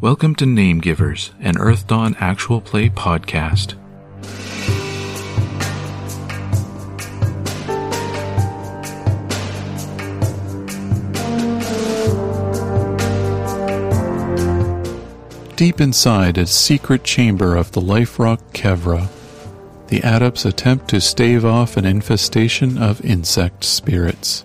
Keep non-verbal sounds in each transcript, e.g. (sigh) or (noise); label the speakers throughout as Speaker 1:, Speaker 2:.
Speaker 1: Welcome to Name Givers, an Earth Dawn actual play podcast. Deep inside a secret chamber of the life rock Kevra, the adepts attempt to stave off an infestation of insect spirits.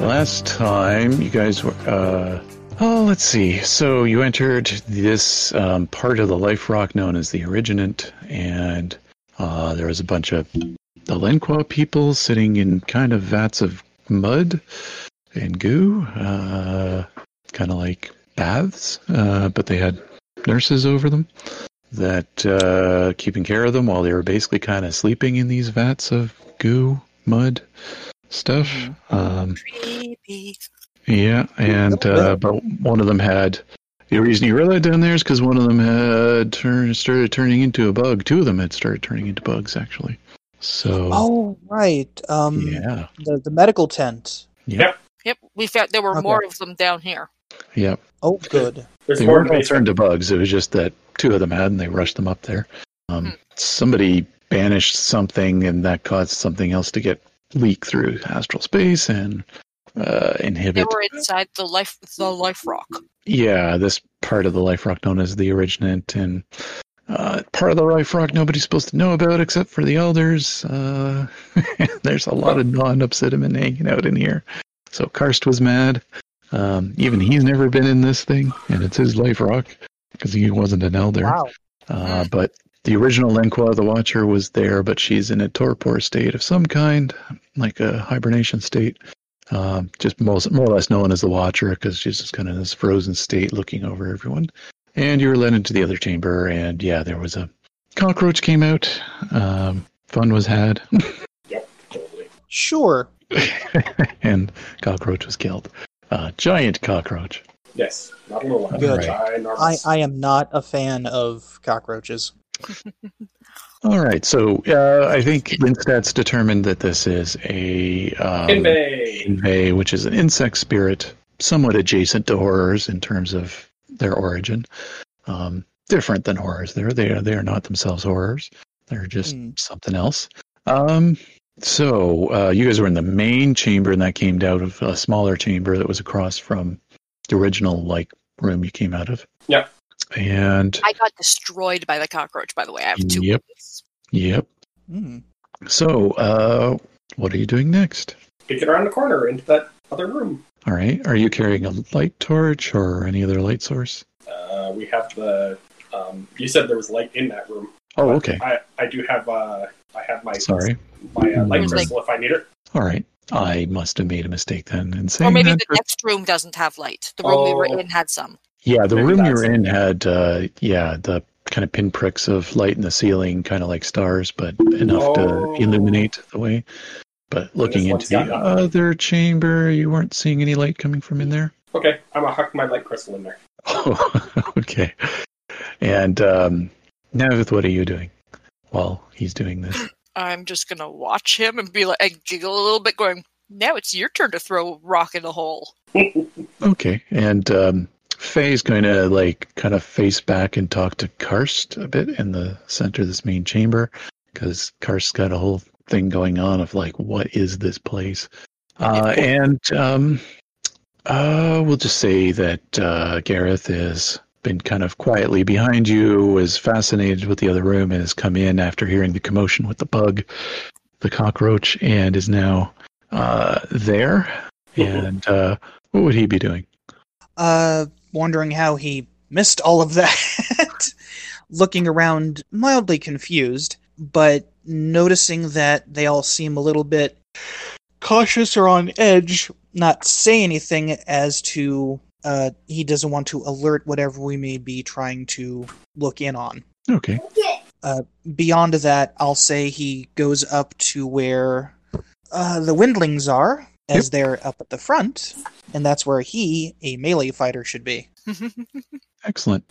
Speaker 2: Last time you guys were, uh, oh, let's see. So you entered this um, part of the life rock known as the Originant, and uh, there was a bunch of the Lenqua people sitting in kind of vats of mud and goo, uh, kind of like baths, uh, but they had nurses over them that uh, keeping care of them while they were basically kind of sleeping in these vats of goo, mud, stuff. Um,
Speaker 3: Creepy.
Speaker 2: yeah, and uh, but one of them had the reason you realized down there is because one of them had turned started turning into a bug. Two of them had started turning into bugs actually. So
Speaker 4: Oh right. Um
Speaker 2: yeah,
Speaker 4: the, the medical tent.
Speaker 3: Yep, we found there were
Speaker 4: Okay.
Speaker 3: more of them down here.
Speaker 2: yeah,
Speaker 4: Oh good.
Speaker 5: There's
Speaker 2: they
Speaker 5: more
Speaker 2: weren't all turned
Speaker 5: basement.
Speaker 2: to bugs. It was just that two of them had, and they rushed them up there. Um,
Speaker 3: Hmm.
Speaker 2: Somebody banished something, and that caused something else to get leaked through astral space and uh,
Speaker 3: They
Speaker 2: inhibit.
Speaker 3: were inside the life the life rock.
Speaker 2: yeah, this part of the life rock known as the originant and uh, part of the life rock nobody's supposed to know about except for the elders. Uh, (laughs) there's a lot of non-obsidian hanging out in here. So Karst was mad. Um, even he's never been in this thing, and it's his life rock because he wasn't an elder.
Speaker 4: Wow.
Speaker 2: Uh, but the original Lenqua, the Watcher, was there, but she's in a torpor state of some kind, like a hibernation state. Um, just most, more or less known as the Watcher, because she's just kind of this frozen state looking over everyone. And you were led into the other chamber, and yeah, there was a cockroach came out. Um, fun was had, (laughs)
Speaker 5: Totally.
Speaker 4: Sure.
Speaker 2: and cockroach was killed. Uh, giant cockroach.
Speaker 5: Yes, not a little one.
Speaker 4: Good.
Speaker 5: Ginormous.
Speaker 4: I, I am not a fan of cockroaches.
Speaker 2: All right, so uh, I think Linstats determined that this is a um,
Speaker 5: Convey.
Speaker 2: Inve, which is an insect spirit, somewhat adjacent to horrors in terms of their origin. Um, different than horrors. They're they are they are not themselves horrors. They're just
Speaker 4: Hmm.
Speaker 2: something else. Um, so uh, you guys were in the main chamber, and that came out of a smaller chamber that was across from the original like room you came out of.
Speaker 5: Yeah.
Speaker 2: And
Speaker 3: I got destroyed by the cockroach. By the way, I have two.
Speaker 2: Yep.
Speaker 3: wounds.
Speaker 2: yep.
Speaker 4: Hmm.
Speaker 2: So uh, what are you doing next?
Speaker 5: Kick it around the corner into that other room.
Speaker 2: All right. Are you carrying a light torch or any other light source?
Speaker 5: Uh, we have the. Um, you said there was light in that room.
Speaker 2: Oh, okay.
Speaker 5: I, I do have. Uh, I have my
Speaker 2: Sorry.
Speaker 5: my uh, light
Speaker 3: There's like-
Speaker 5: crystal if I need it.
Speaker 2: All right. I must have made a mistake then in saying
Speaker 3: Or maybe
Speaker 2: that.
Speaker 3: the next room doesn't have light. The room we
Speaker 5: Oh.
Speaker 3: were in had some.
Speaker 2: yeah, the
Speaker 5: maybe
Speaker 2: room you
Speaker 5: that's
Speaker 2: were in had, uh, yeah, the kind of pinpricks of light in the ceiling, kind of like stars, but enough
Speaker 5: Oh.
Speaker 2: to illuminate the way. But looking
Speaker 5: one's
Speaker 2: into the
Speaker 5: got nothing.
Speaker 2: other chamber, you weren't seeing any light coming from in there? (laughs)
Speaker 5: Okay, I'm gonna huck my light crystal in there.
Speaker 2: Oh, okay. And um, Navith, what are you doing while he's doing this?
Speaker 3: I'm just gonna watch him and be like, and giggle a little bit, going, "Now it's your turn to throw a rock in the hole."
Speaker 2: Okay, and um, Faye's going to like kind of face back and talk to Karst a bit in the center of this main chamber because Karst's got a whole thing going on of like, what is this place? Uh, and um, uh, we'll just say that uh, Gareth has been kind of quietly behind you, is fascinated with the other room, and has come in after hearing the commotion with the bug, the cockroach, and is now uh, there. And uh, what would he be doing?
Speaker 4: Uh wondering how he missed all of that. (laughs) Looking around mildly confused, but noticing that they all seem a little bit cautious or on edge not say anything as to uh, he doesn't want to alert whatever we may be trying to look in on.
Speaker 2: Okay.
Speaker 4: Beyond that, I'll say he goes up to where uh, the windlings are, as they're up at the front, and that's where he, a melee fighter, should be.
Speaker 2: Excellent.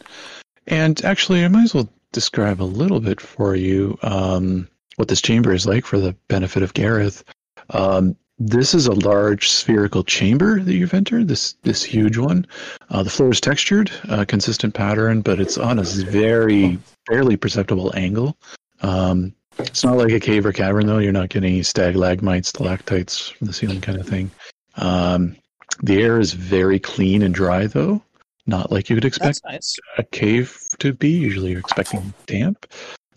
Speaker 2: And actually, I might as well describe a little bit for you um, what this chamber is like for the benefit of Gareth. Um, this is a large spherical chamber that you've entered. This this huge one. Uh, the floor is textured, uh, consistent pattern, but it's on a very barely perceptible angle. Um, it's not like a cave or cavern though. You're not getting any stag lagmites, stalactites from the ceiling kind of thing. Um, the air is very clean and dry though, not like you would expect
Speaker 4: That's nice.
Speaker 2: a cave to be. Usually, you're expecting damp.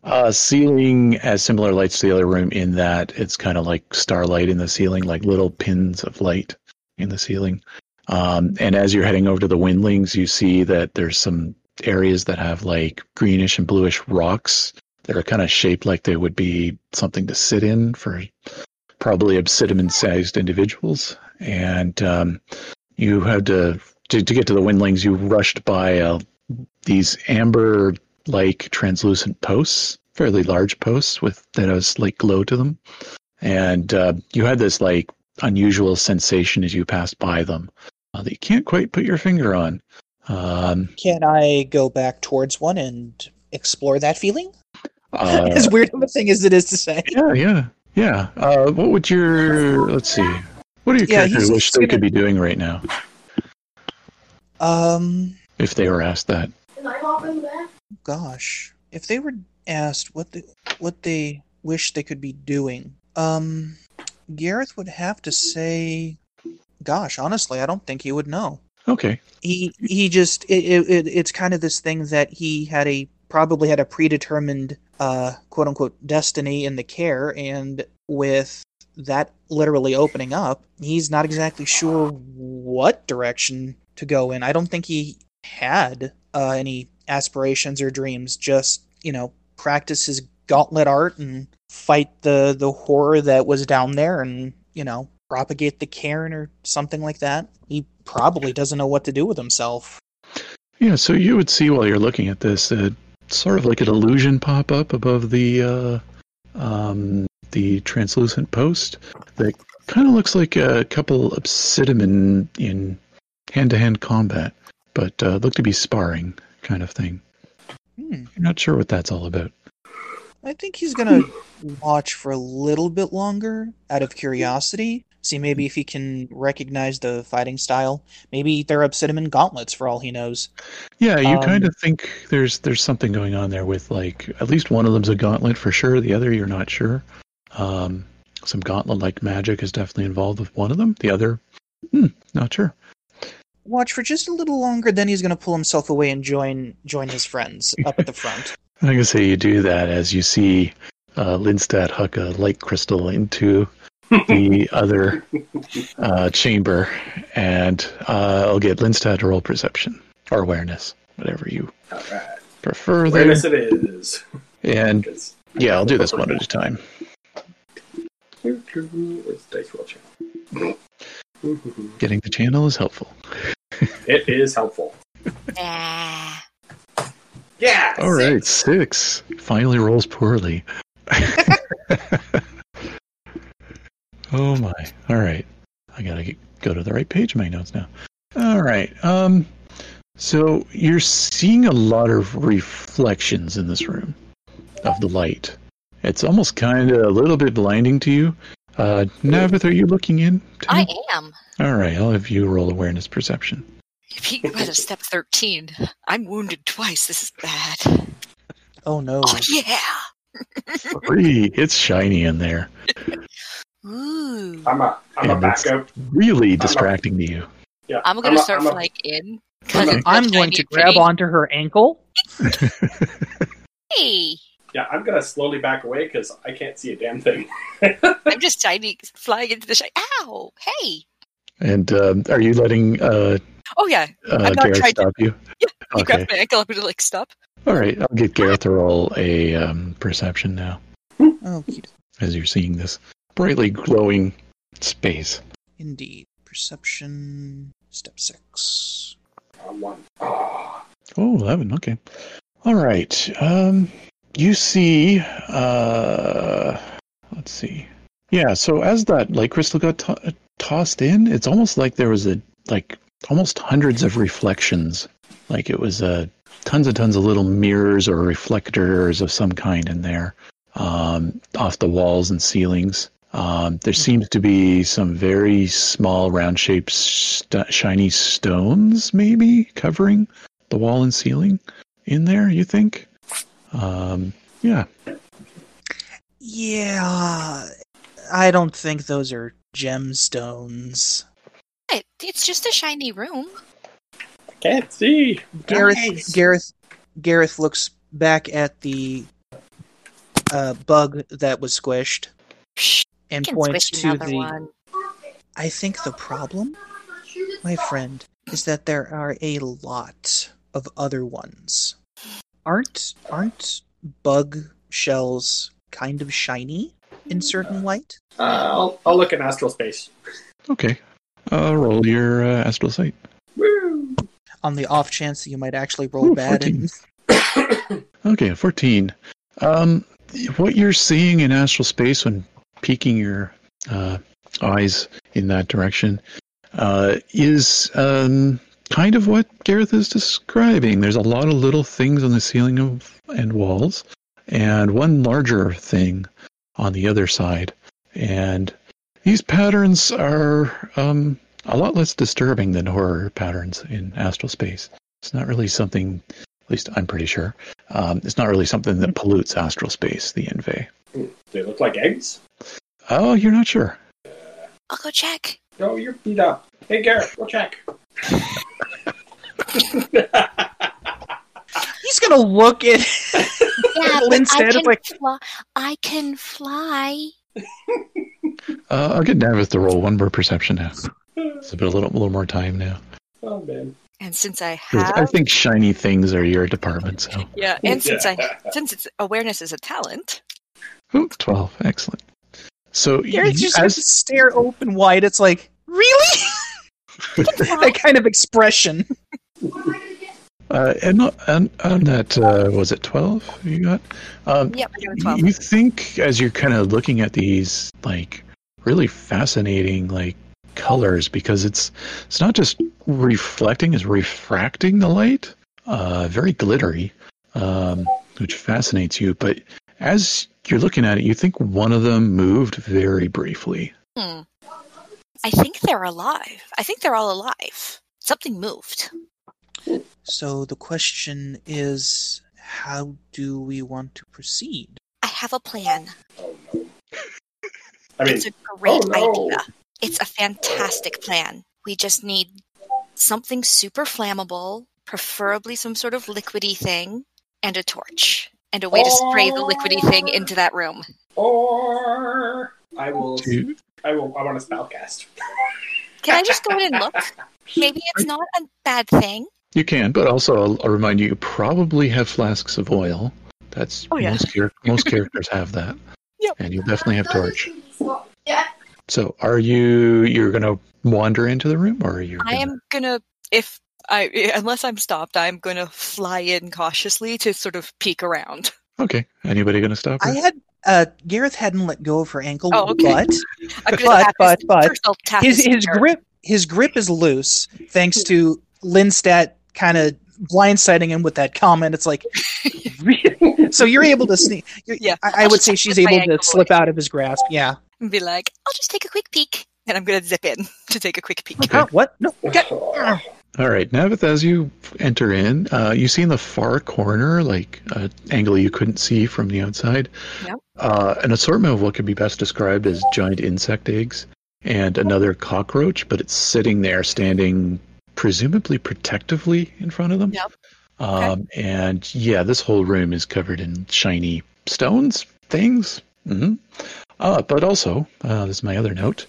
Speaker 2: Uh, ceiling as similar lights to the other room in that it's kind of like starlight in the ceiling, like little pins of light in the ceiling. Um, and as you're heading over to the windlings, you see that there's some areas that have like greenish and bluish rocks that are kind of shaped like they would be something to sit in for probably obsidian-sized individuals. And um, you had to, to to get to the windlings, you rushed by a these amber like translucent posts, fairly large posts with that has a slight glow to them. And uh, you had this like unusual sensation as you passed by them uh, that you can't quite put your finger on. Um,
Speaker 4: Can I go back towards one and explore that feeling?
Speaker 2: uh,
Speaker 4: (laughs) as weird of a thing as it is to say.
Speaker 2: yeah, yeah, yeah. Uh, what would your let's see? What do your
Speaker 4: Yeah,
Speaker 2: characters
Speaker 4: he's-
Speaker 2: wish
Speaker 4: he's
Speaker 2: they
Speaker 4: gonna-
Speaker 2: could be doing right now
Speaker 4: Um,
Speaker 2: if they were asked that?
Speaker 6: Am I walking back?
Speaker 4: gosh, if they were asked what they what they wish they could be doing, um, Gareth would have to say, "Gosh, honestly, I don't think he would know."
Speaker 2: Okay,
Speaker 4: He he just it, it, it it's kind of this thing that he had a probably had a predetermined uh quote unquote destiny in the care, and with that literally opening up, he's not exactly sure what direction to go in. I don't think he had uh, any aspirations or dreams. Just you know, practice his gauntlet art and fight the the horror that was down there, and you know, propagate the cairn or something like that. He probably doesn't know what to do with himself.
Speaker 2: yeah. So you would see while you're looking at this, uh, sort of like an illusion pop up above the uh, um, the translucent post that kind of looks like a couple obsidian in hand to hand combat, but uh, look to be sparring kind of thing.
Speaker 4: Hmm.
Speaker 2: I'm not sure what that's all about.
Speaker 4: I think he's gonna watch for a little bit longer out of curiosity. See maybe if he can recognize the fighting style. Maybe they're obsidian gauntlets for all he knows.
Speaker 2: Yeah, you
Speaker 4: Um,
Speaker 2: kind of think there's there's something going on there with like at least one of them's a gauntlet for sure. The other you're not sure. Um, some gauntlet like magic is definitely involved with one of them. The other, hmm, not sure.
Speaker 4: Watch for just a little longer, then he's gonna pull himself away and join join his friends up at the (laughs) front.
Speaker 2: I'm gonna say you do that as you see uh, Lindstad huck a light crystal into the other uh, chamber, and uh, I'll get Lindstad to roll perception or awareness, whatever you
Speaker 5: All right.
Speaker 2: prefer there.
Speaker 5: Awareness it is.
Speaker 2: And
Speaker 5: It's-
Speaker 2: yeah, I'll do this one at a time.
Speaker 5: Where's the dice roll channel?
Speaker 2: Getting the channel is helpful.
Speaker 5: it is helpful.
Speaker 3: Nah.
Speaker 5: Yeah.
Speaker 2: All right, six. Finally rolls poorly. (laughs) oh my. All right. I got to get, go to the right page of my notes now. All right. Um so you're seeing a lot of reflections in this room of the light. It's almost kind of a little bit blinding to you. Uh Navith, are you looking in? too?
Speaker 3: I am.
Speaker 2: All right, I'll have you roll awareness perception.
Speaker 3: If he went to step 13, I'm wounded twice. This is bad.
Speaker 4: Oh no.
Speaker 3: Oh, yeah.
Speaker 2: Three. It's shiny in there.
Speaker 3: Ooh.
Speaker 5: I'm a I'm
Speaker 2: Yeah,
Speaker 5: a
Speaker 2: that's-
Speaker 5: backup.
Speaker 2: Really
Speaker 3: Uh-huh.
Speaker 2: distracting to you.
Speaker 5: Yeah.
Speaker 3: I'm going to
Speaker 5: a-
Speaker 3: start
Speaker 5: I'm a-
Speaker 3: from like in.
Speaker 5: I'm a-
Speaker 3: because
Speaker 4: I'm going to grab onto her ankle.
Speaker 3: Hey,
Speaker 5: Yeah, I'm gonna slowly back away because I can't see a damn thing. (laughs)
Speaker 3: I'm just tiny flying into the shade. Ow! Hey!
Speaker 2: And um, are you letting uh,
Speaker 3: Oh, yeah.
Speaker 2: uh,
Speaker 3: I'm not
Speaker 2: Gareth
Speaker 3: trying to-
Speaker 2: stop
Speaker 3: (laughs)
Speaker 2: you?
Speaker 3: He
Speaker 2: okay.
Speaker 3: grabbed my ankle. I'm going to like stop.
Speaker 2: All right. I'll get Gareth to roll a um, perception now
Speaker 4: Oh,
Speaker 2: as you're seeing this brightly glowing space.
Speaker 4: indeed. Perception, step six.
Speaker 5: On one. Ah.
Speaker 2: Oh, 11. Okay. All right. Um, you see, uh, let's see. Yeah. So as that light crystal got to- uh, tossed in, it's almost like there was a like almost hundreds of reflections. Like it was uh, tons and tons of little mirrors or reflectors of some kind in there, um, off the walls and ceilings. Um, there seems to be some very small, round-shaped, st- shiny stones, maybe covering the wall and ceiling in there, you think? Um, yeah.
Speaker 4: Yeah, I don't think those are gemstones.
Speaker 6: It- It's just a shiny room.
Speaker 5: I can't see.
Speaker 4: Gareth,
Speaker 5: Nice.
Speaker 4: Gareth, Gareth looks back at the uh, bug that was squished
Speaker 6: Psh,
Speaker 4: and
Speaker 6: can
Speaker 4: points
Speaker 6: squish
Speaker 4: to
Speaker 6: another
Speaker 4: the.
Speaker 6: one.
Speaker 4: I think the problem, my friend, is that there are a lot of other ones. Aren't aren't bug shells kind of shiny in certain light?
Speaker 5: Uh, I'll, I'll look in astral space.
Speaker 2: Okay. Uh, roll your uh, astral sight.
Speaker 5: Woo! (coughs)
Speaker 4: On the off chance that you might actually roll
Speaker 2: Ooh,
Speaker 4: bad and
Speaker 2: Okay, fourteen. Um, what you're seeing in astral space when peeking your uh, eyes in that direction uh, is um, kind of what Gareth is describing. There's a lot of little things on the ceiling of and walls, and one larger thing on the other side. And these patterns are um, a lot less disturbing than horror patterns in astral space. It's not really something, at least I'm pretty sure, um, it's not really something that pollutes astral space, the Envy.
Speaker 5: They look like eggs.
Speaker 2: Oh, you're not sure.
Speaker 6: I'll go check.
Speaker 4: (laughs)
Speaker 5: No, you're beat up. Hey, Gareth, go check.
Speaker 4: (laughs) he's gonna look (laughs) at
Speaker 6: Yeah, but I
Speaker 4: Instead of
Speaker 6: can
Speaker 4: like-
Speaker 6: fly. I can fly.
Speaker 2: Uh, I'll get Navith to roll one more perception now. It's a bit a little, a little more time now.
Speaker 5: oh man.
Speaker 6: And since I
Speaker 2: 'Cause
Speaker 6: have,
Speaker 2: I think shiny things are your department, so.
Speaker 3: Yeah, and since I
Speaker 5: Yeah.
Speaker 3: since it's awareness is
Speaker 2: (laughs)
Speaker 3: a talent,
Speaker 2: Ooh, 12. Excellent. So,
Speaker 4: Gareth
Speaker 2: you-
Speaker 4: just has to
Speaker 2: as,
Speaker 4: stare open wide. It's like, really? (laughs) that kind of expression.
Speaker 2: uh, and, on- and on that, uh, was it 12 you got? Um,
Speaker 6: yep, I got a twelve.
Speaker 2: You think as you're kind of looking at these like really fascinating like colors because it's it's not just reflecting, it's refracting the light. Uh, very glittery, um, which fascinates you. But as you're looking at it, you think one of them moved very briefly.
Speaker 3: hmm,
Speaker 6: I think they're alive. I think they're all alive. Something moved.
Speaker 4: So the question is, how do we want to proceed?
Speaker 6: I have a plan.
Speaker 5: Oh no. I mean,
Speaker 6: It's a great
Speaker 5: oh, no.
Speaker 6: idea. It's a fantastic plan. We just need something super flammable, preferably some sort of liquidy thing, and a torch, and a way to spray the liquidy thing
Speaker 5: Oh.
Speaker 6: into that room.
Speaker 5: or I will.
Speaker 2: Do-
Speaker 5: I will. I want to spellcast.
Speaker 6: Can I just go in
Speaker 5: (laughs)
Speaker 6: and look? Maybe it's not a bad thing.
Speaker 2: You can, but also I'll, I'll remind you, you probably have flasks of oil. That's
Speaker 3: Oh, yeah.
Speaker 2: most char- most characters have that.
Speaker 3: (laughs) Yep.
Speaker 2: And you'll definitely have torch. So, are you you're gonna wander into the room, or are you?
Speaker 3: I am gonna if I unless I'm stopped, I'm gonna fly in cautiously to sort of peek around.
Speaker 2: Okay. Anybody gonna stop?
Speaker 4: I
Speaker 2: Her?
Speaker 4: had uh, Gareth hadn't let go of her ankle,
Speaker 3: Oh, okay. (laughs)
Speaker 4: but
Speaker 3: I'm gonna
Speaker 4: But,
Speaker 3: tap
Speaker 4: but,
Speaker 3: his,
Speaker 4: but,
Speaker 3: first I'll tap
Speaker 4: his
Speaker 3: his,
Speaker 4: his
Speaker 3: finger.
Speaker 4: grip his grip is loose thanks to Linstat kind of blindsiding him with that comment. It's
Speaker 3: (laughs)
Speaker 4: like, really? so you're able to sneak. You're,
Speaker 3: Yeah,
Speaker 4: I, I
Speaker 3: I'll
Speaker 4: would
Speaker 3: just (laughs)
Speaker 4: say
Speaker 3: check
Speaker 4: she's
Speaker 3: with my
Speaker 4: able to
Speaker 3: ankle.
Speaker 4: slip out of his grasp. Yeah.
Speaker 3: and be like,
Speaker 6: I'll just take a quick peek.
Speaker 3: and I'm gonna zip
Speaker 6: (laughs)
Speaker 3: in to take a quick peek.
Speaker 2: Okay.
Speaker 4: Huh, what? No.
Speaker 5: (laughs) Uh,
Speaker 2: All right, Navith. As you enter in, uh, you see in the far corner, like an angle you couldn't see from the outside,
Speaker 3: Yep.
Speaker 2: uh, an assortment of what could be best described as giant insect eggs and another cockroach, but it's sitting there, standing presumably protectively in front of them.
Speaker 3: Yep.
Speaker 2: Um, And yeah, this whole room is covered in shiny stones, things. hmm Uh, but also, uh, this is my other note.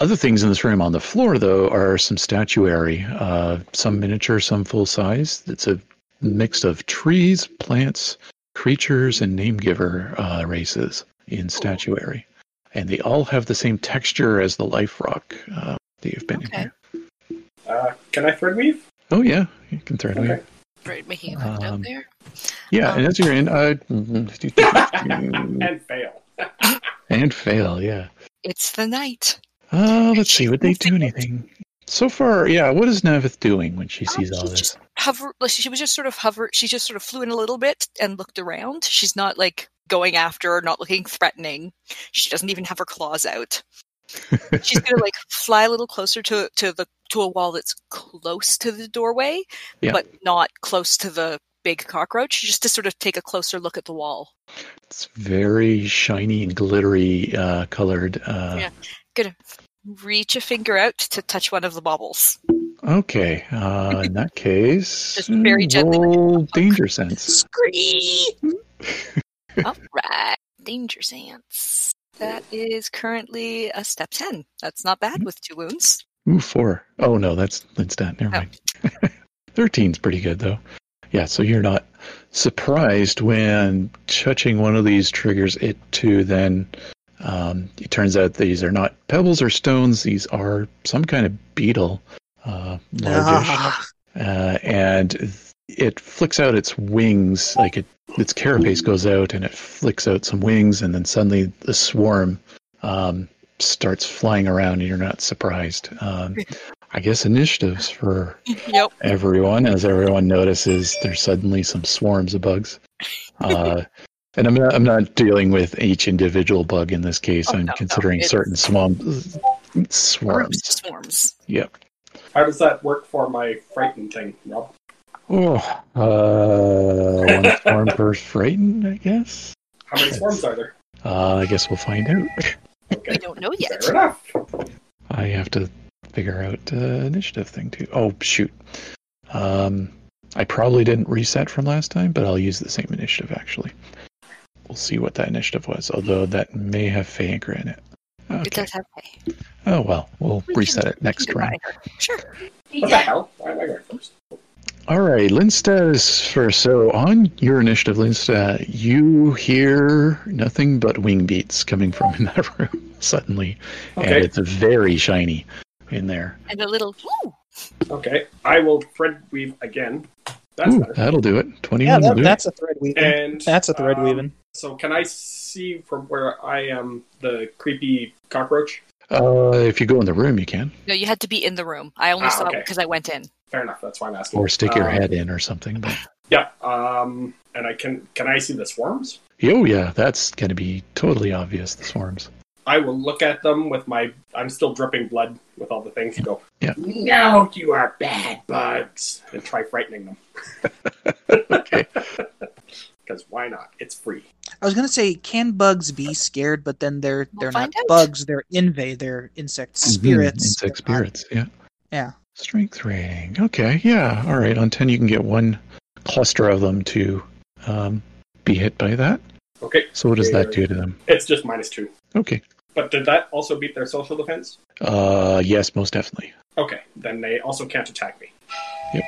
Speaker 2: Other things in this room on the floor, though, are some statuary, uh, some miniature, some full size. It's a mix of trees, plants, creatures, and name giver uh, races in statuary. And they all have the same texture as the life rock. Uh, that you've been
Speaker 7: Okay.
Speaker 2: in here.
Speaker 5: Uh, can I thread weave?
Speaker 2: Oh yeah, you can thread
Speaker 5: Okay.
Speaker 2: away.
Speaker 7: Right, making a quick note
Speaker 2: Um,
Speaker 7: there.
Speaker 2: Yeah,
Speaker 7: Um,
Speaker 2: and as you're in, uh,
Speaker 5: and fail.
Speaker 2: (laughs) and fail. Yeah.
Speaker 6: It's the night.
Speaker 2: Uh, let's see. Would they
Speaker 6: Nothing.
Speaker 2: do anything? So far, yeah. What is Navith doing when she
Speaker 6: Oh,
Speaker 2: sees all
Speaker 6: she's
Speaker 2: this?
Speaker 6: just hover. Like, she was just sort of hover. She just sort of flew in a little bit and looked around. She's not like going after or not looking threatening. She doesn't even have her claws out. She's
Speaker 2: (laughs)
Speaker 6: gonna like fly a little closer to to the to a wall that's close to the doorway,
Speaker 2: Yeah.
Speaker 6: but not close to the big cockroach. Just to sort of take a closer look at the wall.
Speaker 2: It's very shiny and glittery uh, colored. Uh,
Speaker 6: Yeah. Reach a finger out to touch one of the baubles.
Speaker 2: Okay. Uh, in
Speaker 6: (laughs)
Speaker 2: that case, hmm,
Speaker 6: Just very gently with
Speaker 2: roll danger sense.
Speaker 6: Scree.
Speaker 7: All right, danger sense.
Speaker 6: That is currently a step 10. That's not bad with two wounds.
Speaker 2: Ooh, four. Oh no, that's that's not. Never
Speaker 6: Oh.
Speaker 2: mind. (laughs) Thirteen's pretty good though. Yeah, so you're not surprised when touching one of these triggers it to then. Um, it turns out these are not pebbles or stones. These are some kind of beetle, uh, largish,
Speaker 4: Ah,
Speaker 2: uh, and it flicks out its wings. Like it, its carapace goes out, and it flicks out some wings, and then suddenly the swarm um, starts flying around, and you're not surprised. Um, I guess initiatives for
Speaker 6: Yep.
Speaker 2: everyone as everyone notices there's suddenly some swarms of bugs uh, and I'm not, I'm not dealing with each individual bug in this case
Speaker 6: Oh,
Speaker 2: i'm
Speaker 6: no, no,
Speaker 2: considering
Speaker 6: it's-
Speaker 2: certain swamp
Speaker 6: Groups,
Speaker 2: swarms
Speaker 6: swarms.
Speaker 2: yep
Speaker 5: How does that work for my frightened thing, Rob?
Speaker 2: oh uh, one
Speaker 7: (laughs)
Speaker 2: swarm per frighten i guess
Speaker 5: How many swarms are there?
Speaker 2: uh, i guess we'll find out
Speaker 5: Okay.
Speaker 7: We don't know yet.
Speaker 5: Fair enough.
Speaker 2: i have to figure out uh, initiative thing too oh shoot um, i probably didn't reset from last time but i'll use the same initiative actually we'll see what that initiative was although that may have Fayagra in it
Speaker 7: It
Speaker 2: okay.
Speaker 7: does have pay.
Speaker 2: oh well we'll
Speaker 7: We
Speaker 2: reset
Speaker 7: can-
Speaker 2: it next round
Speaker 7: Sure.
Speaker 5: What the hell? Why am I going first?
Speaker 2: all right linsta is first so on your initiative linsta you hear nothing but wing beats coming from in that (laughs) room suddenly and
Speaker 5: Okay.
Speaker 2: it's very shiny in there
Speaker 7: And a little. Ooh,
Speaker 5: Okay. I will thread weave again. That's
Speaker 2: Ooh,
Speaker 5: better.
Speaker 2: that'll do it 21
Speaker 4: yeah,
Speaker 2: will
Speaker 4: that,
Speaker 2: do it.
Speaker 4: that's a thread weaving.
Speaker 5: And
Speaker 4: That's a thread
Speaker 5: um,
Speaker 4: weaving.
Speaker 5: So can I see from where I am the creepy cockroach?
Speaker 2: Uh, if you go in the room, you can,
Speaker 6: No, you had to be in the room. I only
Speaker 5: Ah,
Speaker 6: saw
Speaker 5: okay.
Speaker 6: it because I went in.
Speaker 5: Fair enough. That's why I'm asking.
Speaker 2: or stick your
Speaker 5: Um,
Speaker 2: head in or something. But
Speaker 5: Yeah. Um. And I can can I see the swarms?
Speaker 2: oh yeah, that's gonna be totally obvious. The swarms.
Speaker 5: I will look at them with my. I'm still dripping blood with all the things. And go.
Speaker 2: Yeah.
Speaker 5: No, you are bad bugs. And try frightening them.
Speaker 2: (laughs)
Speaker 5: (laughs)
Speaker 2: Okay.
Speaker 5: Because why not? It's free.
Speaker 4: I was gonna say, can bugs be scared? But then they're
Speaker 7: We'll
Speaker 4: they're
Speaker 7: find
Speaker 4: not
Speaker 7: out.
Speaker 4: bugs. They're inve. They're insect spirits.
Speaker 2: Mhm, Insect
Speaker 4: They're not-
Speaker 2: spirits. Yeah.
Speaker 4: Yeah.
Speaker 2: Strength rating. Okay. Yeah. All right. On ten, you can get one cluster of them to um, be hit by that.
Speaker 5: Okay.
Speaker 2: So what does that
Speaker 5: Yeah.
Speaker 2: do to them?
Speaker 5: It's just minus two.
Speaker 2: Okay.
Speaker 5: But did that also beat their social defense?
Speaker 2: Uh, yes, most definitely.
Speaker 5: Okay. Then they also can't attack me.
Speaker 2: Yep.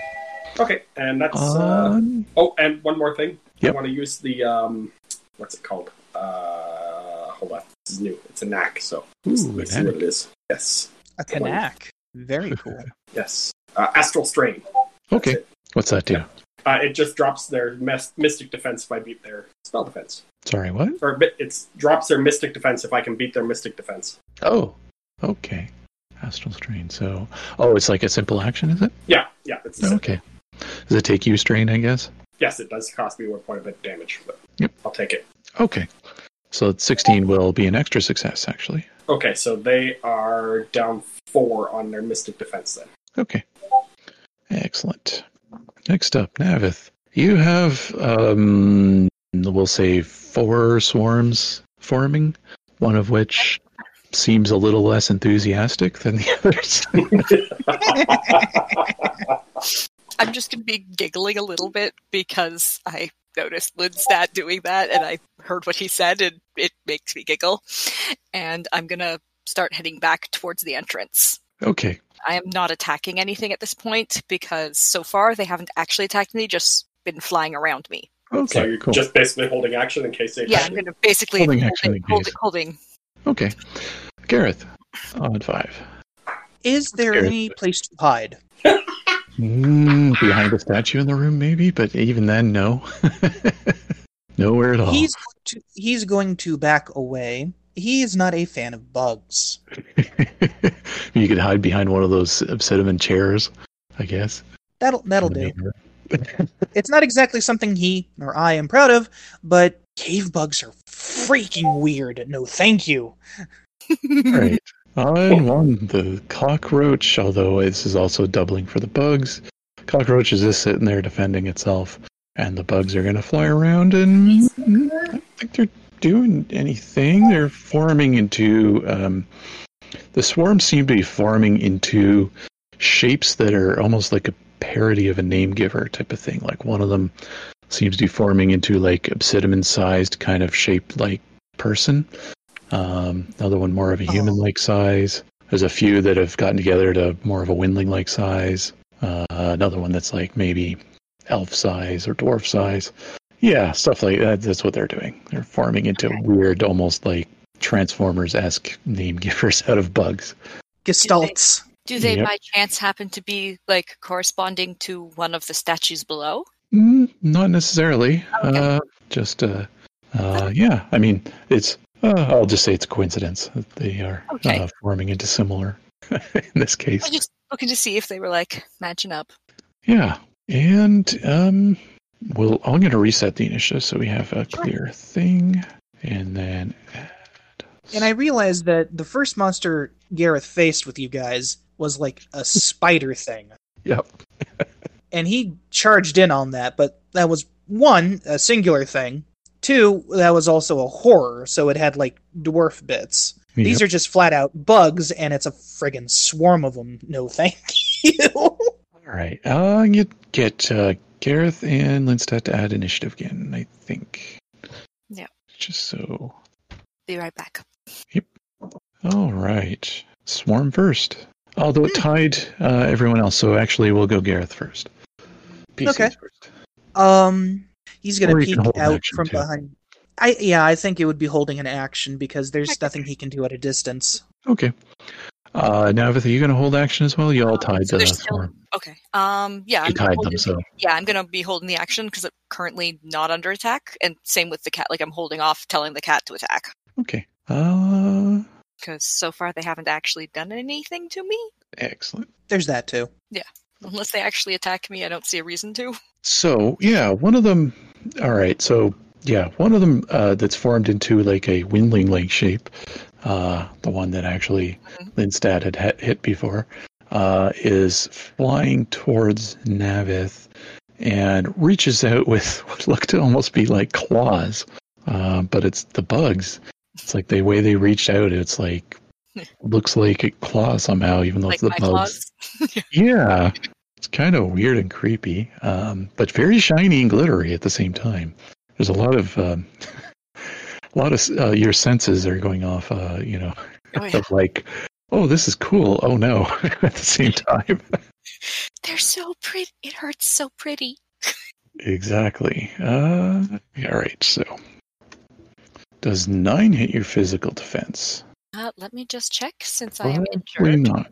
Speaker 5: Okay. And that's. uh,
Speaker 2: Um,
Speaker 5: Oh, and one more thing.
Speaker 2: Yep.
Speaker 5: I want to use the um, what's it called? Uh, hold on, this is new. It's a knack, so let's,
Speaker 2: Ooh,
Speaker 5: let's
Speaker 2: a
Speaker 5: see
Speaker 2: knack.
Speaker 5: what it is. Yes,
Speaker 4: A kanak.
Speaker 2: (laughs)
Speaker 4: Very cool.
Speaker 5: yes. Uh, Astral strain.
Speaker 2: okay.
Speaker 5: That's it.
Speaker 2: What's that do?
Speaker 5: Uh, it just drops their mes- mystic defense if I beat their spell defense,
Speaker 2: Sorry. What?
Speaker 5: or bi- it drops their mystic defense if I can beat their mystic defense.
Speaker 2: Oh. Okay. Astral strain. So, oh, it's like a simple action, is it?
Speaker 5: Yeah, yeah. It's
Speaker 2: Okay. Does it take you strain? I guess.
Speaker 5: Yes, it does cost me one point of damage, but
Speaker 2: Yep.
Speaker 5: I'll take it.
Speaker 2: Okay. So 16 will be an extra success, actually.
Speaker 5: Okay, so they are down four on their mystic defense then.
Speaker 2: Okay. Excellent. Next up, Navith. You have, um, we'll say, four swarms forming, one of which seems a little less enthusiastic than the (laughs) others.
Speaker 6: I'm just going to be giggling a little bit because I noticed Lindstat doing that and I heard what he said and it makes me giggle. And I'm going to start heading back towards the entrance.
Speaker 2: okay.
Speaker 6: I am not attacking anything at this point because so far they haven't actually attacked me, just been flying around me.
Speaker 5: so
Speaker 2: Okay,
Speaker 5: you're
Speaker 2: cool.
Speaker 5: just basically holding action in case they
Speaker 6: Yeah,
Speaker 5: attack
Speaker 6: I'm
Speaker 5: you.
Speaker 6: going to basically
Speaker 2: Holding
Speaker 6: holding,
Speaker 2: action
Speaker 6: holding,
Speaker 2: in
Speaker 6: holding,
Speaker 2: case. Okay. Gareth, odd five.
Speaker 4: Is there
Speaker 2: Sure.
Speaker 4: any place to hide?
Speaker 2: Mm, behind a statue in the room, maybe, but even then, no. (laughs) Nowhere at all.
Speaker 4: He's going to, he's going to back away. He is not a fan of bugs.
Speaker 2: (laughs) you could hide behind one of those obsidian chairs, I guess.
Speaker 4: That'll that'll do. It's not exactly something he or I am proud of, but cave bugs are freaking weird. No, thank you.
Speaker 2: (laughs) Right. On one, the cockroach, although this is also doubling for the bugs. Cockroach is just sitting there defending itself, and the bugs are going to fly around, and mm, I don't think they're doing anything. They're forming into. Um, the swarms seem to be forming into shapes that are almost like a parody of a name giver type of thing. Like one of them seems to be forming into like obsidian sized kind of shaped like person. Um, another one more of a human like size. There's a few that have gotten together to more of a windling like size. Uh, another one that's like maybe elf size or dwarf size. Yeah, stuff like that. That's what they're doing. They're forming into weird, almost like Transformers esque name givers (laughs) out of bugs.
Speaker 4: Gestalts.
Speaker 3: Do they
Speaker 2: Yep.
Speaker 3: by chance happen to be like corresponding to one of the statues below?
Speaker 2: Mm, not necessarily.
Speaker 3: Okay.
Speaker 2: Uh, just, uh, uh, yeah. I mean, it's. Uh, I'll just say it's a coincidence that they are
Speaker 3: Okay.
Speaker 2: uh, forming into similar. (laughs) in this case,
Speaker 3: I'm just looking to see if they were like matching up.
Speaker 2: yeah. And um, we'll. I'm going to reset the initiative so we have a clear thing, and then. add-
Speaker 4: And I realized that the first monster Gareth faced with you guys was like
Speaker 2: (laughs)
Speaker 4: a spider thing.
Speaker 2: Yep.
Speaker 4: and he charged in on that, but that was one, a singular thing. Two, that was also a horror, so it had like dwarf bits. These are just flat out bugs, and it's a friggin' swarm of them. No, thank (laughs) you.
Speaker 2: All right. Uh, you get uh, Gareth and Lindstedt to add initiative again, I think.
Speaker 3: Yeah.
Speaker 2: Just so.
Speaker 3: Be right back.
Speaker 2: All right. Swarm first. Although it tied uh, everyone else, so actually we'll go Gareth first. PCs
Speaker 4: Okay.
Speaker 2: First.
Speaker 4: um, he's gonna
Speaker 2: Or you can
Speaker 4: peek
Speaker 2: hold an
Speaker 4: out
Speaker 2: action,
Speaker 4: from
Speaker 2: too.
Speaker 4: behind. I yeah, I think it would be holding an action because there's nothing he can do at a distance.
Speaker 2: Okay. Uh, now, Vitha, you going to hold action as well? You all tied
Speaker 3: Um, So
Speaker 2: the
Speaker 3: there's still-
Speaker 2: swarm.
Speaker 3: Okay. Um. Yeah.
Speaker 2: You
Speaker 3: I'm
Speaker 2: tied them,
Speaker 3: holding-
Speaker 2: so.
Speaker 3: Yeah, I'm gonna be holding the action because I'm currently not under attack, and same with the cat. Like I'm holding off telling the cat to attack
Speaker 2: Okay. Uh,
Speaker 3: because so far they haven't actually done anything to me.
Speaker 2: excellent.
Speaker 4: There's that too.
Speaker 3: Unless they actually attack me, I don't see a reason to.
Speaker 2: So yeah, one of them. All right, so yeah, one of them uh, that's formed into like a windling like shape, uh, the one that actually
Speaker 3: Mhm.
Speaker 2: Lindstad had hit, hit before, uh, is flying towards Navith and reaches out with (laughs) what look to almost be like claws, uh, but it's the bugs. It's like the way they reached out. It's like
Speaker 3: (laughs)
Speaker 2: looks like a claw somehow, even though it's
Speaker 3: Like
Speaker 2: the
Speaker 3: my
Speaker 2: bugs.
Speaker 3: claws.
Speaker 2: Yeah. It's kind of weird and creepy, um, but very shiny and glittery at the same time. There's a lot of um, (laughs) a lot of uh, your senses are going off, uh, you know, (laughs)
Speaker 3: Oh, yeah.
Speaker 2: of like, oh, this is cool. Oh no, (laughs) at the
Speaker 3: (laughs)
Speaker 2: same time.
Speaker 6: They're so pretty. It hurts so pretty.
Speaker 2: exactly. Uh, all right. So, does nine hit your physical defense?
Speaker 3: Uh, let me just check since I am
Speaker 2: Probably
Speaker 3: injured.
Speaker 2: not.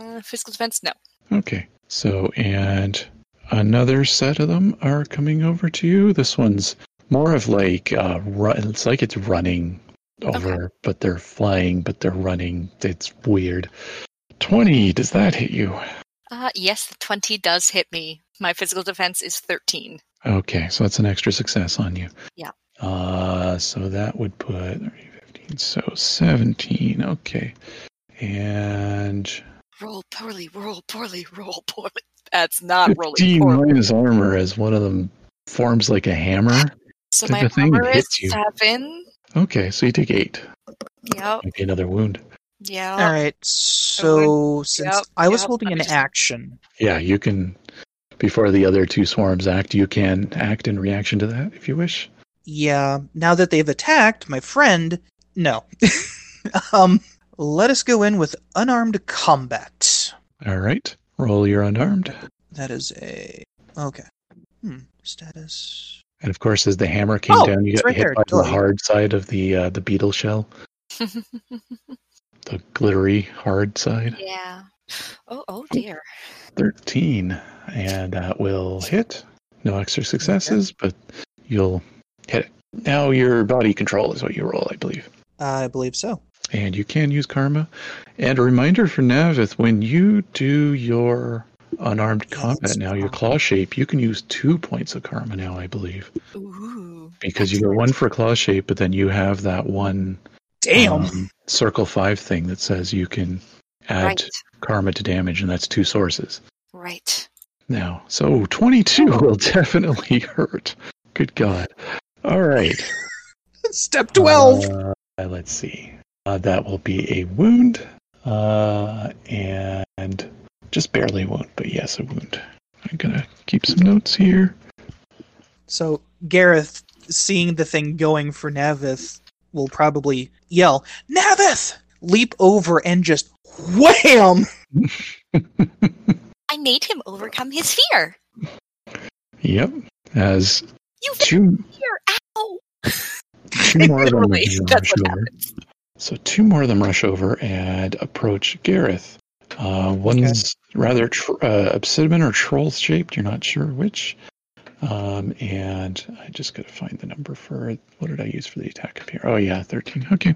Speaker 3: Uh, physical defense, no.
Speaker 2: Okay. So, and another set of them are coming over to you. This one's more of like uh, run, it's like it's running over, but they're flying, but they're running. It's weird. Twenty. Does that hit you?
Speaker 3: Uh, yes, the 20 does hit me. My physical defense is 13.
Speaker 2: Okay, so that's an extra success on you.
Speaker 3: Yeah.
Speaker 2: Uh, so that would put 30, 15, so 17. Okay. And
Speaker 3: Roll poorly, roll poorly, roll poorly. That's not rolling
Speaker 2: 15
Speaker 3: poorly.
Speaker 2: minus armor as one of them forms like a hammer.
Speaker 3: So
Speaker 2: did
Speaker 3: my
Speaker 2: the thing
Speaker 3: armor is
Speaker 2: hit you?
Speaker 3: seven.
Speaker 2: Okay, so you take eight.
Speaker 3: Yep,
Speaker 2: Might be another wound.
Speaker 3: yep.
Speaker 4: All right, so since
Speaker 3: Yep,
Speaker 4: I was
Speaker 3: yep,
Speaker 4: holding
Speaker 3: let
Speaker 4: an
Speaker 3: me just-
Speaker 4: action,
Speaker 2: Yeah, you can. Before the other two swarms act, you can act in reaction to that if you wish.
Speaker 4: Yeah, now that they've attacked my friend, no. (laughs) um, let us go in with unarmed combat.
Speaker 2: All right, roll your unarmed.
Speaker 4: That is a okay. Hmm, status.
Speaker 2: And of course, as the hammer came
Speaker 4: Oh,
Speaker 2: down, you
Speaker 4: it's
Speaker 2: got
Speaker 4: right
Speaker 2: hit
Speaker 4: there,
Speaker 2: by the
Speaker 4: totally.
Speaker 2: hard side of the
Speaker 4: (laughs)
Speaker 2: uh, the beetle shell, the glittery hard side.
Speaker 6: Yeah. Oh, oh dear.
Speaker 2: 13 and that will hit no extra successes but you'll hit it now your body control is what you roll i believe
Speaker 4: I believe so.
Speaker 2: and you can use karma and a reminder for navith when you do your unarmed
Speaker 4: Yes.
Speaker 2: combat now your claw shape you can use two points of karma now i believe
Speaker 6: Ooh.
Speaker 2: because you get one for claw shape but then you have that one
Speaker 4: Damn.
Speaker 2: um, circle five thing that says you can add
Speaker 6: Right.
Speaker 2: karma to damage and that's two sources
Speaker 6: Right.
Speaker 2: now. So 22 will (laughs) definitely hurt. Good God. All right.
Speaker 4: (laughs) Step twelve.
Speaker 2: Uh, let's see. Uh, that will be a wound. Uh, and just barely a wound, but yes, a wound. I'm going to keep some notes here.
Speaker 4: So Gareth, seeing the thing going for Navith, will probably yell, "Navith!" Leap over and just wham!
Speaker 6: I made him overcome his fear.
Speaker 2: Yep. As
Speaker 6: You
Speaker 2: two,
Speaker 6: fear. Ow.
Speaker 3: (laughs)
Speaker 2: two more of them
Speaker 3: Literally,
Speaker 2: rush
Speaker 3: that's what
Speaker 2: over. So two more of them rush over and approach Gareth. Uh, one's rather tr- uh, obsidian or troll shaped. You're not sure which. Um, and I just got to find the number for what did I use for the attack up here? Oh yeah, thirteen. Okay.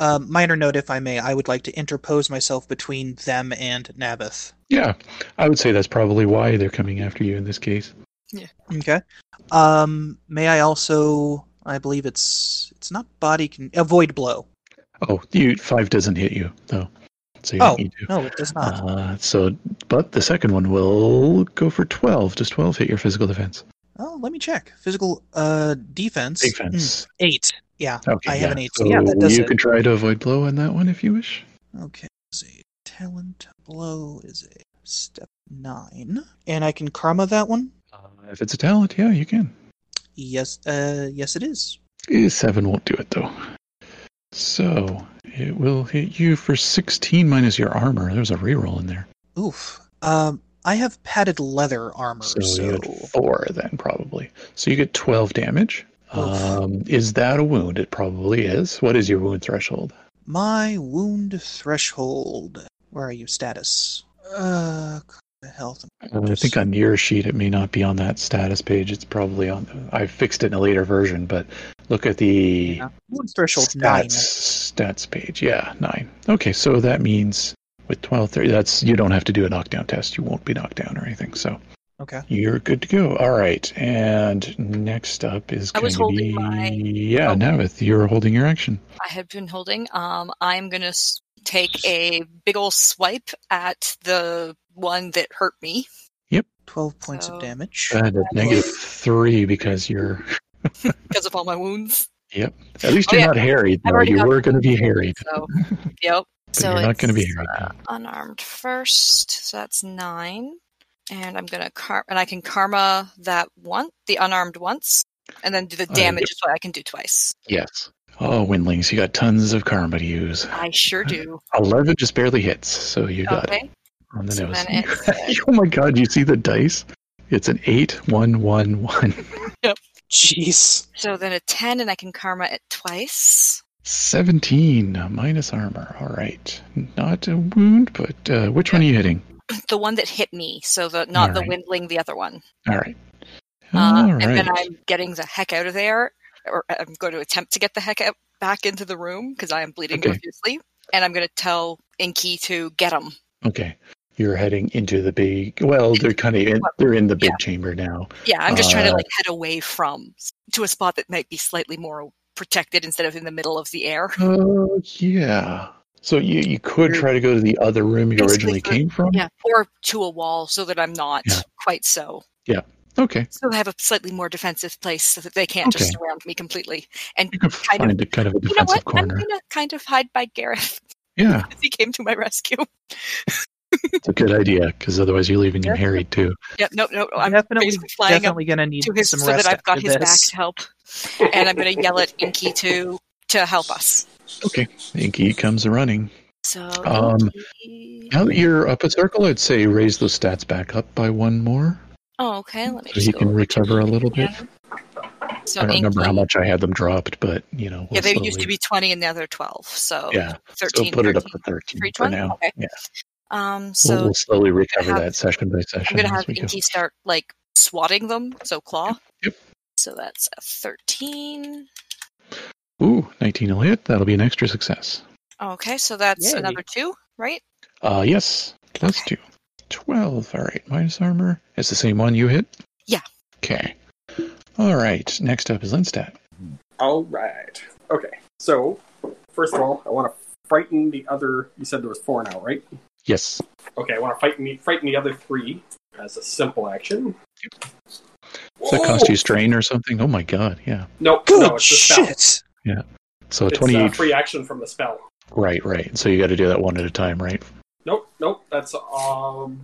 Speaker 4: Uh, minor note, if I may, I would like to interpose myself between them and Navith.
Speaker 2: Yeah, I would say that's probably why they're coming after you in this case.
Speaker 4: Okay. Um, may I also? I believe it's it's not body can avoid blow.
Speaker 2: Oh, you five doesn't hit you though, so you don't
Speaker 4: Oh,
Speaker 2: need to.
Speaker 4: No, it does not.
Speaker 2: Uh, so, but the second one will go for twelve. Does twelve hit your physical defense?
Speaker 4: oh, let me check. Physical uh defense. Hmm,
Speaker 2: Defense.
Speaker 4: eight. Yeah.
Speaker 2: Okay,
Speaker 4: Hmm. I have
Speaker 2: yeah.
Speaker 4: an eight.
Speaker 2: So
Speaker 4: yeah, that does
Speaker 2: you
Speaker 4: it.
Speaker 2: can try to avoid blow on that one if you wish.
Speaker 4: Okay. Is a talent blow is a step nine, and I can karma that one.
Speaker 2: Uh, if it's a talent, yeah, you can.
Speaker 4: Yes. Uh, yes, it is.
Speaker 2: Eh, Seven won't do it though. So it will hit you for 16 minus your armor. There's a reroll in there.
Speaker 4: Oof. Um, I have padded leather armor, so,
Speaker 2: So, you get four then probably. So you get 12 damage.
Speaker 4: Oof.
Speaker 2: Um, is that a wound? It probably is. What is your wound threshold?
Speaker 4: my wound threshold. Where are you? Status. Uh, karma, health.
Speaker 2: I think on your sheet it may not be on that status page. It's probably on. The, I fixed it in a later version, but look at the
Speaker 4: Wound threshold nine.
Speaker 2: stats, Stats page, yeah, nine. Okay, so that means with 12, 30, that's you don't have to do a knockdown test. You won't be knocked down or anything. So
Speaker 4: Okay.
Speaker 2: you're good to go. All right, and next up is
Speaker 3: I was
Speaker 2: gonna
Speaker 3: holding my-
Speaker 2: yeah,
Speaker 3: oh.
Speaker 2: Navith, you're holding your action.
Speaker 3: I had been holding. Um, I'm gonna s- take a big ol' swipe at the one that hurt me.
Speaker 4: Twelve points
Speaker 3: So-
Speaker 4: of damage.
Speaker 3: Uh,
Speaker 2: At a negative three because you're
Speaker 3: because of all my wounds.
Speaker 2: at least
Speaker 3: Oh,
Speaker 2: you're
Speaker 3: yeah.
Speaker 2: not harried.
Speaker 3: I've
Speaker 2: Though.
Speaker 3: already
Speaker 2: You
Speaker 3: got-
Speaker 2: were going to be harried.
Speaker 3: (laughs) So, yep.
Speaker 2: but
Speaker 6: So
Speaker 2: you're not going to be
Speaker 6: it's,
Speaker 2: harried.
Speaker 3: uh,
Speaker 2: now.
Speaker 6: unarmed first. So that's nine, and I'm gonna car and I can karma that one, the unarmed once,
Speaker 3: And then do the
Speaker 2: Uh,
Speaker 3: damage
Speaker 2: yep.
Speaker 3: is what I can do twice.
Speaker 2: Yes. Oh, windlings, you got tons of karma to use.
Speaker 3: I sure do.
Speaker 2: 11 just barely hits, so you (laughs)
Speaker 3: Oh,
Speaker 2: got it.
Speaker 3: Okay.
Speaker 2: on the
Speaker 6: So
Speaker 2: nose.
Speaker 6: then
Speaker 2: (laughs)
Speaker 6: it's-
Speaker 2: oh my god, you see the dice? It's an eight, one, one, one, (laughs)
Speaker 4: Jeez.
Speaker 6: so then a ten, and I can karma it twice.
Speaker 2: 17 minus armor. All right. Not a wound, but uh, which one are you hitting?
Speaker 3: The one that hit me. So the not the
Speaker 2: Alright.
Speaker 3: windling, the other one.
Speaker 2: All right.
Speaker 3: Uh,
Speaker 2: All right.
Speaker 3: And then I'm getting the heck out of there, or uh, I'm going to attempt to get the heck out back into the room because I am bleeding
Speaker 2: Okay.
Speaker 3: profusely. And I'm going to tell Inky to get him.
Speaker 2: Okay. You're heading into the big. Well, they're kind of in, they're in the big
Speaker 3: Yeah.
Speaker 2: chamber now.
Speaker 3: Yeah, I'm just trying
Speaker 2: Uh,
Speaker 3: to like head away from to a spot that might be slightly more protected instead of in the middle of the air.
Speaker 2: Oh yeah. So you you could
Speaker 4: You're-
Speaker 2: try to go to the other room you
Speaker 3: Basically
Speaker 2: originally
Speaker 3: for-
Speaker 2: came from.
Speaker 3: Yeah, or to a wall so that I'm not
Speaker 2: Yeah.
Speaker 3: quite so.
Speaker 2: Okay.
Speaker 3: So I have a slightly more defensive place so that they can't just
Speaker 2: Okay.
Speaker 3: surround me completely.
Speaker 2: You could
Speaker 3: Kind of-
Speaker 2: find a kind of a
Speaker 3: You know
Speaker 2: defensive
Speaker 3: what? I'm
Speaker 2: corner.
Speaker 3: gonna kind of hide by Gareth (laughs)
Speaker 2: Yeah,
Speaker 3: because he came to my rescue.
Speaker 2: it's a good idea because otherwise you're leaving him
Speaker 4: Yeah.
Speaker 2: harried too.
Speaker 3: Yeah, no, no, I'm
Speaker 4: definitely,
Speaker 3: basically flying up
Speaker 4: definitely gonna need
Speaker 3: to his
Speaker 4: some
Speaker 3: so
Speaker 4: rest
Speaker 3: that I've got
Speaker 4: after
Speaker 3: his back
Speaker 4: this.
Speaker 3: to help, and I'm gonna yell at Inky to to help us.
Speaker 2: Inky comes running.
Speaker 6: So
Speaker 2: Um,
Speaker 6: Inky-
Speaker 2: Now that you're up a circle, I'd say raise those stats back up by one more,
Speaker 6: oh, okay. Let me.
Speaker 2: so you
Speaker 6: go
Speaker 2: can
Speaker 6: over to
Speaker 2: recover a
Speaker 6: Inky
Speaker 2: little bit.
Speaker 6: again.
Speaker 3: So
Speaker 2: I don't remember how
Speaker 3: Inky-
Speaker 2: much I had them dropped, but you know,
Speaker 3: Yeah,
Speaker 2: we'll
Speaker 3: they used
Speaker 2: slowly-
Speaker 3: to be 20 and the other 12, so
Speaker 2: Yeah,
Speaker 3: 13.
Speaker 2: so put it up
Speaker 3: 13.
Speaker 2: to thirteen
Speaker 3: Three
Speaker 2: for
Speaker 3: twenty?
Speaker 2: now.
Speaker 3: Okay.
Speaker 2: Yeah.
Speaker 6: Um,
Speaker 2: we'll,
Speaker 6: so
Speaker 2: we'll slowly recover
Speaker 6: have-
Speaker 2: that session by
Speaker 6: I'm
Speaker 2: session.
Speaker 6: gonna
Speaker 2: as
Speaker 6: have
Speaker 2: we go.
Speaker 6: Inky start like swatting them. So claw.
Speaker 2: Yep.
Speaker 6: So that's a thirteen.
Speaker 2: Ooh, 19 will hit. That'll be an extra success.
Speaker 6: Okay, so that's
Speaker 4: Yay.
Speaker 6: another two, right?
Speaker 2: Uh, yes, plus two. 12. All right, minus armor. It's the same one you hit?
Speaker 6: Yeah.
Speaker 2: Okay. All right, next up is Linstat.
Speaker 5: All right. Okay. So, first of all, I want to frighten the other. You said there was four now, right?
Speaker 2: Yes.
Speaker 5: Okay. I want to frighten the frighten the other three as a simple action.
Speaker 2: Does that cost you strain or something? Oh my god, yeah.
Speaker 5: Nope.
Speaker 4: Good
Speaker 5: no, it's the spell.
Speaker 4: shit!
Speaker 2: So
Speaker 5: It's
Speaker 2: 28.
Speaker 5: a free action from the spell.
Speaker 2: Right, right. So you got to do that one at a time, right?
Speaker 5: Nope. Nope. That's um.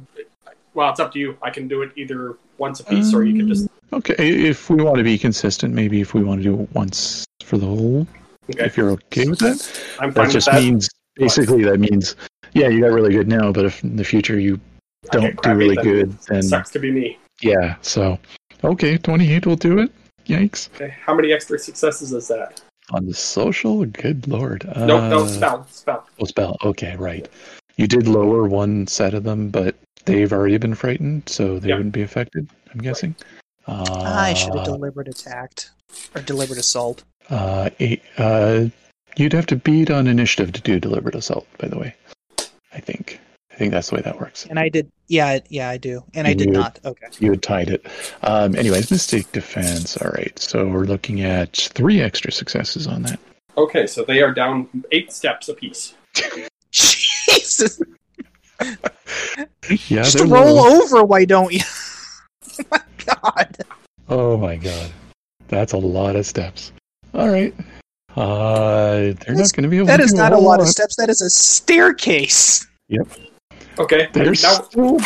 Speaker 5: Well, it's up to you. I can do it either once a piece, or you can just.
Speaker 2: Okay, if we want to be consistent, maybe if we want to do it once for the whole,
Speaker 5: Okay.
Speaker 2: Mm. if you're okay with that.
Speaker 5: I'm fine
Speaker 2: That just
Speaker 5: with that.
Speaker 2: means basically that means yeah, you got really good now, but if in the future you
Speaker 5: I
Speaker 2: don't
Speaker 5: get
Speaker 2: do
Speaker 5: crappy,
Speaker 2: really
Speaker 5: then
Speaker 2: good, then
Speaker 5: Sucks to be me.
Speaker 2: yeah. So okay, twenty eight will do it. Yikes.
Speaker 5: Okay. How many extra successes is that?
Speaker 2: On the social, good lord. Uh,
Speaker 5: nope. No spell. Spell.
Speaker 2: Oh, spell. Okay, right. You did lower one set of them, but they've already been frightened, so they
Speaker 5: Yeah.
Speaker 2: wouldn't be affected. I'm guessing. Uh,
Speaker 4: I should have deliberate attacked or deliberate assault.
Speaker 2: Uh, eight, uh, you'd have to beat on initiative to do deliberate assault, by the way. I think. I think that's the way that works.
Speaker 4: And I did. Yeah, I- yeah, I do. And I did
Speaker 2: You-
Speaker 4: not. Okay. (laughs)
Speaker 2: You had tied it. Um, anyways, mistake defense. All right. So we're looking at three extra successes on that.
Speaker 5: Okay. So they are down eight steps apiece.
Speaker 4: Jesus!
Speaker 2: Yeah.
Speaker 4: Just
Speaker 2: they're
Speaker 4: roll
Speaker 2: low.
Speaker 4: over, why don't you? (laughs) oh my god.
Speaker 2: Oh my god, that's a lot of steps. All right. Uh, they're
Speaker 4: That's-
Speaker 2: not going to be able.
Speaker 4: That
Speaker 2: to
Speaker 4: is
Speaker 2: do
Speaker 4: not a
Speaker 2: whole
Speaker 4: lot of steps. That is a staircase.
Speaker 5: Okay.
Speaker 2: They are
Speaker 5: now,
Speaker 2: still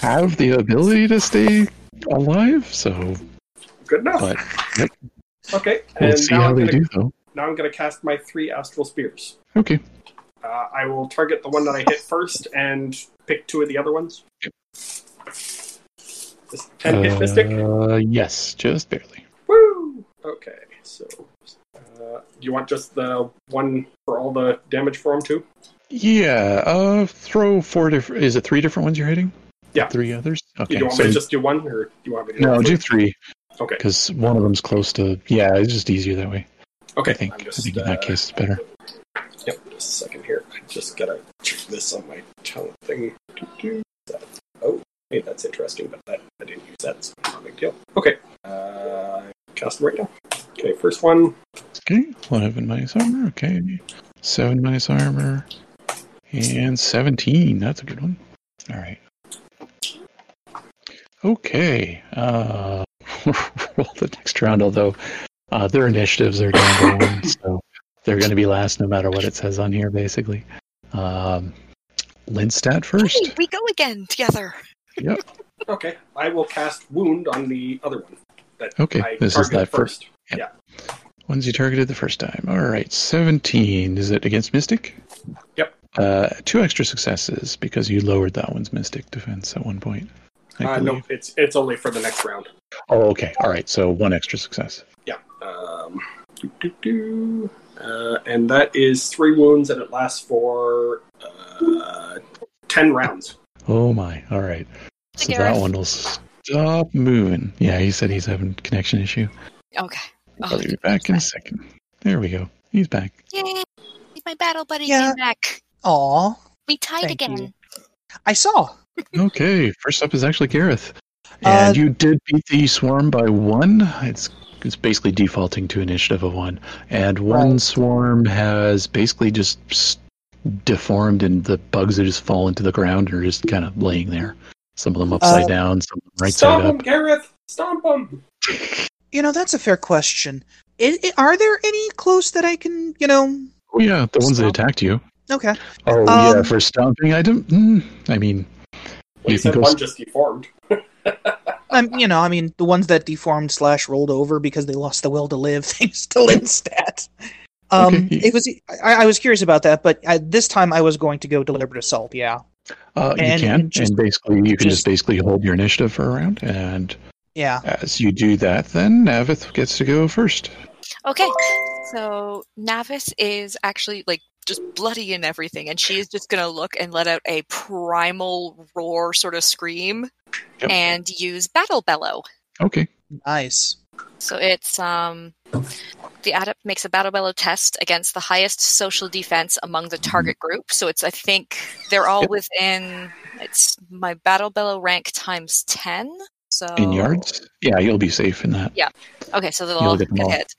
Speaker 2: have the ability to stay alive. So
Speaker 5: good enough.
Speaker 2: but-
Speaker 5: Okay.
Speaker 2: we'll
Speaker 5: and
Speaker 2: see
Speaker 5: now
Speaker 2: how
Speaker 5: I'm
Speaker 2: they
Speaker 5: gonna,
Speaker 2: do, though.
Speaker 5: Now I'm going to cast my three astral spears.
Speaker 2: Okay.
Speaker 5: Uh, I will target the one that I hit first and pick two of the other ones. Is it ten hit mystic.
Speaker 2: Uh, yes, just barely.
Speaker 5: Woo! Okay, so uh, do you want just the one for all the damage for him too?
Speaker 2: Yeah. Uh, throw four different. Is it three different ones you're hitting?
Speaker 5: Yeah.
Speaker 2: Three others.
Speaker 5: Do
Speaker 2: Okay.
Speaker 5: you want
Speaker 2: so
Speaker 5: me to just do one, or do you want me to?
Speaker 2: no,
Speaker 5: all
Speaker 2: do
Speaker 5: three?
Speaker 2: three
Speaker 5: Okay,
Speaker 2: because one of them's close to. Yeah, it's just easier that way.
Speaker 5: okay.
Speaker 2: I think.
Speaker 5: I'm
Speaker 2: I
Speaker 5: just,
Speaker 2: think in that
Speaker 5: uh,
Speaker 2: case it's better.
Speaker 5: Yep, just a second here. I just gotta check this on my talent thing. Doo-doo. That's- Oh, hey, that's interesting, but that, I didn't use that, so not a big deal. Okay, uh, cast them right now. Okay, first one.
Speaker 2: Okay. Eleven minus armor. Okay. Seven minus armor. And seventeen. That's a good one. All right. Okay. Uh, (laughs) roll the next round. Although uh, their initiatives are down to one, so they're going to be last no matter what it says on here, basically. Um, Linstat
Speaker 6: Hey,
Speaker 2: first.
Speaker 6: we go again together.
Speaker 5: Okay, I will cast wound on the other one. That
Speaker 2: Okay,
Speaker 5: I
Speaker 2: this is
Speaker 5: targeted
Speaker 2: that first.
Speaker 5: first.
Speaker 2: Ones you targeted the first time. All right, 17. Is it against Mystic?
Speaker 5: Yep.
Speaker 2: Uh, two extra successes because you lowered that one's Mystic defense at one point. I
Speaker 5: Uh, no,
Speaker 2: believe.
Speaker 5: it's it's only for the next round.
Speaker 2: Oh, okay. All right, so one extra success.
Speaker 5: Yeah. Um, doo, doo, doo. Uh, and that is three wounds, and it lasts for uh, ten rounds.
Speaker 2: Oh, my. All right. So that
Speaker 6: Gareth.
Speaker 2: one will stop moving. Yeah, he said he's having a connection issue.
Speaker 6: Okay. Oh,
Speaker 2: I'll be back in a second. There we go. He's back.
Speaker 6: Yay! My battle buddy
Speaker 4: Yeah.
Speaker 6: came back.
Speaker 4: Aw.
Speaker 6: We tied
Speaker 4: Thank
Speaker 6: again.
Speaker 4: you. I saw.
Speaker 2: Okay, first up is actually Gareth.
Speaker 4: Uh,
Speaker 2: And you did beat the swarm by one. It's it's basically defaulting to initiative of one. And one
Speaker 4: Right.
Speaker 2: swarm has basically just s- deformed, and the bugs have just fallen to the ground and are just kind of laying there. Some of them upside
Speaker 4: Uh,
Speaker 2: down, some of them right
Speaker 5: Stomp
Speaker 2: side
Speaker 5: him,
Speaker 2: up.
Speaker 5: Gareth! Stomp him!
Speaker 4: You know, that's a fair question. I i are there any close that I can, you know?
Speaker 2: Oh yeah, the ones that
Speaker 4: Stomp.
Speaker 2: attacked you.
Speaker 4: Okay.
Speaker 2: Oh
Speaker 4: Um,
Speaker 2: yeah, for stomping item. Mm, I mean,
Speaker 5: Well, you
Speaker 2: you can
Speaker 5: said
Speaker 2: go.
Speaker 5: one just deformed.
Speaker 4: Um, you know, I mean, the ones that deformed slash rolled over because they lost the will to live, (laughs) thanks to Linstat. Um,
Speaker 2: Okay.
Speaker 4: it was. I, I was curious about that, but I, this time I was going to go deliberate assault. Yeah,
Speaker 2: Uh, you
Speaker 4: and-
Speaker 2: can,
Speaker 4: and just-
Speaker 2: and basically you can just
Speaker 4: just-
Speaker 2: basically hold your initiative for a round, and
Speaker 4: yeah.
Speaker 2: as you do that, then Navith gets to go first.
Speaker 6: Okay. So Navis is actually like
Speaker 3: just bloody and everything. And she is just going to look and let out a primal roar sort of scream
Speaker 2: Yep.
Speaker 3: and use Battle Bellow.
Speaker 2: Okay.
Speaker 4: Nice.
Speaker 6: So it's um, the adept makes a battle bellow test against the highest social defense among the target group. So it's I think they're all
Speaker 2: Yep.
Speaker 6: within it's my battle bellow rank times ten. So
Speaker 2: In yards? Yeah, you'll be safe in that.
Speaker 6: Okay, so they'll
Speaker 2: You'll
Speaker 6: all
Speaker 2: get
Speaker 6: get,
Speaker 2: them all.
Speaker 6: hit.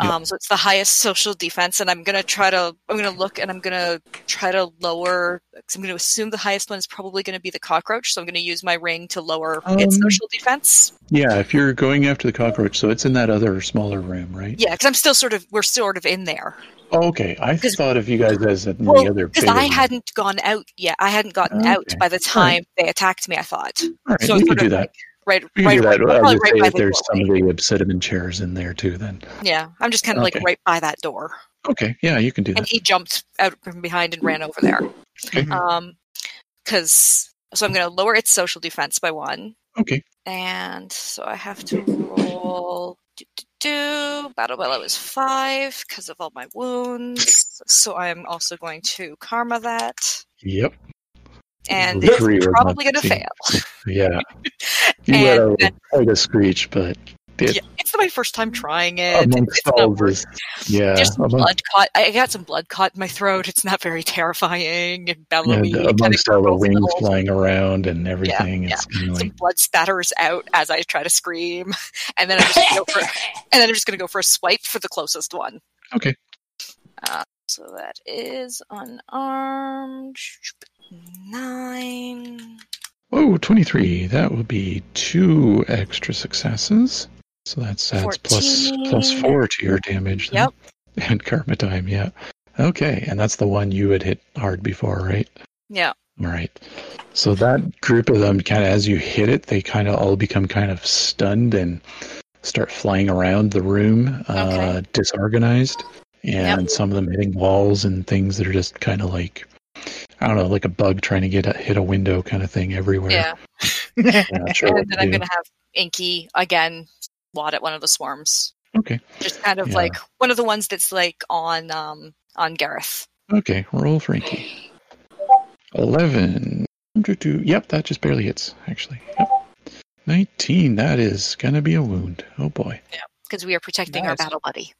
Speaker 6: Um, So it's the highest social defense, and I'm gonna try to. I'm gonna look, and I'm gonna try to lower. Cause I'm gonna assume the highest one is probably gonna be the cockroach, so I'm gonna use my ring to lower its
Speaker 2: Um,
Speaker 6: social defense.
Speaker 2: Yeah, if you're going after the cockroach, so it's in that other smaller room, right?
Speaker 6: Yeah, because I'm still sort of. We're sort of in there
Speaker 2: Oh, okay. I
Speaker 6: 'Cause-
Speaker 2: thought of you guys as in the other
Speaker 6: because
Speaker 2: bigger
Speaker 6: I
Speaker 2: room.
Speaker 6: hadn't gone out yet. I hadn't gotten out
Speaker 2: Okay.
Speaker 6: by the
Speaker 2: All
Speaker 6: time
Speaker 2: right.
Speaker 6: they attacked me. I thought.
Speaker 2: All right,
Speaker 6: so
Speaker 2: we
Speaker 6: it's
Speaker 2: could
Speaker 6: sort
Speaker 2: do
Speaker 6: of
Speaker 2: that.
Speaker 6: like Right,
Speaker 2: We
Speaker 6: right,
Speaker 2: could do
Speaker 6: right,
Speaker 2: that. I
Speaker 6: probably
Speaker 2: was
Speaker 6: right
Speaker 2: say
Speaker 6: by
Speaker 2: that
Speaker 6: the
Speaker 2: there's
Speaker 6: doorway.
Speaker 2: some of the obsidian chairs in there too. Then
Speaker 6: Yeah, I'm just kind of
Speaker 2: Okay.
Speaker 6: like right by that door,
Speaker 2: okay, yeah, you can do
Speaker 6: and
Speaker 2: that.
Speaker 6: he jumped out from behind and ran over there.
Speaker 2: Okay.
Speaker 6: Um, because so I'm going to lower its social defense by one,
Speaker 2: Okay,
Speaker 6: and so I have to roll. Do, do, do. Battle Bellow is five because of all my wounds, so I'm also going to karma that,
Speaker 2: yep,
Speaker 6: and
Speaker 2: Ooh,
Speaker 6: it's
Speaker 2: three was
Speaker 6: probably
Speaker 2: not
Speaker 6: going to
Speaker 2: seen.
Speaker 6: fail. (laughs)
Speaker 2: yeah. You let
Speaker 6: And
Speaker 2: out
Speaker 6: then-
Speaker 2: quite a screech, but It-
Speaker 6: Yeah, it's my first time trying it.
Speaker 2: amongst
Speaker 6: it's not
Speaker 2: all
Speaker 6: worth
Speaker 2: this, Oh, yeah,
Speaker 6: There's some
Speaker 2: among-
Speaker 6: blood caught. I got some blood caught in my throat. It's not very terrifying and bellowy.
Speaker 2: and
Speaker 6: It kinda
Speaker 2: amongst all the
Speaker 6: gurgles a
Speaker 2: wings
Speaker 6: little.
Speaker 2: flying around and everything,
Speaker 6: yeah.
Speaker 2: it's kind of
Speaker 6: Some
Speaker 2: like
Speaker 6: blood spatters out as I try to scream, (laughs) and then I'm just gonna go
Speaker 2: (laughs)
Speaker 6: for, and then I'm just gonna go for a swipe for the closest one.
Speaker 2: Okay.
Speaker 6: Uh, so that is unarmed nine.
Speaker 2: oh, 23. That would be two extra successes. So that's that's plus plus
Speaker 6: 14.
Speaker 2: four to your damage. then. Yep. (laughs) And karma time, yeah. Okay, and that's the one you had hit hard before, right?
Speaker 6: Yeah.
Speaker 2: All right. So that group of them, kind of as you hit it, they kind of all become kind of stunned and start flying around the room, uh, disorganized, and some of them hitting walls and things that are just kind of like, I don't know, like a bug trying to get a, hit a window kind of thing everywhere.
Speaker 6: Yeah.
Speaker 2: Yeah,
Speaker 6: (laughs)
Speaker 2: not sure what
Speaker 6: and
Speaker 2: to
Speaker 6: then I'm
Speaker 2: do.
Speaker 6: gonna have Inky again swat at one of the swarms.
Speaker 2: Okay.
Speaker 6: Just kind of
Speaker 2: Yeah.
Speaker 6: like one of the ones that's like on um on Gareth.
Speaker 2: Okay, roll Frankie. 11. Doo-doo. Yep, that just barely hits, actually. Yep. 19. That is going to be a wound. Oh, boy.
Speaker 6: because we are protecting our
Speaker 4: Nice.
Speaker 6: battle buddy,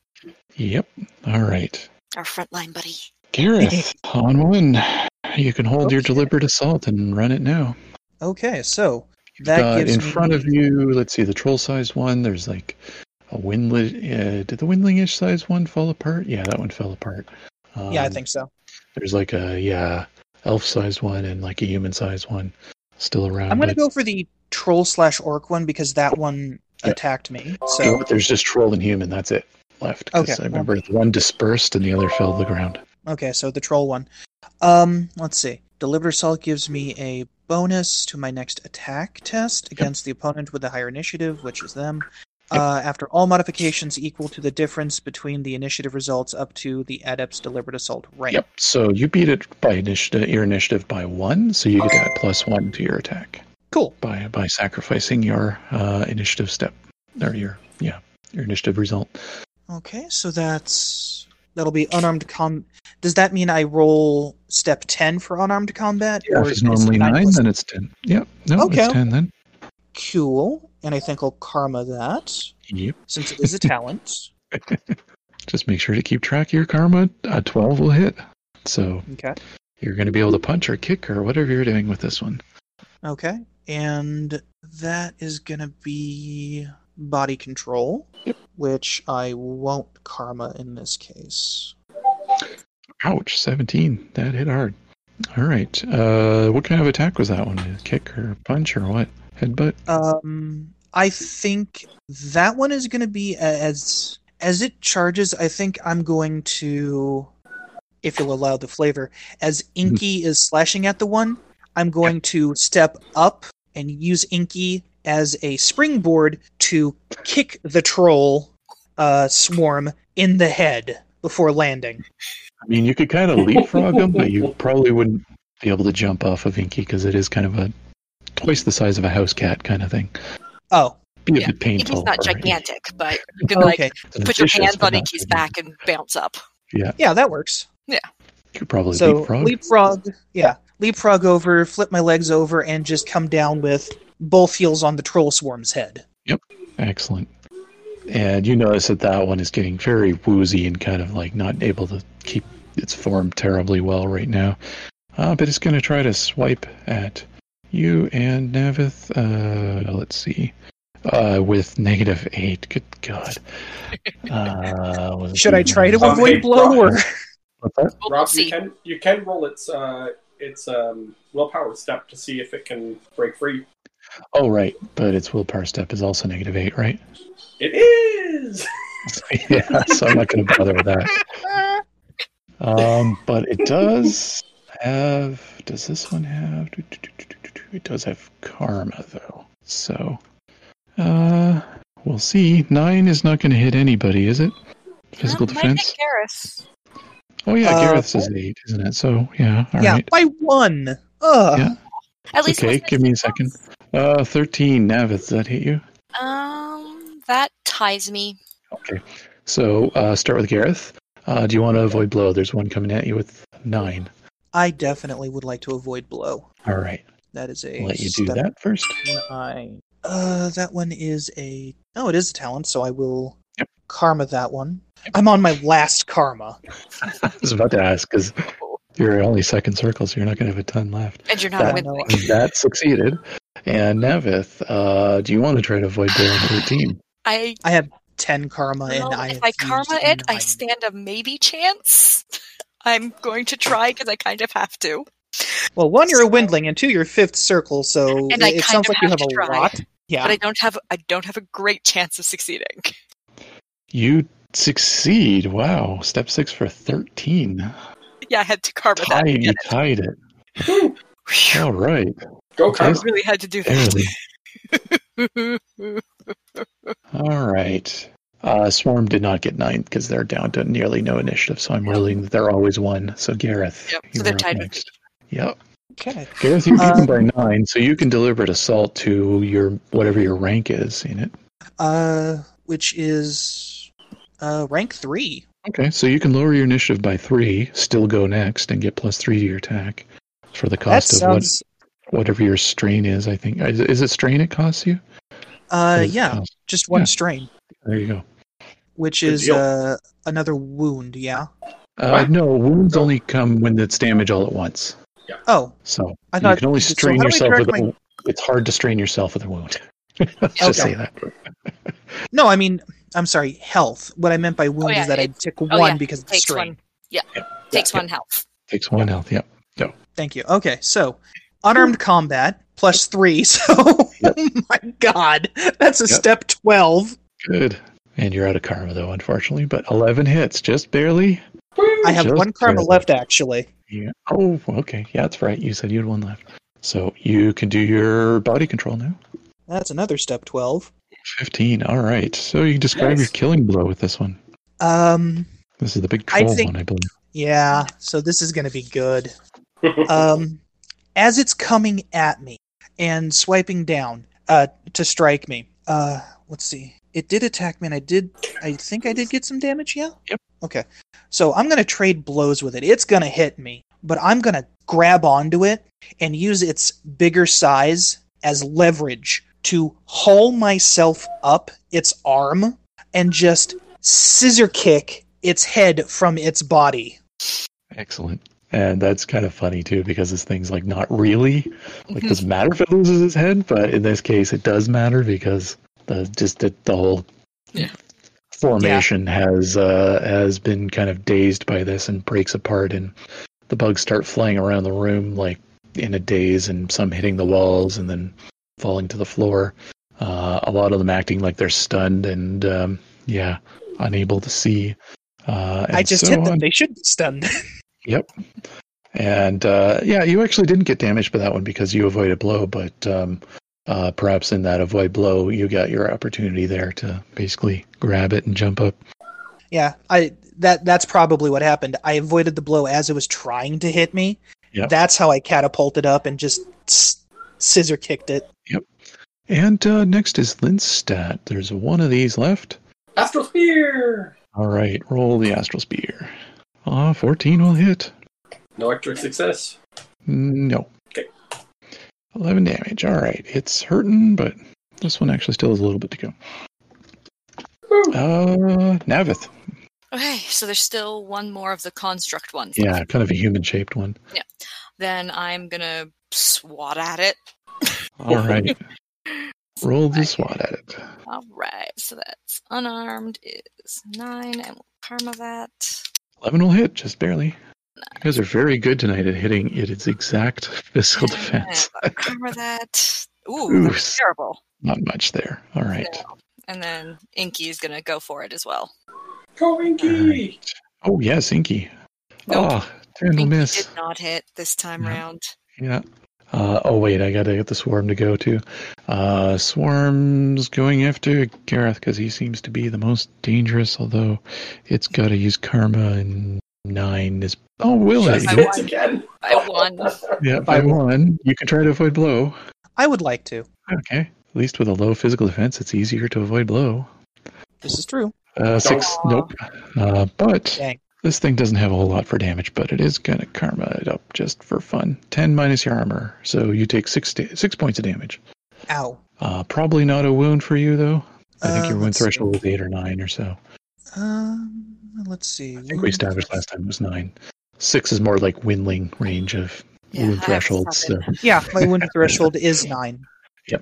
Speaker 2: Yep. All right.
Speaker 6: our frontline buddy.
Speaker 4: (laughs)
Speaker 2: Gareth, on one. You can hold your
Speaker 4: Okay.
Speaker 2: deliberate assault and run it now.
Speaker 4: Okay, so
Speaker 2: You've
Speaker 4: that
Speaker 2: got
Speaker 4: gives
Speaker 2: in
Speaker 4: me-
Speaker 2: front of you, let's see, the troll sized one. There's like a windlet. Uh, did the windling ish size one fall apart? Yeah, that one fell apart. Um,
Speaker 4: yeah, I think so.
Speaker 2: There's like a, yeah, elf sized one and like a human sized one still around.
Speaker 4: I'm gonna
Speaker 2: but-
Speaker 4: go for the troll slash orc one because that one
Speaker 2: Yeah.
Speaker 4: attacked me.
Speaker 2: You know
Speaker 4: So
Speaker 2: what, There's just troll and human. That's it left. 'Cause
Speaker 4: Okay.
Speaker 2: I remember the one dispersed and the other fell to the ground.
Speaker 4: okay, so the troll one. Um, let's see. Deliberate assault gives me a bonus to my next attack test against the opponent with the higher initiative, which is them.
Speaker 2: Yep.
Speaker 4: Uh, after all modifications equal to the difference between the initiative results up to the adept's deliberate assault rank.
Speaker 2: Yep. So you beat it by initiative, your initiative by one. So you get that plus one to your attack
Speaker 4: Cool.
Speaker 2: by by sacrificing your uh, initiative step or your yeah your initiative result.
Speaker 4: Okay, so that's that'll be unarmed com. Does that mean I roll step ten for unarmed combat?
Speaker 2: if
Speaker 4: is
Speaker 2: it's
Speaker 4: it
Speaker 2: normally nine,
Speaker 4: plus-
Speaker 2: then it's ten. Yep. No,
Speaker 4: Okay.
Speaker 2: it's ten then.
Speaker 4: Cool, and I think I'll karma that
Speaker 2: Yep. (laughs)
Speaker 4: since it is a talent.
Speaker 2: Just make sure to keep track of your karma. A twelve will hit. So
Speaker 4: Okay.
Speaker 2: you're going to be able to punch or kick or whatever you're doing with this one.
Speaker 4: Okay, and that is gonna be body control, which I won't karma in this case.
Speaker 2: Ouch, 17. That hit hard. All right. Uh, what kind of attack was that one? A kick or punch or what? Headbutt?
Speaker 4: Um, I think that one is going to be a- as as it charges. I think I'm going to, if you'll allow the flavor, as Inky is slashing at the one, I'm going to step up and use Inky as a springboard to kick the troll uh, swarm in the head before landing.
Speaker 2: I mean, you could kind of leapfrog them, but (laughs) you probably wouldn't be able to jump off of Inky because it is kind of a twice the size of a house cat kind of thing.
Speaker 4: Oh,
Speaker 2: Be a
Speaker 6: Yeah.
Speaker 2: bit painful.
Speaker 6: He's not
Speaker 2: or-
Speaker 6: gigantic,
Speaker 2: (laughs)
Speaker 6: but you can
Speaker 4: okay,
Speaker 6: like
Speaker 2: it's
Speaker 6: put your
Speaker 2: vicious,
Speaker 6: hands
Speaker 2: but
Speaker 6: on
Speaker 2: not
Speaker 6: Inky's
Speaker 2: gigantic.
Speaker 6: back and bounce up.
Speaker 4: yeah, that works.
Speaker 2: could probably
Speaker 4: so
Speaker 2: leapfrog.
Speaker 4: yeah, leapfrog over, flip my legs over, and just come down with both heels on the troll swarm's head.
Speaker 2: Excellent. And you notice that that one is getting very woozy and kind of like not able to keep its form terribly well right now. Uh, but it's going to try to swipe at you and Navith. Uh, let's see. Uh, with negative eight. Good God. Uh, was it
Speaker 4: Should I try to
Speaker 2: negative-
Speaker 5: Um,
Speaker 4: avoid
Speaker 5: hey,
Speaker 4: blow
Speaker 5: Rob.
Speaker 4: or?
Speaker 2: What's that?
Speaker 3: Well,
Speaker 5: Rob,
Speaker 3: let's
Speaker 5: you
Speaker 3: see.
Speaker 5: can you can roll its uh its um willpower step to see if it can break free.
Speaker 2: Oh, right. But its willpower step is also negative eight, right? (laughs)
Speaker 5: It is. (laughs)
Speaker 2: yeah, so I'm not going to bother with that. Um, but it does have. Does this one have? It does have karma though. So, uh, we'll see. Nine is not going to hit anybody, is it? Physical
Speaker 3: Um, Might
Speaker 2: defense.
Speaker 3: hit Garrus.
Speaker 2: Oh yeah,
Speaker 4: Uh,
Speaker 2: Gareth's is eight, isn't it? So yeah, all right.
Speaker 4: yeah, by one. Ugh.
Speaker 2: Yeah.
Speaker 3: At least it
Speaker 2: Okay,
Speaker 3: wasn't
Speaker 2: give me a
Speaker 3: his
Speaker 2: second.
Speaker 3: fault.
Speaker 2: Uh, thirteen. Navith, does that hit you?
Speaker 3: Um, that ties me.
Speaker 2: Okay. So uh, start with Gareth. Uh, do you want to avoid blow? There's one coming at you with nine.
Speaker 4: I definitely would like to avoid blow.
Speaker 2: All right.
Speaker 4: That is a.
Speaker 2: I'll let you do
Speaker 4: step
Speaker 2: that first. (laughs)
Speaker 4: Nine. Uh, that one is a. Oh, it is a talent, so I will
Speaker 2: Yep.
Speaker 4: karma that one. I'm on my last karma.
Speaker 2: I was about to ask because you're only second circle, so you're not going to have a ton left.
Speaker 3: And you're not
Speaker 2: That-
Speaker 3: with
Speaker 4: no.
Speaker 3: me.
Speaker 2: (laughs) That succeeded. And Navith, uh, do you want to try to avoid blowing 13?
Speaker 3: I
Speaker 4: I have ten karma,
Speaker 3: well,
Speaker 4: and I.
Speaker 3: if
Speaker 4: have
Speaker 3: I karma
Speaker 4: used
Speaker 3: it, I
Speaker 4: nine.
Speaker 3: stand a maybe chance. (laughs) I'm going to try because I kind of have to.
Speaker 4: Well, one, you're a windling, and two, you're fifth circle. So
Speaker 3: And I
Speaker 4: it
Speaker 3: kind
Speaker 4: sounds
Speaker 3: of
Speaker 4: like you
Speaker 3: have
Speaker 4: have
Speaker 3: to
Speaker 4: a
Speaker 3: try.
Speaker 4: lot. Yeah.
Speaker 3: But I don't have I don't have a great chance of succeeding. (laughs)
Speaker 2: You succeed. Wow. Step six for 13.
Speaker 3: Yeah, I had to karma that.
Speaker 2: Tied, you tied it.
Speaker 3: Phew,
Speaker 2: All right.
Speaker 5: Go
Speaker 3: I
Speaker 5: Carl.
Speaker 2: Okay.
Speaker 3: really had to do
Speaker 2: Barely.
Speaker 3: that.
Speaker 2: All right. Uh, Swarm did not get nine because they're down to nearly no initiative, so I'm ruling that they're always one. So Gareth,
Speaker 3: Yep, so
Speaker 2: you
Speaker 3: they're
Speaker 2: are up
Speaker 3: tied with
Speaker 2: next. Yep.
Speaker 4: Okay.
Speaker 2: Gareth, you're beaten
Speaker 4: Um,
Speaker 2: by nine, so you can deliberate assault to your whatever your rank is in it.
Speaker 4: Uh, which is uh rank three.
Speaker 2: Okay, so you can lower your initiative by three, still go next, and get plus three to your attack for the
Speaker 4: That
Speaker 2: cost of
Speaker 4: sounds.
Speaker 2: what, whatever your strain is. I think is, is it strain it costs you? Or
Speaker 4: Uh,
Speaker 2: is it
Speaker 4: yeah,
Speaker 2: cost?
Speaker 4: just one
Speaker 2: yeah.
Speaker 4: strain,
Speaker 2: There you go.
Speaker 4: which
Speaker 5: Good
Speaker 4: is
Speaker 5: deal.
Speaker 4: uh another wound. Yeah.
Speaker 2: Uh,
Speaker 5: Wow.
Speaker 2: no, wounds
Speaker 5: No.
Speaker 2: only come when it's damage all at once.
Speaker 4: Oh,
Speaker 2: So
Speaker 4: I
Speaker 2: you
Speaker 4: thought.
Speaker 2: can only
Speaker 4: so
Speaker 2: strain
Speaker 4: how do I
Speaker 2: yourself
Speaker 4: direct
Speaker 2: with. a-
Speaker 4: my-
Speaker 2: It's hard to strain yourself with a wound. (laughs) Let's just
Speaker 5: Okay.
Speaker 2: say that.
Speaker 4: No, I mean, I'm sorry, health. What I meant by wound
Speaker 3: yeah,
Speaker 4: is that I
Speaker 3: it-
Speaker 4: tick
Speaker 3: oh,
Speaker 4: one
Speaker 3: yeah,
Speaker 4: because of the
Speaker 3: takes
Speaker 4: strain.
Speaker 3: one. Yeah. (laughs) Takes one health.
Speaker 2: Takes one health. Yep.
Speaker 4: Thank you. Okay, so unarmed combat plus three. (laughs) So, oh my God, that's a
Speaker 2: Yep.
Speaker 4: step twelve.
Speaker 2: Good. And you're out of karma though, unfortunately. But eleven hits, just barely.
Speaker 4: I have
Speaker 2: Just
Speaker 4: one karma
Speaker 2: barely.
Speaker 4: left, actually.
Speaker 2: Yeah. Oh, okay. Yeah, that's right. You said you had one left. So you can do your body control now.
Speaker 4: That's another step twelve.
Speaker 2: 15. All right. So you describe
Speaker 5: Nice.
Speaker 2: your killing blow with this one.
Speaker 4: Um,
Speaker 2: This is the big
Speaker 4: I
Speaker 2: troll
Speaker 4: think-
Speaker 2: one, I believe.
Speaker 4: yeah. So this is gonna be good.
Speaker 6: uh,
Speaker 4: um, as it's coming at me and swiping down uh, to strike me. Uh, let's see. It did attack me, and I did. I think I did get some damage. Yeah.
Speaker 2: Yep.
Speaker 4: Okay. So I'm gonna trade blows with it. It's gonna hit me, but I'm gonna grab onto it and use its bigger size as leverage to haul myself up its arm and just scissor kick its head from its body.
Speaker 2: Excellent. And that's kind of funny too, because this thing's like not really like
Speaker 4: Mm-hmm.
Speaker 2: doesn't matter if it loses its head, but in this case, it does matter because the just the, the whole
Speaker 3: Yeah.
Speaker 2: formation has uh, has been kind of dazed by this and breaks apart, and the bugs start flying around the room like in a daze, and some hitting the walls and then falling to the floor. Uh, a lot of them acting like they're stunned and um, yeah, unable to see. Uh,
Speaker 4: I
Speaker 2: and
Speaker 4: just
Speaker 2: so
Speaker 4: hit them.
Speaker 2: on.
Speaker 4: They should be stunned. (laughs)
Speaker 2: And uh, yeah, you actually didn't get damaged by that one because you avoided blow, but um, uh, perhaps in that avoid blow, you got your opportunity there to basically grab it and jump up.
Speaker 4: Yeah, I that that's probably what happened. I avoided the blow as it was trying to hit me.
Speaker 2: Yep.
Speaker 4: That's how I catapulted up and just s- scissor kicked it.
Speaker 2: And uh, next is Linstat. There's one of these left.
Speaker 5: (laughs) Astral Spear.
Speaker 2: All right, roll the Astral Spear. Ah, 14 will hit.
Speaker 5: No extra success.
Speaker 2: No.
Speaker 5: Okay.
Speaker 2: 11 damage. All right. It's hurting, but this one actually still has a little bit to go.
Speaker 5: Woo.
Speaker 2: Uh, Navith.
Speaker 3: Okay, so there's still one more of the construct ones.
Speaker 2: Yeah, kind of a human shaped one.
Speaker 3: Then I'm gonna swat at it.
Speaker 2: All right. Roll the SWAT at it.
Speaker 3: All right, so that's unarmed is nine, and we'll karma that.
Speaker 2: 11 will hit, just barely. You guys are very good tonight at hitting it its exact (laughs) physical defense. (laughs)
Speaker 3: And I'll karma that. Ooh,
Speaker 2: Ooh.
Speaker 3: that's terrible.
Speaker 2: Not much there. All right.
Speaker 3: And then Inky is gonna go for it as well.
Speaker 5: Go, Inky!
Speaker 2: Oh, yes, Inky.
Speaker 3: Nope.
Speaker 2: Ah, 10 will
Speaker 3: Inky
Speaker 2: miss.
Speaker 3: did not hit this time
Speaker 2: No.
Speaker 3: round.
Speaker 2: Yeah. Uh, oh wait, I gotta get the swarm to go too. Uh, swarm's going after Gareth because he seems to be the most dangerous. Although it's gotta use karma and nine is. Oh, will it?
Speaker 5: Just
Speaker 3: I
Speaker 5: hits
Speaker 3: won.
Speaker 5: again.
Speaker 3: I won.
Speaker 2: Yeah, by one. You can try to avoid blow.
Speaker 4: I would like to.
Speaker 2: Okay. At least with a low physical defense, it's easier to avoid blow.
Speaker 4: This is true.
Speaker 2: Uh, six.
Speaker 3: Aw.
Speaker 2: Nope. Uh, but
Speaker 4: Dang.
Speaker 2: this thing doesn't have a whole lot for damage, but it is gonna karma it up just for fun. Ten minus your armor, so you take six da- six points of damage.
Speaker 4: Ow.
Speaker 2: Uh, probably not a wound for you, though. I think
Speaker 4: Uh,
Speaker 2: your wound
Speaker 4: let's see.
Speaker 2: threshold was eight or nine or so.
Speaker 4: Um, let's see.
Speaker 2: I think we established last time it was nine. Six is more like windling range of
Speaker 3: Yeah, I
Speaker 2: wound
Speaker 3: have
Speaker 2: thresholds. So,
Speaker 3: seven.
Speaker 4: Yeah,
Speaker 2: (laughs)
Speaker 4: my wound threshold is nine. (laughs)
Speaker 2: uh,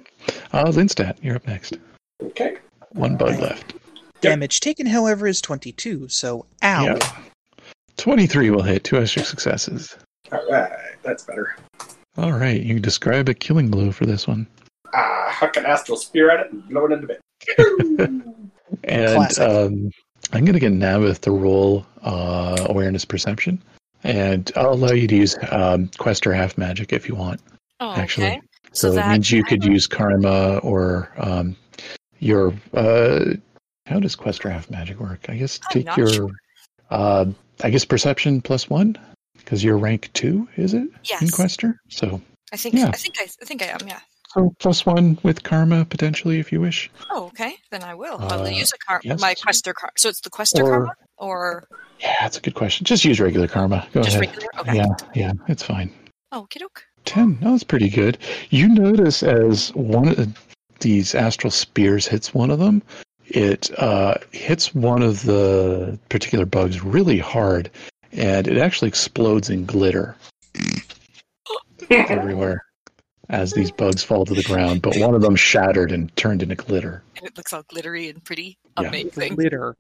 Speaker 2: Linstat, you're up next.
Speaker 5: Okay.
Speaker 2: One bug left.
Speaker 4: Damage taken, however, is 22, so ow.
Speaker 2: Yeah. Twenty-three will hit. Two extra successes.
Speaker 5: All right. That's better.
Speaker 2: All right, you can describe a killing blow for this one.
Speaker 5: Ah, huck an astral spear at it and blow it
Speaker 2: (laughs)
Speaker 5: into bit.
Speaker 2: And
Speaker 4: Classic.
Speaker 2: um, I'm going to get Navith to roll uh, awareness perception, and I'll allow you to use um, quest or half magic if you want.
Speaker 3: Oh,
Speaker 2: actually.
Speaker 3: okay.
Speaker 2: So,
Speaker 3: So
Speaker 2: it
Speaker 3: that-
Speaker 2: means you could use karma or um, your uh, how does quest or half magic work? I guess
Speaker 3: I'm
Speaker 2: take
Speaker 3: not
Speaker 2: your
Speaker 3: sure.
Speaker 2: uh, I guess perception plus one because you're rank two, is it in
Speaker 3: Yes,
Speaker 2: quester? So
Speaker 3: I think
Speaker 2: yeah.
Speaker 3: I think I, I think I am. Yeah.
Speaker 2: so plus one with karma potentially if you wish,
Speaker 3: Oh, okay. Then I will. I will
Speaker 2: Uh,
Speaker 3: use a car-
Speaker 2: yes.
Speaker 3: my quester car. So it's the quester
Speaker 2: Or-
Speaker 3: karma, or
Speaker 2: Yeah, that's a good question. Just use regular karma. Go
Speaker 3: just
Speaker 2: ahead.
Speaker 3: regular? Okay.
Speaker 2: Yeah, yeah, it's fine.
Speaker 3: Oh, kiddook.
Speaker 2: 10. That was pretty good. You notice as one of these astral spears hits one of them, it uh, hits one of the particular bugs really hard, and it actually explodes in glitter everywhere as these bugs fall to the ground. But one of them shattered and turned into glitter.
Speaker 6: (laughs)
Speaker 3: And it looks all glittery and pretty.
Speaker 2: Yeah.
Speaker 3: Amazing.
Speaker 4: Glitter.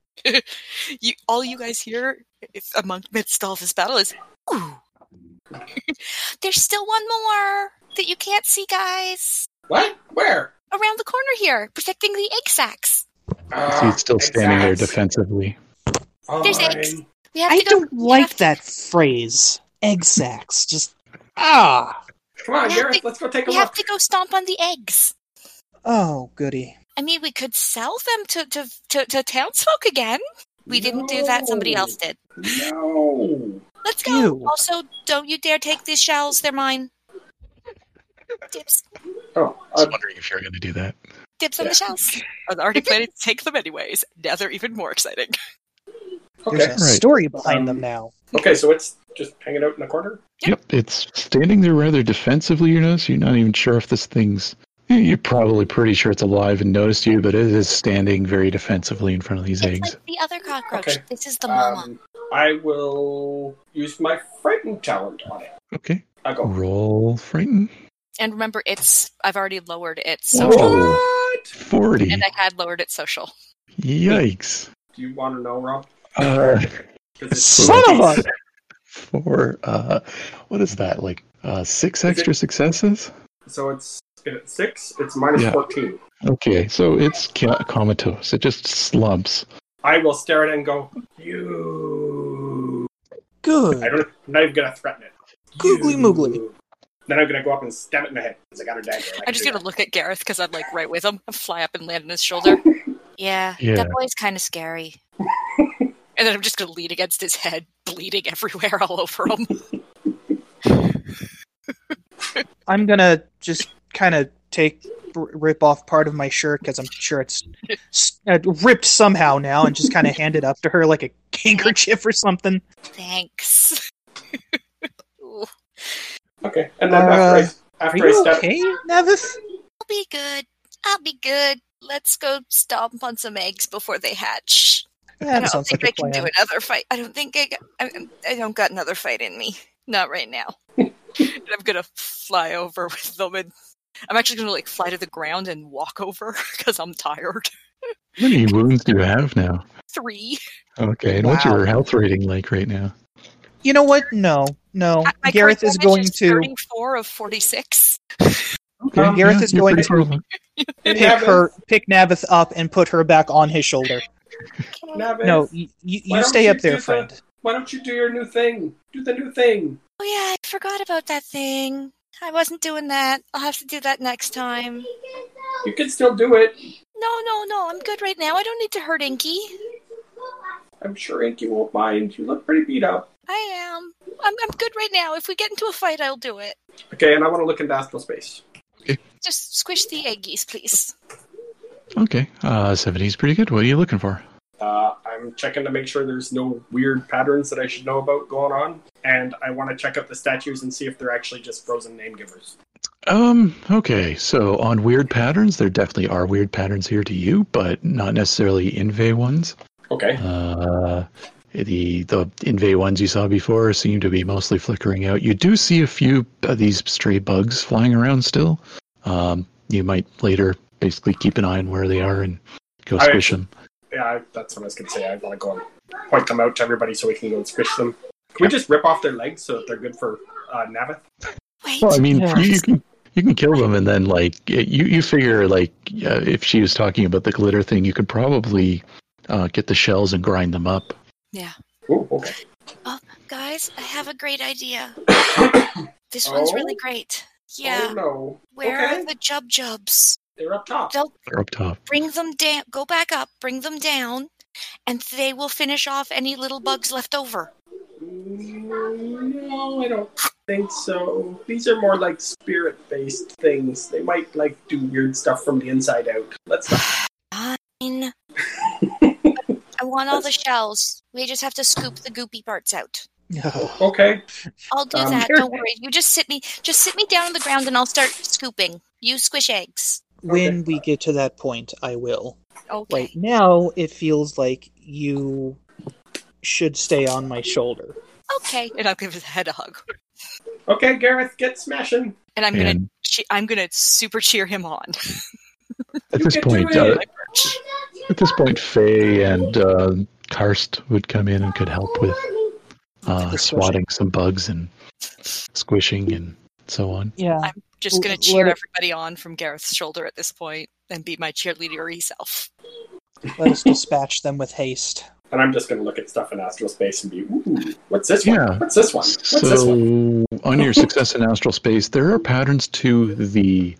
Speaker 3: You, all you guys hear if, among midst all this battle is, ooh,
Speaker 6: (laughs) There's still one more that you can't see, guys.
Speaker 5: what? Where?
Speaker 6: Around the corner here, protecting the egg sacs.
Speaker 2: So it's
Speaker 5: Ah,
Speaker 2: still standing there defensively.
Speaker 6: There's eggs.
Speaker 5: eggs.
Speaker 6: We have
Speaker 4: I
Speaker 6: to go.
Speaker 4: don't like that phrase. Egg sacs. Just, ah.
Speaker 5: Come on,
Speaker 6: We have
Speaker 5: Gareth,
Speaker 6: to-
Speaker 5: let's go take a
Speaker 6: We have
Speaker 5: look.
Speaker 6: to go stomp on the eggs.
Speaker 4: Oh, goody.
Speaker 6: I mean, we could sell them to to to, to townsfolk again. We didn't do that. Somebody
Speaker 5: No.
Speaker 6: else did.
Speaker 5: No.
Speaker 6: Let's go.
Speaker 4: Ew.
Speaker 6: Also, don't you dare take these shells. They're mine. Dibs.
Speaker 5: Oh,
Speaker 2: I was
Speaker 5: uh,
Speaker 2: wondering if you were going to do that.
Speaker 6: Dibs on the shells.
Speaker 3: I'm already planning to take them anyways. Now they're even more exciting.
Speaker 5: okay.
Speaker 4: There's a
Speaker 2: Right.
Speaker 4: story behind
Speaker 5: Um,
Speaker 4: them now.
Speaker 5: Okay, so it's just hanging out in the corner?
Speaker 2: Yep, it's standing there rather defensively, you know, so you're not even sure if this thing's. You're probably pretty sure it's alive and noticed you, but it is standing very defensively in front of these
Speaker 6: It's
Speaker 2: eggs.
Speaker 6: like the other cockroach.
Speaker 5: Okay.
Speaker 6: This is the mama.
Speaker 5: Um, I will use my frightened talent on it.
Speaker 2: Okay.
Speaker 5: I'll go.
Speaker 2: Roll frighten.
Speaker 3: And remember, it's I've already lowered it social,
Speaker 2: Oh,
Speaker 5: What?
Speaker 2: 40.
Speaker 3: and I had lowered it social.
Speaker 2: Yikes.
Speaker 5: Do you want to know, Rob?
Speaker 2: Uh,
Speaker 5: 'Cause it's-
Speaker 4: Son of a.
Speaker 2: for, uh, what is that? Like uh, six
Speaker 5: it-
Speaker 2: extra successes?
Speaker 5: So it's if it's six, it's minus
Speaker 2: Yeah.
Speaker 5: 14.
Speaker 2: Okay, so it's ca- comatose. It just slumps.
Speaker 5: I will stare at it and go, you. I
Speaker 4: Good.
Speaker 5: don't, I'm not even going to threaten it.
Speaker 4: Googly
Speaker 5: You.
Speaker 4: moogly.
Speaker 5: Then I'm going to go up and stab it in the head because I got a dagger. I
Speaker 3: I'm
Speaker 5: can
Speaker 3: just
Speaker 5: do
Speaker 3: gonna look at Gareth because I'm like right with him. I fly up and land on his (laughs) shoulder, and
Speaker 6: Yeah,
Speaker 2: Yeah.
Speaker 6: that boy's kind of scary.
Speaker 3: then I'm just gonna lean against his head, bleeding everywhere all over him. (laughs)
Speaker 4: I'm gonna just kind of take, r- rip off part of my shirt because I'm sure it's s- uh, ripped somehow now and (laughs)
Speaker 3: (laughs)
Speaker 4: just kind of hand it up to her like a handkerchief or something.
Speaker 6: Thanks.
Speaker 5: Okay. And then
Speaker 4: Are, uh,
Speaker 5: after, I,
Speaker 4: Are
Speaker 5: after I
Speaker 4: you
Speaker 5: step,
Speaker 4: okay, Nevis?
Speaker 6: I'll be good. I'll be good. Let's go stomp on some eggs before they hatch.
Speaker 4: Yeah,
Speaker 6: I
Speaker 4: that
Speaker 6: don't
Speaker 4: sounds
Speaker 6: think
Speaker 4: like a
Speaker 6: I can do
Speaker 4: plan.
Speaker 6: another fight. I don't think I, got, I, I don't got another fight in me. Not right now.
Speaker 4: (laughs)
Speaker 3: And I'm gonna fly over with them, and I'm actually gonna like fly to the ground and walk over (laughs) because I'm tired.
Speaker 2: How many wounds do you have now?
Speaker 3: Three.
Speaker 2: Okay, and what's
Speaker 4: Wow.
Speaker 2: your health rating like right now?
Speaker 4: You know what? No, no.
Speaker 3: I- my current
Speaker 4: Gareth is
Speaker 3: damage
Speaker 4: going to.
Speaker 3: 34 of 46.
Speaker 2: Okay,
Speaker 5: Um,
Speaker 4: Gareth is
Speaker 2: you're
Speaker 4: going
Speaker 2: pretty
Speaker 4: to-
Speaker 2: far along.
Speaker 5: Hey,
Speaker 4: pick
Speaker 5: Navis,
Speaker 4: her, pick Navith up, and put her back on his shoulder.
Speaker 5: Navis,
Speaker 4: No, you, you,
Speaker 5: Why
Speaker 4: you
Speaker 5: don't
Speaker 4: stay
Speaker 5: you
Speaker 4: up there,
Speaker 5: do the-
Speaker 4: friend. (laughs)
Speaker 5: Why don't you do your new thing? Do the new thing.
Speaker 6: Oh yeah, I forgot about that thing. I wasn't doing that. I'll have to do that next time.
Speaker 5: You can still do it.
Speaker 6: No, no, no. I'm good right now. I don't need to hurt Inky.
Speaker 5: I'm sure Inky won't mind. You look pretty beat up.
Speaker 6: I am. I'm, I'm good right now. If we get into a fight, I'll do it.
Speaker 5: Okay, and I want to look into astral space.
Speaker 6: Just squish the eggies, please.
Speaker 2: Okay, uh, 70 is pretty good. What are you looking for?
Speaker 5: Uh, I'm checking to make sure there's no weird patterns that I should know about going on, and I want to check out the statues and see if they're actually just frozen name givers.
Speaker 2: Um, okay, so on weird patterns, there definitely are weird patterns here to you, but not necessarily Inve ones.
Speaker 5: Okay.
Speaker 2: Uh, the the Inve ones you saw before seem to be mostly flickering out. You do see a few of these stray bugs flying around still. Um, you might later basically keep an eye on where they are and go
Speaker 5: All right.
Speaker 2: squish them.
Speaker 5: Yeah, I, that's what I was gonna say. I want to go and point them out to everybody so we can go and squish them. Can we just rip off their legs so that they're good for uh, Navith?
Speaker 6: Wait.
Speaker 2: Well, I mean,
Speaker 4: Yeah.
Speaker 2: you, you can you can kill them, and then like it- you you figure like uh, if she was talking about the glitter thing, you could probably uh, get the shells and grind them up.
Speaker 5: Ooh, okay.
Speaker 6: Guys, I have a great
Speaker 5: (coughs)
Speaker 6: idea. this one's
Speaker 5: Oh?
Speaker 6: really great. Yeah.
Speaker 5: Oh no.
Speaker 6: Where
Speaker 5: okay.
Speaker 6: are the jub jubs?
Speaker 5: They're up top.
Speaker 6: They'll
Speaker 2: They're up top.
Speaker 6: bring them down. Go back up. Bring them down, and they will finish off any little bugs left over.
Speaker 5: Mm, No, I don't think so. These are more like spirit based things. They might like do weird stuff from the inside out. Let's not.
Speaker 6: Fine. I want all the shells. We just have to scoop the goopy parts out.
Speaker 5: Okay.
Speaker 6: I'll do
Speaker 5: Um,
Speaker 6: that. Don't worry. You just sit me. Just sit me down on the ground, and I'll start scooping. You squish eggs.
Speaker 4: When we get to that point, I will.
Speaker 6: Okay.
Speaker 4: Right now, it feels like you should stay on my shoulder.
Speaker 6: Okay.
Speaker 3: And I'll give his head a hug.
Speaker 5: Okay, Gareth, get smashing.
Speaker 3: And I'm gonna
Speaker 2: And
Speaker 3: che- I'm gonna super cheer him on.
Speaker 2: at
Speaker 5: You
Speaker 2: this
Speaker 5: can do
Speaker 2: point,
Speaker 5: it!
Speaker 2: uh, at this point, Faye and uh, Karst would come in and could help with uh,
Speaker 4: The squishing.
Speaker 2: swatting some bugs and squishing and so on.
Speaker 4: Yeah.
Speaker 3: Just
Speaker 4: L-
Speaker 3: gonna
Speaker 4: let
Speaker 3: cheer
Speaker 4: it-
Speaker 3: everybody on from Gareth's shoulder at this point and be my cheerleadery self.
Speaker 4: (laughs) Let us dispatch them with haste.
Speaker 5: And I'm just going to look at stuff in astral space and be, ooh, what's this
Speaker 2: Yeah.
Speaker 5: one? What's this one? What's this one?
Speaker 2: So, on
Speaker 5: (laughs)
Speaker 2: your success in astral space, there are patterns to the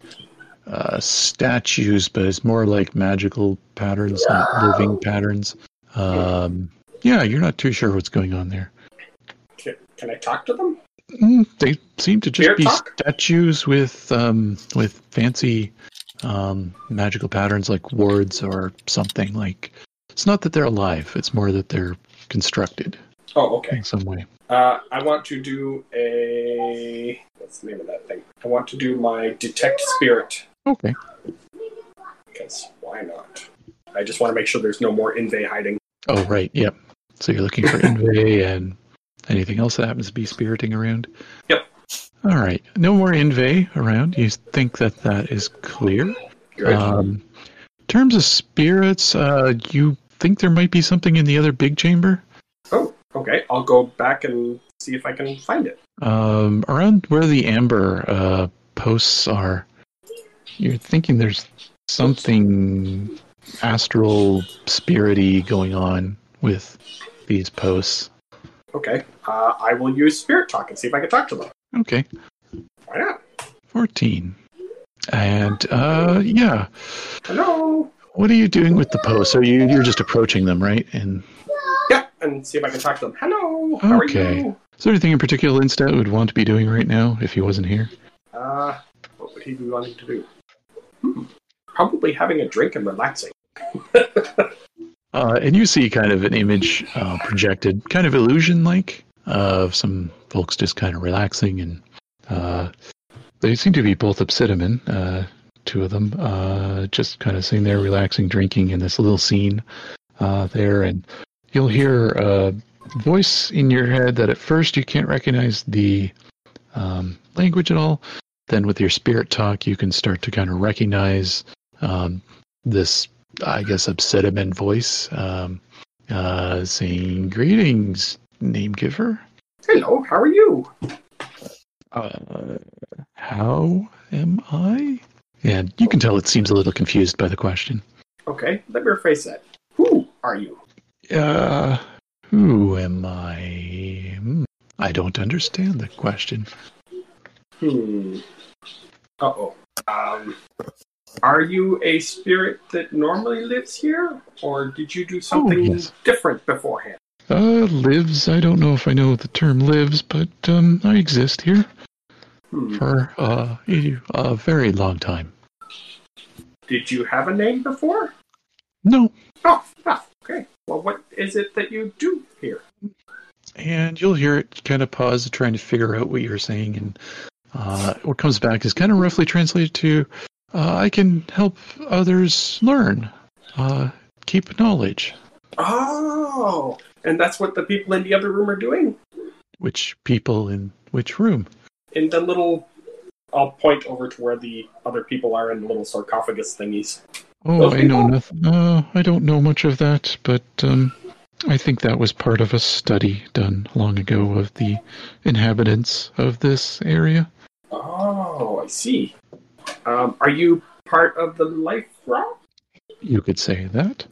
Speaker 2: uh, statues, but it's more like magical patterns, not living patterns. Um, yeah, you're not too sure what's going on there.
Speaker 5: Can, can I talk to them?
Speaker 2: Mm, they seem to just
Speaker 5: Beer
Speaker 2: be
Speaker 5: talk?
Speaker 2: statues with um, with fancy um, magical patterns like wards or something. Like it's not that they're alive; it's more that they're constructed
Speaker 5: Oh, okay.
Speaker 2: in some way.
Speaker 5: Uh, I want to do a. What's the name of that thing? I want to do my detect spirit.
Speaker 2: Okay.
Speaker 5: Because why not? I just want to make sure there's no more invade hiding.
Speaker 2: Oh, right. Yep. So you're looking
Speaker 5: (laughs)
Speaker 2: for Inve and anything else that happens to be spiriting around?
Speaker 5: Yep.
Speaker 2: All right. No more Inve around. You think that that is clear?
Speaker 5: Good.
Speaker 2: Um, in terms of spirits, uh, you think there might be something in the other big chamber?
Speaker 5: Oh, okay. I'll go back and see if I can find it.
Speaker 2: Um, around where the amber uh, posts are, you're thinking there's something astral, spirity going on with these posts.
Speaker 5: Okay. Uh, I will use spirit talk and see if I can talk to them.
Speaker 2: Okay.
Speaker 5: Why not?
Speaker 2: 14. And uh yeah,
Speaker 5: Hello.
Speaker 2: what are you doing with the posts? Are you you're just approaching them, right? And
Speaker 5: Yeah, and see if I can talk to them. Hello. How
Speaker 2: Okay.
Speaker 5: are you?
Speaker 2: is there anything in particular Instat would want to be doing right now if he wasn't here?
Speaker 5: Uh, what would he be wanting to do? Hmm. Probably having a drink and relaxing.
Speaker 2: Uh, and you see kind of an image uh, projected, kind of illusion like, of some folks just kind of relaxing and uh, They seem to be both obsidian, uh, two of them, uh, just kind of sitting there relaxing, drinking in this little scene uh, there. And you'll hear a voice in your head that at first you can't recognize the um, language at all. Then, with your spirit talk, you can start to kind of recognize um, this, I guess, obsidian voice um, uh, saying, Greetings, name giver.
Speaker 5: Hello, how are you?
Speaker 2: Uh, how am I? And you can tell it seems a little confused by the question.
Speaker 5: Okay, let me rephrase that. Who are you?
Speaker 2: Uh, who am I? Hmm, I don't understand the question.
Speaker 5: Hmm. Uh oh. Um, are you a spirit that normally lives here, or did you do something
Speaker 2: Oh, yes.
Speaker 5: different beforehand?
Speaker 2: Uh, lives. I don't know if I know the term lives, but um, I exist here
Speaker 5: Hmm.
Speaker 2: for uh, a, a very long time.
Speaker 5: Did you have a name before?
Speaker 2: No,
Speaker 5: Oh, ah, okay. Well, what is it that you do here?
Speaker 2: and you'll hear it kind of pause, trying to figure out what you're saying, and uh, what comes back is kind of roughly translated to, uh, "I can help others learn, uh, keep knowledge."
Speaker 5: Oh, and that's what the people in the other room are doing
Speaker 2: Which people in which room?
Speaker 5: in the little. I'll point over to where the other people are in the little sarcophagus thingies.
Speaker 2: Oh,
Speaker 5: Those
Speaker 2: I know
Speaker 5: people?
Speaker 2: nothing. Uh, I don't know much of that, but um, I think that was part of a study done long ago of the inhabitants of this area.
Speaker 5: Oh, I see. Um, are you part of the Life Rock?
Speaker 2: You could say that.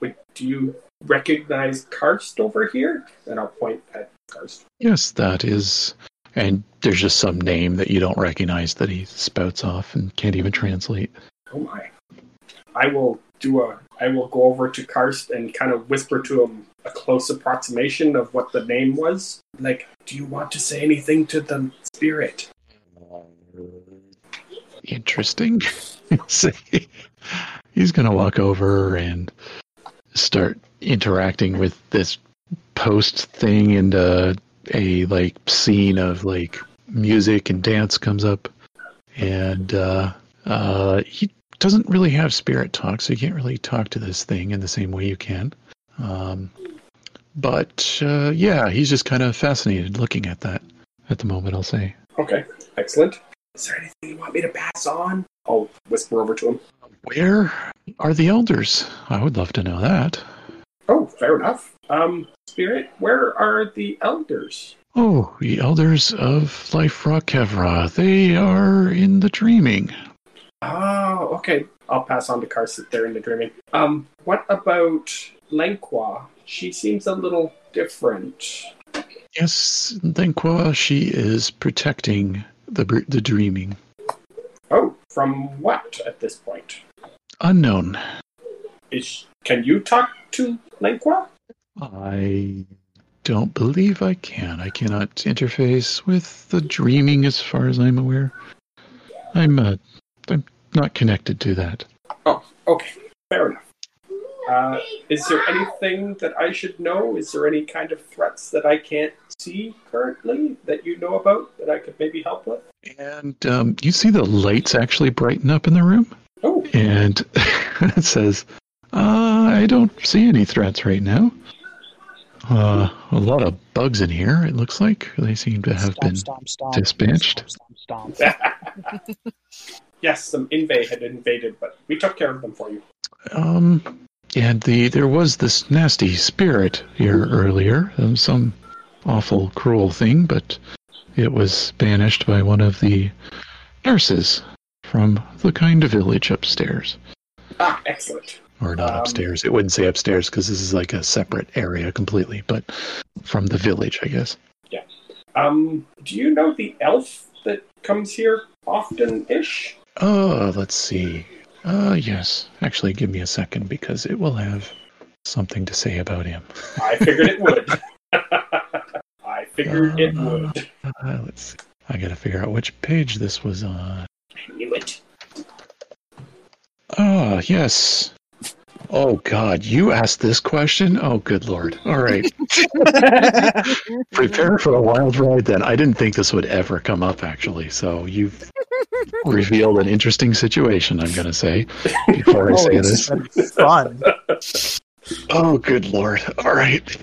Speaker 5: Wait, do you recognize Karst over here? And I'll point at Karst.
Speaker 2: Yes, that is. And there's just some name that you don't recognize that he spouts off and can't even translate.
Speaker 5: Oh my! I will do a. I will go over to Karst and kind of whisper to him a close approximation of what the name was. Like, do you want to say anything to the spirit?
Speaker 2: Interesting. (laughs) See, he's going to walk over and start interacting with this post thing, and uh, a like scene of like music and dance comes up, and uh, uh, he doesn't really have spirit talk, so you can't really talk to this thing in the same way you can. Um, but uh, yeah, he's just kind of fascinated looking at that at the moment. I'll say.
Speaker 5: Okay, excellent. Is there anything you want me to pass on? I'll whisper over to him.
Speaker 2: Where are the elders? I would love to know that.
Speaker 5: Oh, fair enough. Um, spirit, where are the elders?
Speaker 2: Oh, the elders of Life Rock Kevra. They are in the dreaming.
Speaker 5: Oh, okay. I'll pass on to Karsit there in the dreaming. Um, what about Lenqua? She seems a little different.
Speaker 2: Yes, Lenqua, she is protecting the br- the dreaming.
Speaker 5: Oh, from what at this point?
Speaker 2: Unknown.
Speaker 5: Is can you talk to Lenqua?
Speaker 2: I don't believe I can. I cannot interface with the dreaming as far as I'm aware. I'm uh, I'm not connected to that.
Speaker 5: Oh, okay. Fair enough. Uh, is there anything that I should know? Is there any kind of threats that I can't see currently that you know about that I could maybe help with?
Speaker 2: And um, you see the lights actually brighten up in the room?
Speaker 5: Oh,
Speaker 2: and (laughs) it says, uh, "I don't see any threats right now. Uh, a lot of bugs in here. It looks like they seem to have been.
Speaker 4: stomp, stomp,
Speaker 2: dispatched.
Speaker 4: Stomp, stomp, stomp.
Speaker 5: yes, some Inve had invaded, but we took care of them for you.
Speaker 2: Um, and the there was this nasty spirit here earlier. Um, some awful, cruel thing, but it was banished by one of the nurses from the kind of village upstairs."
Speaker 5: Ah, excellent.
Speaker 2: or not
Speaker 5: Um,
Speaker 2: upstairs. It wouldn't say upstairs because this is like a separate area completely, but from the village, I guess.
Speaker 5: Um, do you know the elf that comes here often ish?
Speaker 2: Uh, let's see. Uh, yes. Actually, give me a second because it will have something to say about him.
Speaker 5: I figured it would. (laughs) I figured it would.
Speaker 2: Uh, let's see. I gotta figure out which page this was on.
Speaker 5: I knew it.
Speaker 2: Ah, yes. Oh God, you asked this question? Oh good lord. All right. Prepare for a wild ride then. I didn't think this would ever come up actually. So you've revealed an interesting situation, I'm gonna say, before I
Speaker 4: Oh,
Speaker 2: say
Speaker 4: it's
Speaker 2: this. (laughs)
Speaker 4: been fun.
Speaker 2: Oh good lord. All right.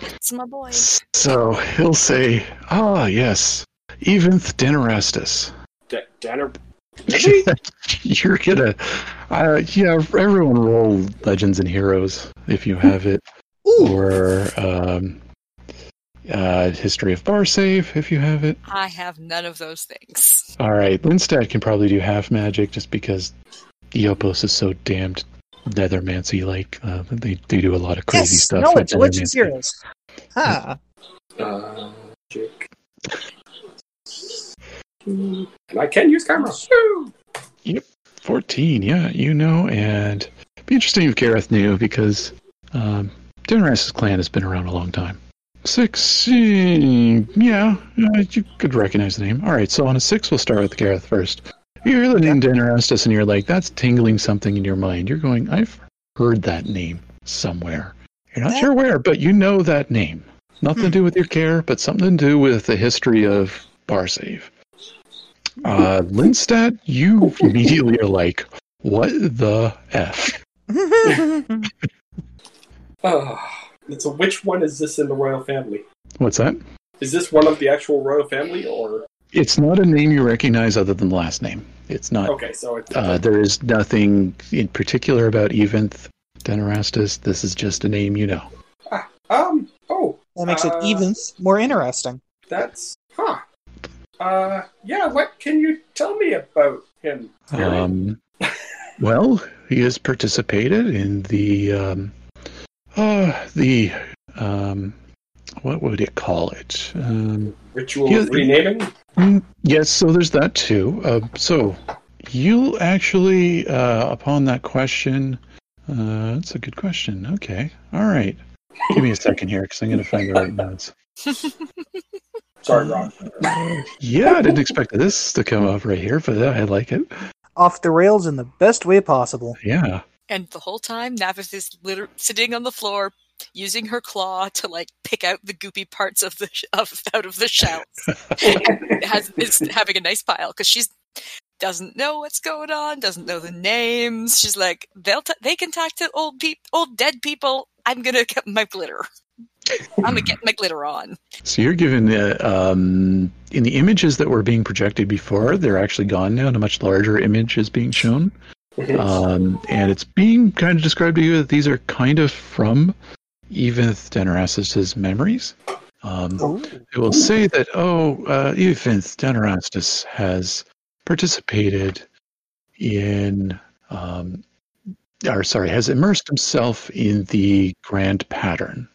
Speaker 6: It's my boy.
Speaker 2: So he'll say, Ah yes. Eventh Dinarastus.
Speaker 5: D- Danner.
Speaker 2: (laughs) You're gonna uh, yeah, everyone roll Legends and Heroes if you have it.
Speaker 4: Ooh,
Speaker 2: or um, uh, History of Bar Save if you have it.
Speaker 3: I have none of those things.
Speaker 2: All right, Linstad can probably do half magic just because Eopos is so damned nethermancy like. Uh, they, they do a lot of crazy
Speaker 4: yes,
Speaker 2: stuff.
Speaker 4: No,
Speaker 2: with
Speaker 4: it's Legends
Speaker 2: Nethermancy.
Speaker 4: Heroes. (laughs) Huh.
Speaker 5: Uh, Jake. and I can use camera. Woo!
Speaker 2: 14, yeah, you know, and it'd be interesting if Gareth knew because um, Dinaras's clan has been around a long time. Six, eh, yeah, uh, you could recognize the name. All right, so on a six, we'll start with Gareth first. You hear the name Dinarastus, and you're like, that's tingling something in your mind. You're going, I've heard that name somewhere. You're not sure where, but you know that name. Nothing to do with your care, but something to do with the history of Barsave. Uh, Lindstad, (laughs) you immediately are like, what the F?
Speaker 5: Ah, and so, which one is this in the royal family?
Speaker 2: What's that?
Speaker 5: Is this one of the actual royal family, or
Speaker 2: It's not a name you recognize other than the last name. It's not,
Speaker 5: okay? So it's
Speaker 2: uh, there is nothing in particular about Eventh Denarastus. This is just a name you know.
Speaker 5: um. Oh,
Speaker 4: That makes it
Speaker 5: Uh,
Speaker 4: even more interesting.
Speaker 5: that's huh. Uh, yeah. What can you tell me about him? Gary?
Speaker 2: Um, well, he has participated in the, um, uh, the, um, what would you call it? Um,
Speaker 5: Ritual
Speaker 2: you-
Speaker 5: of renaming.
Speaker 2: Mm, Yes, so there's that too. Uh, so you actually, uh, upon that question, uh, that's a good question. Okay, all right. Give me a second here, because I'm going to find the right notes. Mm-hmm.
Speaker 5: Sorry, Rob.
Speaker 2: Yeah, I didn't expect this to come up right here, but uh, I like it.
Speaker 4: Off the rails in the best way possible.
Speaker 2: Yeah.
Speaker 3: And the whole time, Navis is liter- sitting on the floor, using her claw to like pick out the goopy parts of the sh- of, out of the shells. And has, is having a nice pile because she's doesn't know what's going on, doesn't know the names. She's like, they'll t- they can talk to old peop old dead people. I'm gonna get my glitter. I'm gonna get my glitter on.
Speaker 2: So you're given the um, in the images that were being projected before, they're actually gone now, and a much larger image is being shown.
Speaker 5: Mm-hmm.
Speaker 2: Um, and it's being kind of described to you that these are kind of from Eventh Denarastus's memories. Um,
Speaker 4: Ooh.
Speaker 2: it will say that, oh, uh, Eventh Denarastus has participated in, um, or sorry, has immersed himself in the grand pattern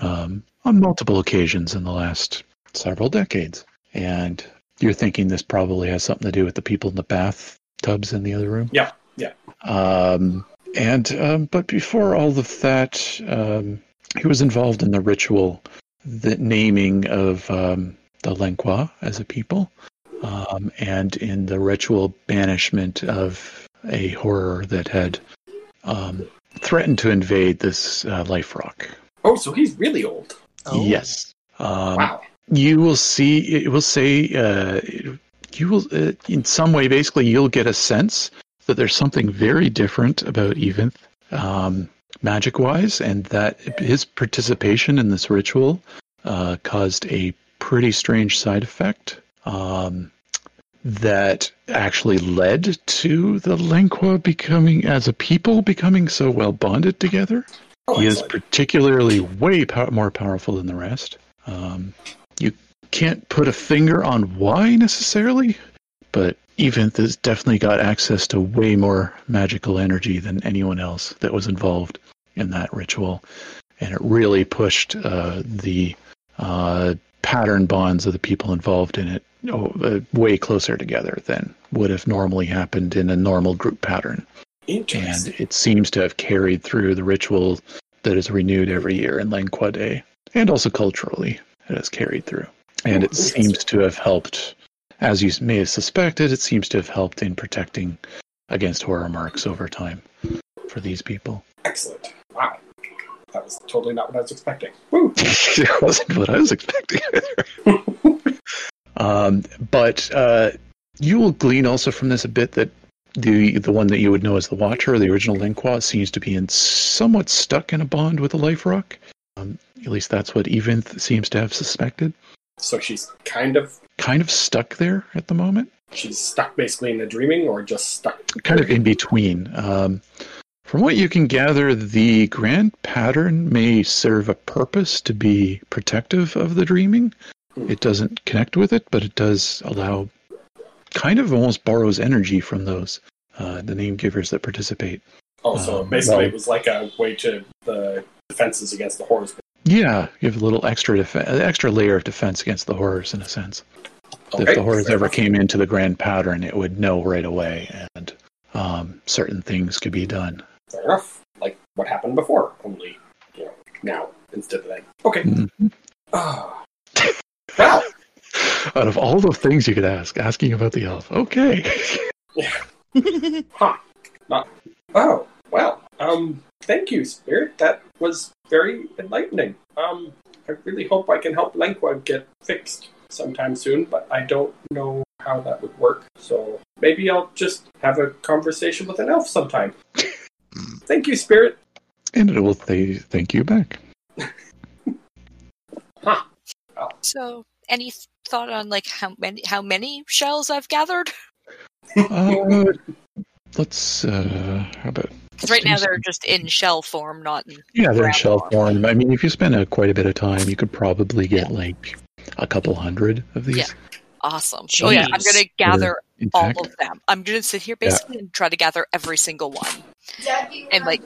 Speaker 2: um, on multiple occasions in the last several decades. And you're thinking this probably has something to do with the people in the bathtubs in the other room?
Speaker 5: Yeah, yeah.
Speaker 2: Um, and, um, but before all of that, um, he was involved in the ritual the naming of um, the Lenqua as a people, um, and in the ritual banishment of a horror that had um, threatened to invade this uh, life rock.
Speaker 5: Oh, so he's really old.
Speaker 4: Oh.
Speaker 2: Yes. Um,
Speaker 5: Wow.
Speaker 2: You will see. It will say. Uh, you will, uh, in some way, basically, you'll get a sense that there's something very different about Eventh, um, magic-wise, and that his participation in this ritual uh, caused a pretty strange side effect um, that actually led to the Lenqua becoming, as a people, becoming so well bonded together
Speaker 5: Oh,
Speaker 2: he is
Speaker 5: excellent.
Speaker 2: particularly way pow- more powerful than the rest. Um, you can't put a finger on why necessarily, but Eventh has definitely got access to way more magical energy than anyone else that was involved in that ritual, and it really pushed uh, the uh, pattern bonds of the people involved in it oh, uh, way closer together than would have normally happened in a normal group pattern and
Speaker 5: Interesting.
Speaker 2: it seems to have carried through the ritual that is renewed every year in Lengua Day, and also culturally it has carried through. And it
Speaker 5: Interesting.
Speaker 2: seems to have helped, as you may have suspected, it seems to have helped in protecting against horror marks over time for these people.
Speaker 5: Excellent. Wow. That was totally not what I was expecting.
Speaker 2: (laughs)
Speaker 5: Woo!
Speaker 2: that wasn't what I was expecting. um, but uh, you will glean also from this a bit that the the one that you would know as the Watcher, the original Linqua, seems to be in somewhat stuck in a bond with the Life Rock. Um, at least that's what Eventh seems to have suspected.
Speaker 5: So she's kind of
Speaker 2: Kind of stuck there at the moment.
Speaker 5: she's stuck basically in the dreaming, or just stuck.
Speaker 2: kind of in between. Um, from what you can gather, the grand pattern may serve a purpose to be protective of the dreaming. It doesn't connect with it, but it does allow, kind of almost borrows energy from those, uh, the name givers that participate.
Speaker 5: Oh, so
Speaker 2: Um,
Speaker 5: basically
Speaker 2: well-
Speaker 5: it was like a way to the defenses against the horrors.
Speaker 2: Yeah, give a little extra def- an extra layer of defense against the horrors, in a sense. If the horrors
Speaker 5: fair
Speaker 2: ever
Speaker 5: enough.
Speaker 2: came into the grand pattern, it would know right away, and um, certain things could be done.
Speaker 5: Fair enough. Like what happened before, only you know now instead of then. Okay.
Speaker 2: Mhm.
Speaker 5: Ah. wow.
Speaker 2: Out of all the things you could ask, asking about the elf. Okay.
Speaker 5: Huh. Not. Oh. Well. Um. Thank you, Spirit. That was very enlightening. Um. I really hope I can help Lenqua get fixed sometime soon, but I don't know how that would work. So maybe I'll just have a conversation with an elf sometime.
Speaker 2: (laughs)
Speaker 5: Thank you, Spirit.
Speaker 2: And it will th- thank you
Speaker 3: (laughs)
Speaker 2: back.
Speaker 3: So, any th- thought on like how many how many shells I've gathered?
Speaker 4: Mm-hmm.
Speaker 2: Uh, let's, uh, how about,
Speaker 3: Because right now they're just in shell form, not in.
Speaker 2: yeah, they're in
Speaker 3: Grab
Speaker 2: shell
Speaker 3: one.
Speaker 2: form. I mean, if you spend uh, quite a bit of time, you could probably get like a couple hundred of these
Speaker 3: Yeah. Awesome. Oh yeah, I'm
Speaker 4: Jeez.
Speaker 3: gonna gather all
Speaker 2: intact.
Speaker 3: of them. I'm gonna sit here basically and try to gather every single one,
Speaker 8: And like,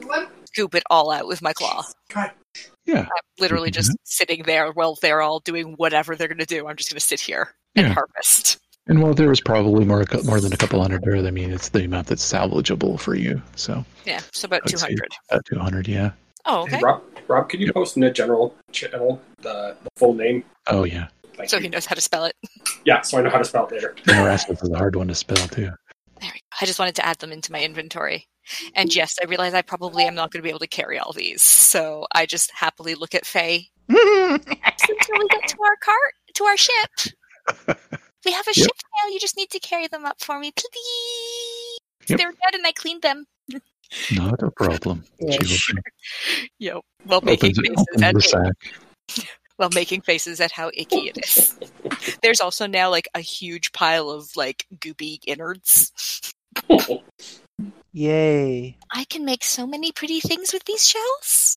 Speaker 3: scoop it all out with my claw.
Speaker 2: Yeah.
Speaker 3: I'm literally just sitting there while they're all doing whatever they're gonna do. I'm just gonna sit here and
Speaker 2: Yeah.
Speaker 3: harvest.
Speaker 2: And while there was probably more, cou- more than a couple hundred there, I mean, it's the amount that's salvageable for you. So
Speaker 3: Yeah, so about
Speaker 2: I'd
Speaker 3: two
Speaker 2: say-
Speaker 3: hundred.
Speaker 2: about 200, yeah.
Speaker 3: Oh,
Speaker 5: Hey,
Speaker 3: okay.
Speaker 5: Rob, Rob, could you
Speaker 2: Yep.
Speaker 5: post in the general channel the, the full name?
Speaker 2: Oh, yeah.
Speaker 5: Thank
Speaker 3: So
Speaker 5: you.
Speaker 3: he knows how to spell it.
Speaker 5: Yeah, so I know how to spell it later.
Speaker 2: Narassus is a hard one to spell, too.
Speaker 3: There we go. I just wanted to add them into my inventory. And yes, I realize I probably am not going to be able to carry all these, so I just happily look at Faye until we get to our cart, to our ship. We have a
Speaker 2: Yep.
Speaker 3: ship now. You just need to carry them up for me, please.
Speaker 2: Yep.
Speaker 3: They're dead, and I cleaned them.
Speaker 2: Not a
Speaker 3: (laughs)
Speaker 2: problem.
Speaker 4: Yeah,
Speaker 2: She will
Speaker 3: Yep. While making
Speaker 2: opens, it-
Speaker 3: faces
Speaker 2: opens
Speaker 3: at
Speaker 2: the
Speaker 3: icky,
Speaker 2: sack.
Speaker 3: while making faces at how icky it
Speaker 2: (laughs)
Speaker 3: is. There's also now like a huge pile of like goopy innards.
Speaker 4: (laughs) Yay.
Speaker 6: I can make so many pretty things with these shells.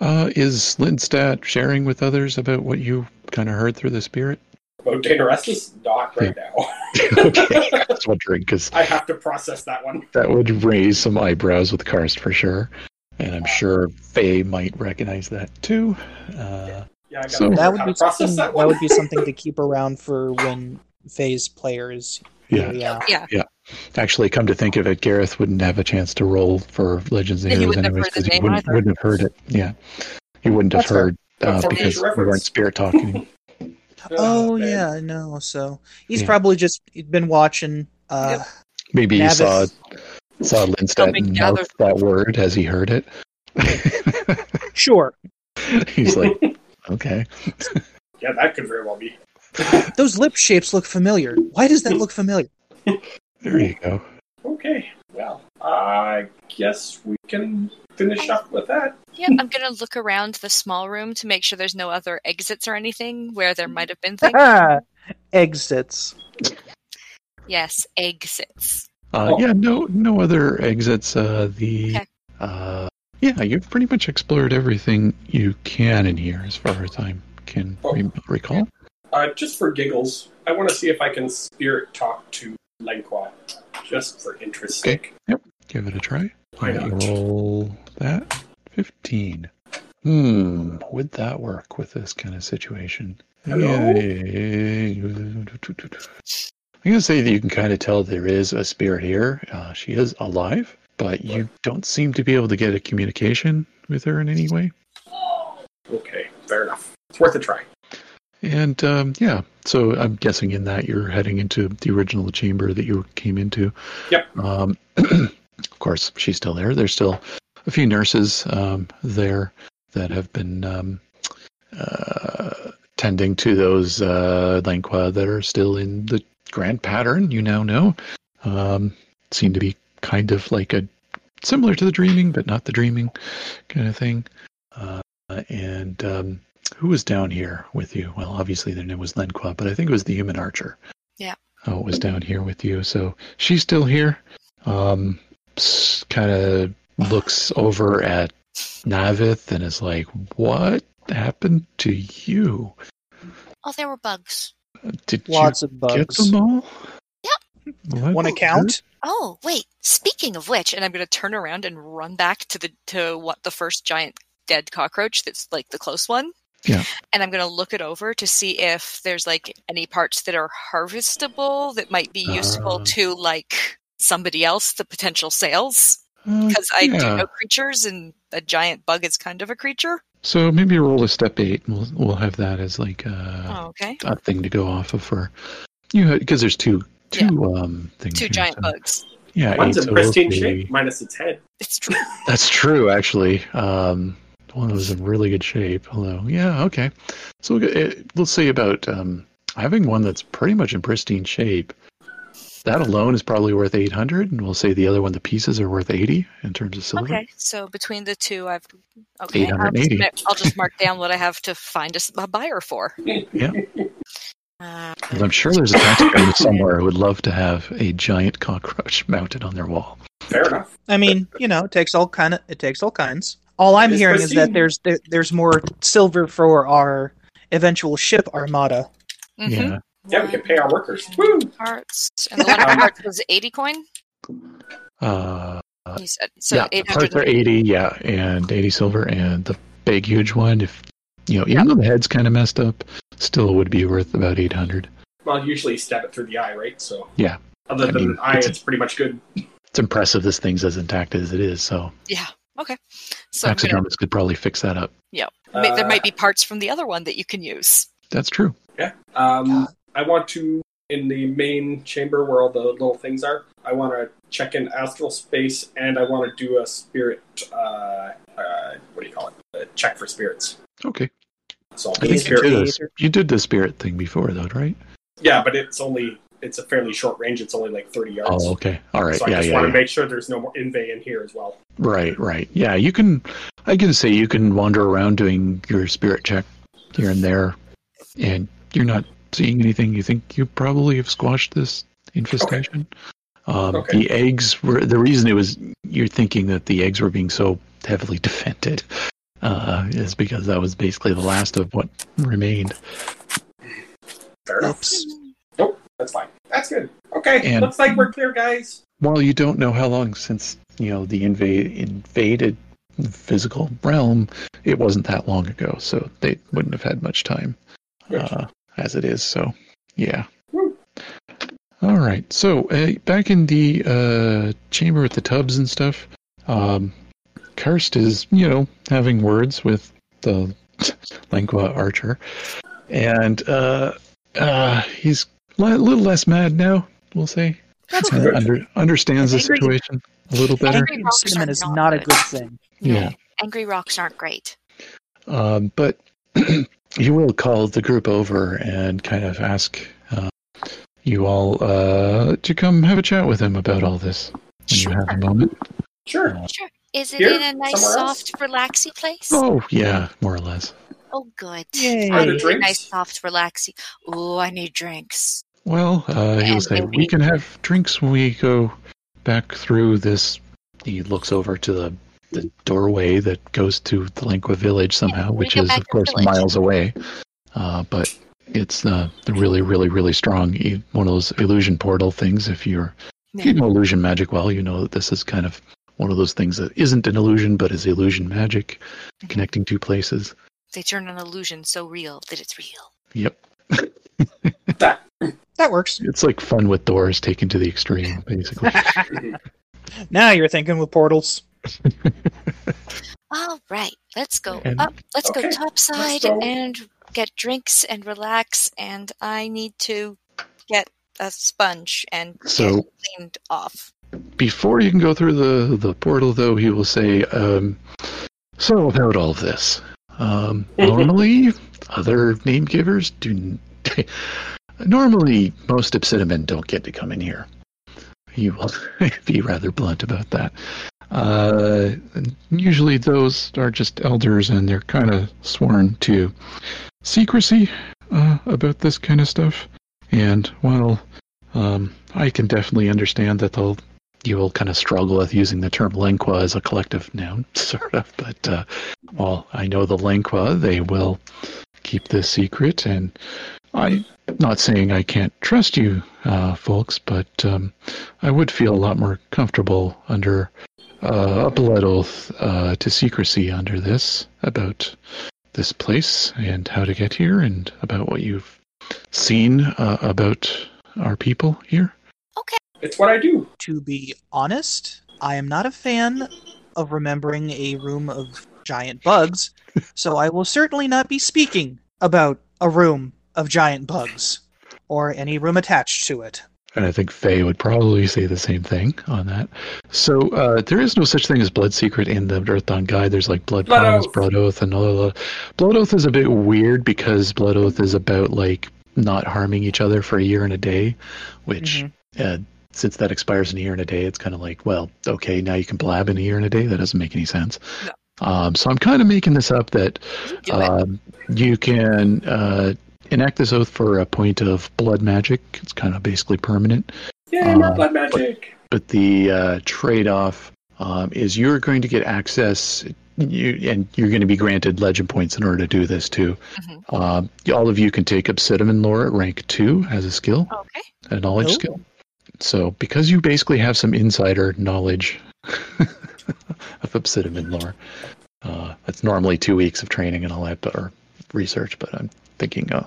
Speaker 2: Uh, is Lindstat sharing with others about what you kind of heard through the spirit?
Speaker 5: About Daenerys? Not right now.
Speaker 2: (laughs)
Speaker 5: (laughs)
Speaker 2: okay, I was wondering because
Speaker 5: I have to process that one.
Speaker 2: that would raise some eyebrows with Karst for sure, and I'm sure Faye might recognize that too. Uh,
Speaker 5: Yeah, I gotta
Speaker 2: So-
Speaker 5: figure
Speaker 4: That
Speaker 5: out
Speaker 4: would
Speaker 5: how
Speaker 4: be
Speaker 5: to process
Speaker 4: something,
Speaker 5: that
Speaker 4: that
Speaker 5: one.
Speaker 4: would be something to keep around for when phase players
Speaker 2: yeah,
Speaker 4: yeah.
Speaker 3: Yeah.
Speaker 2: actually, come to think of it, Gareth wouldn't have a chance to roll for Legends and
Speaker 3: And he
Speaker 2: Heroes
Speaker 3: wouldn't
Speaker 2: anyways
Speaker 3: have heard the
Speaker 2: because he
Speaker 3: name
Speaker 2: wouldn't,
Speaker 3: either.
Speaker 2: wouldn't have heard it. Yeah, he wouldn't
Speaker 5: That's
Speaker 2: have
Speaker 5: fair.
Speaker 2: heard
Speaker 5: But
Speaker 2: uh,
Speaker 5: for me,
Speaker 2: because
Speaker 5: it's
Speaker 2: we weren't
Speaker 5: reference.
Speaker 2: spirit talking.
Speaker 5: (laughs)
Speaker 4: Oh
Speaker 5: man.
Speaker 4: yeah, I know. So he's
Speaker 2: Yeah.
Speaker 4: probably just been watching uh
Speaker 2: Maybe you
Speaker 4: Navis.
Speaker 2: saw saw Lindstat
Speaker 3: Helping gather-
Speaker 2: mouth that word as he heard it.
Speaker 3: (laughs)
Speaker 4: Sure.
Speaker 2: (laughs) He's like,
Speaker 5: (laughs)
Speaker 2: okay.
Speaker 5: Yeah, that could very well be.
Speaker 4: Those lip shapes look familiar. Why does that look familiar?
Speaker 2: There you go.
Speaker 5: Okay, well, I guess we can finish up with that.
Speaker 3: Yeah, I'm gonna look around the small room to make sure there's no other exits or anything where there
Speaker 2: (laughs)
Speaker 3: might have been things.
Speaker 4: (laughs) Exits.
Speaker 3: yes, exits.
Speaker 2: Uh,
Speaker 5: Oh.
Speaker 2: Yeah, no, no other exits. Uh, the
Speaker 3: Okay.
Speaker 2: uh, yeah, you've pretty much explored everything you can in here, as far as I can
Speaker 5: Oh.
Speaker 2: re- recall.
Speaker 5: Uh, just for giggles, I want to see if I can spirit talk to Lenqua, just for interest
Speaker 2: Okay.
Speaker 5: sake.
Speaker 2: Give it a try.
Speaker 5: Why
Speaker 2: Let me
Speaker 5: not?
Speaker 2: Roll that fifteen. Hmm, would that work with this kind of situation?
Speaker 5: Hello?
Speaker 2: Yeah. I'm gonna say that you can kind of tell there is a spirit here. Uh, she is alive, but you don't seem to be able to get a communication with her in any way.
Speaker 5: Okay, fair enough. It's worth a try.
Speaker 2: And um, yeah, so I'm guessing in that you're heading into the original chamber that you came into.
Speaker 5: Yep.
Speaker 2: (clears throat) Um, of course, she's still there. There's still a few nurses um, there that have been um, uh, tending to those uh, Lanqua that are still in the grand pattern. You now know um, seem to be kind of like a similar to the dreaming, but not the dreaming kind of thing. Uh, and um, who was down here with you? Well, obviously their name was Lenqua, but I think it was the human archer.
Speaker 6: Yeah.
Speaker 2: Oh, it was down here with you. So she's still here. Um, kind of looks over at Navith and is like, "What happened to you?
Speaker 6: Oh, there were bugs.
Speaker 2: Did
Speaker 4: Lots of
Speaker 2: you get
Speaker 4: bugs.
Speaker 2: them all? What?
Speaker 4: Want to count?
Speaker 6: Oh, wait. Speaking of which, and I'm going to turn around and run back to the to what the first giant dead cockroach that's like the close one.
Speaker 2: Yeah.
Speaker 6: And I'm going to look it over to see if there's like any parts that are harvestable that might be useful
Speaker 2: Ah.
Speaker 6: to like somebody else, the potential sales.
Speaker 2: Uh,
Speaker 6: Because I do
Speaker 2: yeah.
Speaker 6: know creatures, and a giant bug is kind of a creature.
Speaker 2: So maybe roll a step eight, and we'll we'll have that as like a,
Speaker 6: Oh, okay.
Speaker 2: a thing to go off of for you because there's two two um things
Speaker 6: Two
Speaker 2: here,
Speaker 6: giant
Speaker 2: so-
Speaker 6: bugs.
Speaker 2: Yeah,
Speaker 5: One's
Speaker 2: eight,
Speaker 5: in
Speaker 2: so
Speaker 5: pristine
Speaker 2: it'll be-
Speaker 5: shape, minus its head.
Speaker 6: It's true.
Speaker 2: That's true, actually. Um, one was in really good shape. Hello. Yeah. Okay. So we'll, get- it, we'll see about um, having one that's pretty much in pristine shape. That alone is probably worth eight hundred, and we'll say the other one, the pieces, are worth eighty in terms of silver.
Speaker 6: Okay, so between the two, I've okay. I'll just,
Speaker 2: 880.
Speaker 6: ma- I'll just mark down what I have to find a, s- a buyer for.
Speaker 2: Yeah.
Speaker 6: Uh,
Speaker 2: And I'm sure there's a taxpayer somewhere who would love to have a giant cockroach (laughs) mounted on their wall.
Speaker 5: Fair enough.
Speaker 4: I mean, you know, it takes all kind of it takes all kinds. All I'm
Speaker 5: It's
Speaker 4: hearing is that
Speaker 5: pristine.
Speaker 4: there's there, there's more silver for our eventual ship armada.
Speaker 6: mhm.
Speaker 2: Yeah.
Speaker 5: Yeah, we can pay our workers. Woo!
Speaker 6: Parts and the
Speaker 2: (laughs)
Speaker 6: one
Speaker 2: Um,
Speaker 6: of parts was eighty coin.
Speaker 2: Uh,
Speaker 6: You said so
Speaker 2: yeah. The
Speaker 6: eight
Speaker 2: parts are
Speaker 6: hundred.
Speaker 2: eighty. Yeah, and eighty silver, and the big huge one. If you know, even though the head's kind of messed up, still would be worth about eight hundred.
Speaker 5: Well, usually you stab it through the eye, right? So
Speaker 2: Yeah.
Speaker 5: Other
Speaker 2: I
Speaker 5: than
Speaker 2: mean,
Speaker 5: the eye,
Speaker 2: it's
Speaker 5: it's,
Speaker 2: a-
Speaker 5: pretty much good.
Speaker 2: it's impressive this thing's as intact as it is. So,
Speaker 6: Yeah. Okay. So I'm gonna,
Speaker 2: taxidermists could probably fix that up.
Speaker 6: ma- there
Speaker 5: Uh,
Speaker 6: might be parts from the other one that you can use.
Speaker 2: That's true.
Speaker 5: Yeah. Um, I want to in the main chamber where all the little things are. I want to check in astral space, and I want to do a spirit. Uh, uh, what do you call it? A check for spirits.
Speaker 2: Okay.
Speaker 5: So
Speaker 2: I
Speaker 5: the
Speaker 2: think you
Speaker 5: spirit.
Speaker 2: did, a, you did the spirit thing before, though, right?
Speaker 5: Yeah, but it's only it's a fairly short range. It's only like thirty yards.
Speaker 2: Oh, okay. All right.
Speaker 5: So I
Speaker 2: yeah,
Speaker 5: just
Speaker 2: yeah,
Speaker 5: want
Speaker 2: yeah.
Speaker 5: to make sure there's no more invey in here as well.
Speaker 2: Right, right. Yeah, you can. I can say you can wander around doing your spirit check here and there, and you're not seeing anything. You think you probably have squashed this infestation. Um,
Speaker 5: Okay.
Speaker 2: The eggs were the reason it was. You're thinking that the eggs were being so heavily (laughs) defended uh, is because that was basically the last of what remained.
Speaker 5: Fair enough.
Speaker 4: Oops.
Speaker 5: That's fine. That's good. Okay.
Speaker 2: And-
Speaker 5: Looks like we're clear, guys.
Speaker 2: While you don't know how long since you know the invade invaded physical realm, it wasn't that long ago, so they wouldn't have had much time. uh, as it is. So, yeah.
Speaker 5: Woo.
Speaker 2: All right. So uh, back in the uh, chamber with the tubs and stuff, um, Karst is you know having words with the (laughs) Lengua archer, and uh, uh, he's li- a little less mad now. We'll say
Speaker 4: That's
Speaker 2: Kinda
Speaker 4: good.
Speaker 2: under, understands the
Speaker 4: Angry-
Speaker 2: situation a little better.
Speaker 6: Angry
Speaker 4: Angry
Speaker 6: rocks
Speaker 4: cinnamon
Speaker 6: are
Speaker 4: is
Speaker 6: not
Speaker 4: not a
Speaker 6: good.
Speaker 4: good thing.
Speaker 2: Yeah.
Speaker 6: Angry rocks aren't great.
Speaker 2: Um, but (clears throat) he will call the group over and kind of ask uh, you all uh, to come have a chat with him about all this when you have a moment.
Speaker 5: Sure.
Speaker 6: Sure. Is it
Speaker 5: Here?
Speaker 6: in a nice,
Speaker 5: Somewhere else?
Speaker 6: soft, relaxy place?
Speaker 2: Oh, yeah, more or less.
Speaker 6: Oh, good.
Speaker 4: Yay.
Speaker 6: I
Speaker 5: Are there
Speaker 6: need a
Speaker 5: drinks?
Speaker 6: nice, soft, relaxy. Oh, I need drinks.
Speaker 2: Well, uh, he'll
Speaker 6: And
Speaker 2: say,
Speaker 6: maybe-
Speaker 2: We can have drinks when we go back through this. He looks over to the, the doorway that goes to the Linqua village somehow,
Speaker 6: we
Speaker 2: which
Speaker 6: go
Speaker 2: is,
Speaker 6: back
Speaker 2: of
Speaker 6: to
Speaker 2: course,
Speaker 6: village.
Speaker 2: miles away. Uh, but it's uh, the really, really, really strong e- one of those illusion portal things. If you're if you know illusion magic well, you know that this is kind of one of those things that isn't an illusion, but is illusion magic, connecting two places.
Speaker 6: They turn an illusion so real that it's real.
Speaker 2: Yep,
Speaker 4: That works.
Speaker 2: it's like fun with doors taken to the extreme, basically.
Speaker 4: Now you're thinking with portals.
Speaker 6: All right, let's go
Speaker 2: And-
Speaker 6: up. Let's
Speaker 5: Okay,
Speaker 6: go topside
Speaker 5: let's go.
Speaker 6: and get drinks and relax. And I need to get a sponge and
Speaker 2: So-
Speaker 6: get cleaned off.
Speaker 2: Before you can go through the, the portal, though, he will say, um, So, about all of this, um, normally other name givers do. n- (laughs) normally, most Obsidian don't get to come in here. He will (laughs) be rather blunt about that. Uh, usually, those are just elders and they're kind of sworn to secrecy uh, about this kind of stuff. And while um, I can definitely understand that they'll, you will kind of struggle with using the term lingua as a collective noun, (laughs) sort of. But uh, while I know the lingua, they will keep this secret. And I'm not saying I can't trust you, uh, folks, but um, I would feel a lot more comfortable under uh, a blood oath uh, to secrecy under this about this place and how to get here and about what you've seen uh, about our people here.
Speaker 5: (laughs) It's what I do.
Speaker 4: To be honest, I am not a fan of remembering a room of giant (laughs) bugs, so I will certainly not be speaking about a room of giant bugs or any room attached to it.
Speaker 2: And I think Faye would probably say the same thing on that. So uh, there is no such thing as blood secret in the Earth Dawn Guide. There's like blood,
Speaker 5: Blood
Speaker 2: bonds,
Speaker 5: oath.
Speaker 2: blood oath, and all that. Blood oath is a bit weird because blood oath is about like not harming each other for a year and a day, which
Speaker 3: Mm-hmm.
Speaker 2: uh, since that expires in a year and a day, it's kind of like, well, okay, now you can blab in a year and a day. That doesn't make any sense.
Speaker 3: No.
Speaker 2: Um, so I'm kind of making this up that
Speaker 3: Do it.
Speaker 2: um, you can uh, enact this oath for a point of blood magic. It's kind of basically permanent.
Speaker 5: Yeah, more
Speaker 2: Uh,
Speaker 5: blood magic.
Speaker 2: But the uh, trade off um, is you're going to get access, you, and you're going to be granted legend points in order to do this too. Um, all of you can take Obsidian Lore at rank 2 as a skill a
Speaker 3: Okay.
Speaker 2: knowledge
Speaker 4: Oh.
Speaker 2: skill. So, because you basically have some insider knowledge (laughs) of Obsidian lore, uh, that's normally two weeks of training and all that, but or research. But I'm thinking, uh,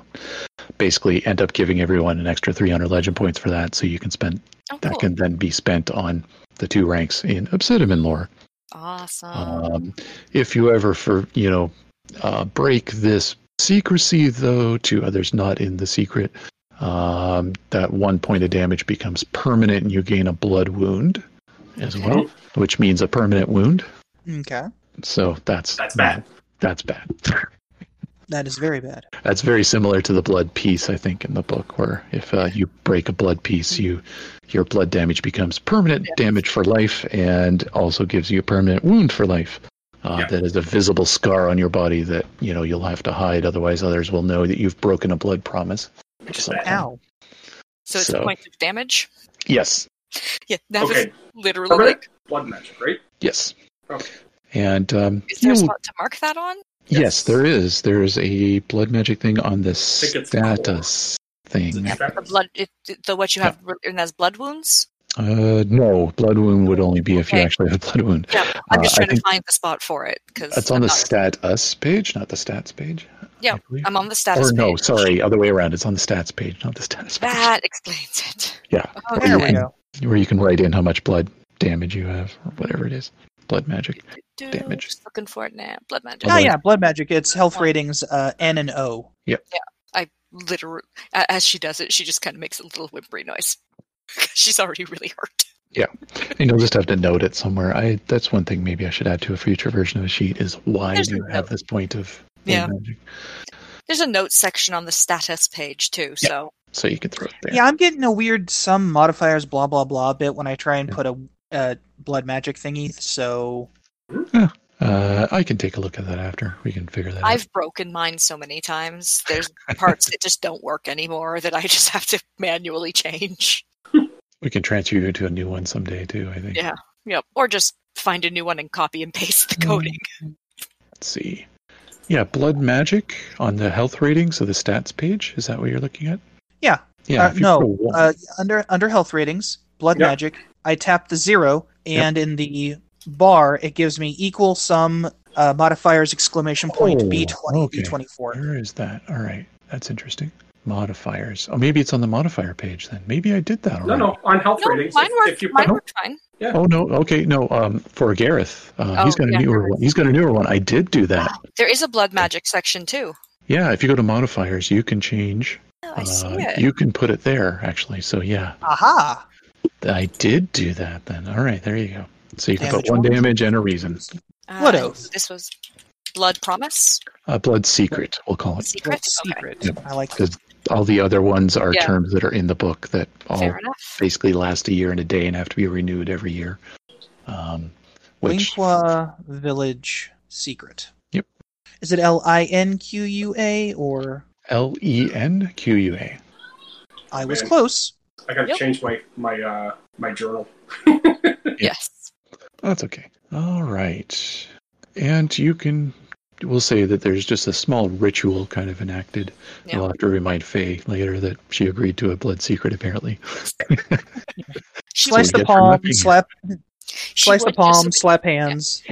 Speaker 2: basically, end up giving everyone an extra 300 legend points for that, so you can spend
Speaker 6: Oh,
Speaker 2: that
Speaker 6: cool.
Speaker 2: can then be spent on the two ranks in Obsidian lore.
Speaker 6: Awesome.
Speaker 2: Um, if you ever, for you know, uh, break this secrecy though to others not in the secret, um, that one point of damage becomes permanent, and you gain a blood wound as well, which means a permanent wound.
Speaker 4: Okay.
Speaker 2: So that's
Speaker 5: That's bad.
Speaker 2: That's bad. (laughs)
Speaker 4: That is very bad.
Speaker 2: That's very similar to the blood piece, I think, in the book, where if uh, you break a blood piece, you your blood damage becomes permanent damage for life, and also gives you a permanent wound for life. Uh,
Speaker 5: Yeah.
Speaker 2: That is a visible scar on your body that you know you'll have to hide, otherwise others will know that you've broken a blood promise.
Speaker 5: Which is
Speaker 2: So-
Speaker 5: bad.
Speaker 4: Ow.
Speaker 3: So it's
Speaker 2: So-
Speaker 3: a point of damage.
Speaker 2: Yes,
Speaker 3: Yeah, that was
Speaker 5: Okay,
Speaker 3: literally
Speaker 5: permanent
Speaker 3: like.
Speaker 5: blood magic, right?
Speaker 2: yes,
Speaker 5: Okay.
Speaker 2: and um,
Speaker 6: Is there a
Speaker 2: you'll-
Speaker 6: spot to mark that on?
Speaker 2: yes.
Speaker 5: Yes.
Speaker 2: there is. There is a blood magic thing on the
Speaker 5: think it's
Speaker 2: status
Speaker 5: Is it
Speaker 2: thing.
Speaker 5: trapped?
Speaker 6: The blood, it, the what you have written as blood wounds.
Speaker 2: Uh, no, blood wound would only be if you
Speaker 6: Okay.
Speaker 2: actually have blood wound.
Speaker 6: Yeah, I'm
Speaker 2: Uh,
Speaker 6: just
Speaker 2: I
Speaker 6: trying to
Speaker 2: think-
Speaker 6: find the spot for it because
Speaker 2: That's on the
Speaker 6: not,
Speaker 2: stat us page, not the stats page.
Speaker 6: Yeah,
Speaker 2: I believe.
Speaker 6: I'm on the status.
Speaker 2: or no,
Speaker 6: page.
Speaker 2: sorry, other way around. It's on the stats page, not the stats page.
Speaker 6: That explains it. Oh,
Speaker 2: Yeah.
Speaker 6: Okay.
Speaker 4: There we go.
Speaker 2: Where you can write in how much blood damage you have, or whatever it is. Blood magic.
Speaker 6: Do-
Speaker 2: Damage.
Speaker 6: Just looking for it now. Blood magic.
Speaker 4: Oh
Speaker 2: Otherwise-
Speaker 4: yeah, blood magic. It's health ratings uh, N and O.
Speaker 3: literal a- as she does it she just kind of makes a little whimpery noise (laughs) she's already really hurt
Speaker 2: And you'll just have to note it somewhere. I that's one thing maybe I should add to a future version of the sheet is why
Speaker 6: There's
Speaker 2: do you
Speaker 6: no
Speaker 2: have this point of blood
Speaker 3: Yeah.
Speaker 2: magic?
Speaker 6: There's a notes section on the status page too.
Speaker 2: Yeah.
Speaker 6: So
Speaker 2: So you can throw it there.
Speaker 4: Yeah, I'm getting a weird some modifiers blah blah blah bit when I try and
Speaker 2: Yeah.
Speaker 4: put a, a blood magic thingy. So
Speaker 2: Uh, I can take a look at that after. We can figure that out.
Speaker 6: I've broken mine so many times. There's parts that just don't work anymore that I just have to manually change.
Speaker 2: We can transfer you to a new one someday too, I think.
Speaker 6: Yeah.
Speaker 3: yep or just find a new one and copy and paste the
Speaker 2: Mm.
Speaker 3: coding
Speaker 2: Let's see. Yeah, blood magic on the health rating, so the stats page. Is that what you're looking at?
Speaker 4: Yeah.
Speaker 2: Yeah.
Speaker 4: Uh,
Speaker 2: if you
Speaker 4: no,
Speaker 2: put a one-
Speaker 4: uh, under under health ratings, blood
Speaker 5: Yep.
Speaker 4: magic, I tap the zero, and in the bar it gives me equal sum uh, modifiers exclamation point
Speaker 2: Oh,
Speaker 4: B twenty
Speaker 2: okay.
Speaker 4: B twenty four.
Speaker 2: Where is that? All right, that's interesting. Modifiers. Oh, maybe it's on the modifier page then. Maybe I did that already.
Speaker 5: No, no, on health
Speaker 6: No,
Speaker 5: ratings.
Speaker 6: mine
Speaker 5: if,
Speaker 6: worked.
Speaker 5: if you put
Speaker 6: mine worked fine.
Speaker 2: Oh no. Okay, no. Um, for Gareth, uh, he's
Speaker 6: Oh,
Speaker 2: got a
Speaker 6: yeah,
Speaker 2: newer
Speaker 6: Gareth.
Speaker 2: one. He's got a newer one. I did do that.
Speaker 6: There is a blood magic section too.
Speaker 2: Yeah. If you go to modifiers, you can change.
Speaker 6: Oh, I see
Speaker 2: uh,
Speaker 6: it.
Speaker 2: You can put it there actually. So yeah,
Speaker 4: Aha!
Speaker 2: I did do that then. All right, there you go. So you can
Speaker 4: Damage
Speaker 2: put one
Speaker 4: one.
Speaker 2: damage and a reason.
Speaker 6: Uh,
Speaker 4: What else?
Speaker 6: This was Blood Promise?
Speaker 2: A blood secret, we'll call it.
Speaker 6: Secret?
Speaker 4: That's
Speaker 6: Okay,
Speaker 4: secret.
Speaker 2: Yep.
Speaker 4: I like
Speaker 2: Because all the other ones are
Speaker 3: Yeah.
Speaker 2: terms that are in the book that all
Speaker 6: fair enough.
Speaker 2: basically last a year and a day and have to be renewed every year. Um, which
Speaker 4: Linqua Village Secret.
Speaker 2: Yep.
Speaker 4: Is it L I N Q U A or
Speaker 2: L E N Q U A.
Speaker 4: I was
Speaker 5: Man.
Speaker 4: close?
Speaker 5: I gotta
Speaker 6: Yep.
Speaker 5: change my my uh, my journal.
Speaker 6: Yes.
Speaker 2: That's okay. All right. And you can, we'll say that there's just a small ritual kind of enacted.
Speaker 6: Yeah.
Speaker 2: We'll have to remind Faye later that she agreed to a blood secret, apparently.
Speaker 6: She
Speaker 4: Slice
Speaker 2: what
Speaker 4: the
Speaker 2: we get for
Speaker 4: palm,
Speaker 2: nothing.
Speaker 4: slap,
Speaker 6: She
Speaker 4: slice the
Speaker 6: would just-
Speaker 4: palm, slap hands.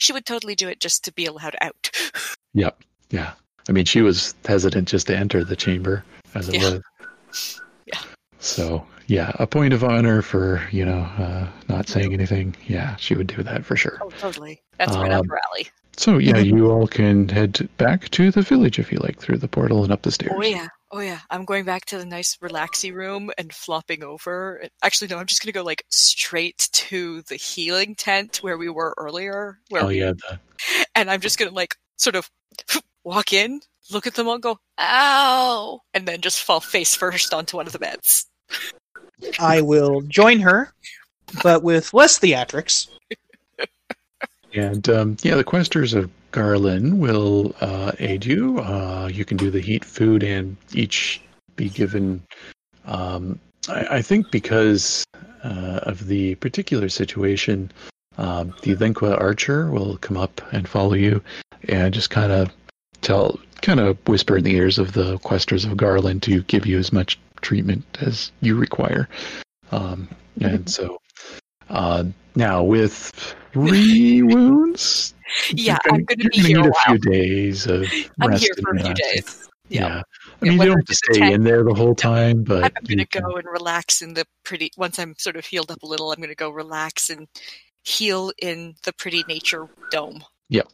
Speaker 6: She would totally do it just to be allowed out.
Speaker 2: Yep. Yeah. I mean, she was hesitant just to enter the chamber as it
Speaker 6: Yeah.
Speaker 2: was.
Speaker 6: (laughs) Yeah.
Speaker 2: So, yeah, a point of honor for, you know, uh, not saying anything. Yeah, she would do that for sure.
Speaker 6: Oh, totally. That's right up
Speaker 2: Um,
Speaker 6: her alley.
Speaker 2: So, yeah, you all can head back to the village if you like through the portal and up the stairs.
Speaker 6: Oh, yeah.
Speaker 3: Oh yeah, I'm going back to the nice relaxy room and flopping over. Actually, no, I'm just gonna go like straight to the healing tent where we were earlier. Where
Speaker 2: Oh, yeah. The,
Speaker 3: and I'm just gonna like sort of (laughs) walk in, look at them all, go,
Speaker 6: Ow!
Speaker 3: and then just fall face first onto one of the beds.
Speaker 4: I will join her, but with less theatrics.
Speaker 2: And um, yeah, the questers of Garlin will uh, aid you. Uh, you can do the heat, food, and each be given. Um, I, I think because uh, of the particular situation, um, the Linqua archer will come up and follow you, and just kind of tell, kind of whisper in the ears of the questers of Garland to give you as much treatment as you require. Um, and so, uh, now with three wounds,
Speaker 3: Yeah,
Speaker 2: you're
Speaker 3: I'm gonna
Speaker 2: you're
Speaker 3: be
Speaker 2: need
Speaker 3: here a
Speaker 2: a few
Speaker 3: while.
Speaker 2: days of
Speaker 3: I'm
Speaker 2: rest
Speaker 3: here
Speaker 2: and
Speaker 3: for a few
Speaker 2: relaxing.
Speaker 3: days.
Speaker 2: Yeah.
Speaker 3: Yeah.
Speaker 2: I mean, you
Speaker 3: whether
Speaker 2: don't have
Speaker 3: it's
Speaker 2: to
Speaker 3: a
Speaker 2: stay
Speaker 3: tent-
Speaker 2: in there the whole time, but
Speaker 3: I'm
Speaker 2: you
Speaker 3: gonna
Speaker 2: can-
Speaker 3: go and relax in the pretty. Once I'm sort of healed up a little, I'm gonna go relax and heal in the pretty nature dome.
Speaker 2: Yep.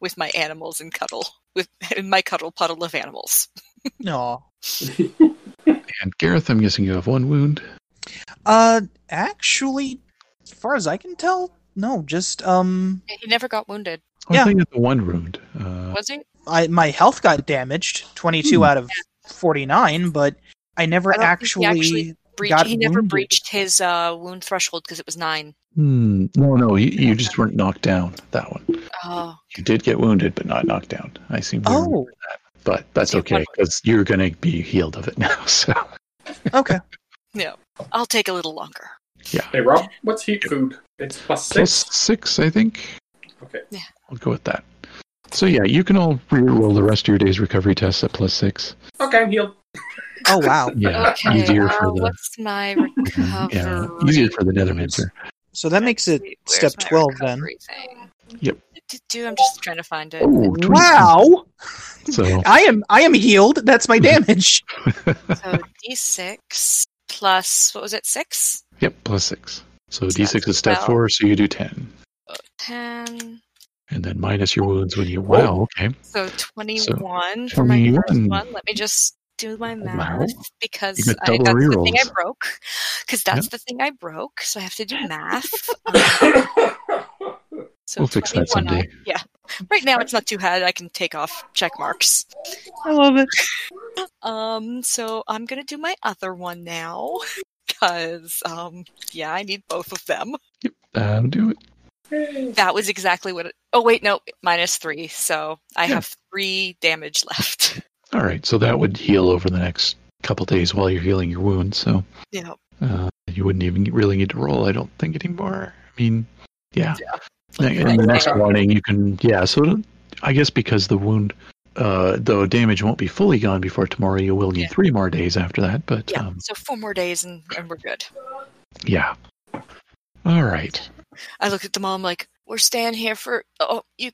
Speaker 3: With my animals and cuddle with in my cuddle puddle of animals.
Speaker 4: No.
Speaker 2: And Gareth, I'm guessing you have one wound.
Speaker 4: Uh, actually, as far as I can tell, no. Just um,
Speaker 6: He never got wounded,
Speaker 2: Oh, I
Speaker 4: Yeah.
Speaker 2: think it's the one wound. Uh,
Speaker 6: was he?
Speaker 4: I my health got damaged, twenty-two
Speaker 2: Hmm.
Speaker 4: out of forty-nine, but I never
Speaker 6: I don't think he
Speaker 4: actually,
Speaker 6: actually Breach,
Speaker 4: got
Speaker 6: he never
Speaker 4: wounded.
Speaker 6: breached his uh, wound threshold because it was nine.
Speaker 2: hmm, no, no, you, you just weren't knocked down. That one.
Speaker 6: Oh,
Speaker 2: You did get wounded, but not knocked down. I seem. to remember.
Speaker 4: Oh,
Speaker 2: but that's
Speaker 6: See,
Speaker 2: okay
Speaker 6: one-
Speaker 2: because you're gonna be healed of it (laughs) now. So
Speaker 4: okay.
Speaker 6: I'll take a little longer.
Speaker 5: Hey Rob, what's heat food? It's plus
Speaker 2: plus
Speaker 5: six.
Speaker 2: six, I think.
Speaker 5: Okay.
Speaker 6: Yeah.
Speaker 2: I'll go with that. So yeah, you can all re-roll the rest of your day's recovery tests at plus six.
Speaker 5: Okay,
Speaker 6: (laughs)
Speaker 5: I'm healed.
Speaker 4: Oh wow.
Speaker 2: Yeah,
Speaker 6: okay,
Speaker 2: easier
Speaker 6: uh,
Speaker 2: for the mm,
Speaker 6: what's my recovery?
Speaker 2: yeah, easier for the Netherminster.
Speaker 4: So that makes it
Speaker 6: Where's
Speaker 4: step
Speaker 6: my
Speaker 4: twelve then.
Speaker 6: recovery thing?
Speaker 2: Yep.
Speaker 6: Do- do- I'm just trying to find it.
Speaker 2: Oh, 22.
Speaker 4: Wow.
Speaker 2: So
Speaker 4: I am I am healed. That's my
Speaker 6: (laughs)
Speaker 4: damage.
Speaker 6: So D6 plus what was it? Six,
Speaker 2: yep, plus six. So
Speaker 6: So
Speaker 2: d6 is
Speaker 6: that's
Speaker 2: step
Speaker 6: 12.
Speaker 2: four, so you do ten,
Speaker 6: ten.
Speaker 2: and then minus your wounds when you. Wow. Okay.
Speaker 6: So twenty-one for my
Speaker 2: 21.
Speaker 6: first one. Let me just do my math
Speaker 2: Wow.
Speaker 6: because
Speaker 2: got
Speaker 6: I,
Speaker 2: double
Speaker 6: that's the thing I
Speaker 2: rerolls.
Speaker 6: broke. (laughs) Because that's the thing I broke. So I have to do math.
Speaker 2: (laughs)
Speaker 6: So
Speaker 2: We'll fix that
Speaker 6: 21
Speaker 2: someday.
Speaker 6: on- yeah.
Speaker 3: Right now, it's not too hard. I can take off check marks.
Speaker 4: I love it.
Speaker 6: (laughs)
Speaker 3: Um, so I'm gonna do my other one now
Speaker 6: (laughs)
Speaker 3: because um, yeah, I need both of them.
Speaker 2: That'll Um, do it.
Speaker 3: That was exactly what. It, oh wait, no, minus three. So I
Speaker 2: Yeah.
Speaker 3: have three damage (laughs) left.
Speaker 2: All right. So that would heal over the next couple days while you're healing your wounds. So
Speaker 3: Yeah.
Speaker 2: uh, you wouldn't even really need to roll, I don't think, anymore. I mean, yeah. In the
Speaker 5: Right.
Speaker 2: next morning, you can, yeah. So it'll- I guess because the wound, uh, though damage won't be fully gone before tomorrow, you will need
Speaker 3: Yeah.
Speaker 2: three more days after that. But
Speaker 3: Yeah.
Speaker 2: um,
Speaker 3: So four more days and, and we're good.
Speaker 2: yeah. All right.
Speaker 3: I look at them all. I'm like,
Speaker 6: We're staying here for. Oh, you.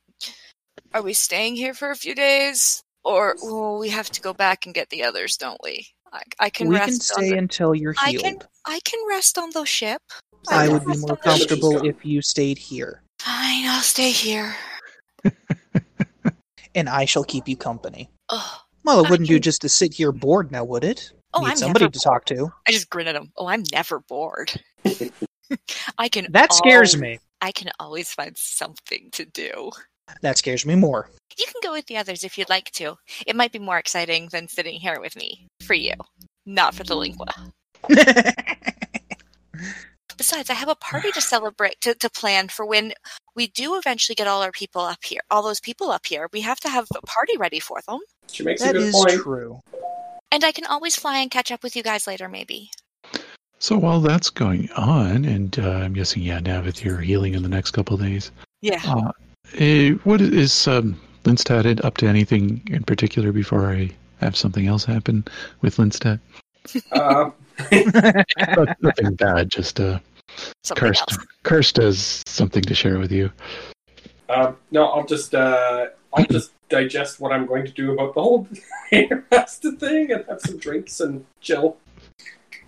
Speaker 6: Are we staying here for a few days, or well, we have to go back and get the others, don't we? I, I can
Speaker 4: we
Speaker 6: rest.
Speaker 4: can
Speaker 6: on
Speaker 4: stay
Speaker 6: the,
Speaker 4: until you're
Speaker 6: I
Speaker 4: healed.
Speaker 6: can- I can rest on the ship.
Speaker 4: I
Speaker 6: can
Speaker 4: would be
Speaker 6: rest
Speaker 4: more
Speaker 6: on the ship.
Speaker 4: comfortable if you stayed here,
Speaker 6: Fine, I'll stay here.
Speaker 4: and I shall keep you company.
Speaker 6: Oh,
Speaker 4: Well,
Speaker 6: I
Speaker 4: it wouldn't do
Speaker 6: can-
Speaker 4: just to sit here bored now, would it?
Speaker 3: Oh,
Speaker 4: need
Speaker 3: I'm
Speaker 4: somebody
Speaker 3: never
Speaker 4: to talk to.
Speaker 3: I just grin at him. Oh, I'm never
Speaker 4: (laughs)
Speaker 3: bored. I can.
Speaker 4: That scares
Speaker 3: al-
Speaker 4: me.
Speaker 3: I can always find something to do.
Speaker 4: That scares me more.
Speaker 6: You can go with the others if you'd like to. It might be more exciting than sitting here with me.
Speaker 3: For you, not for the lingua.
Speaker 6: Besides, I have a party to celebrate, to, to plan for when we do eventually get all our people up here, all those people up here. We have to have a party ready for them.
Speaker 5: She makes
Speaker 4: that
Speaker 5: a good
Speaker 4: is
Speaker 5: point.
Speaker 4: true.
Speaker 6: And I can always fly and catch up with you guys later, maybe.
Speaker 2: So while that's going on, and uh, I'm guessing, yeah, Navith, you're healing in the next couple of days.
Speaker 3: Yeah.
Speaker 2: Uh, eh, what is- is um, Lindstad up to? Anything in particular before I have something else happen with Lindstad?
Speaker 5: Um,
Speaker 2: Not- Nothing bad, just uh,
Speaker 3: Something
Speaker 2: cursed.
Speaker 3: else.
Speaker 2: Cursed has something to share with you.
Speaker 5: um, no, I'll just uh, I'll just digest what I'm going to do about the whole interested thing (laughs) and have some drinks and chill.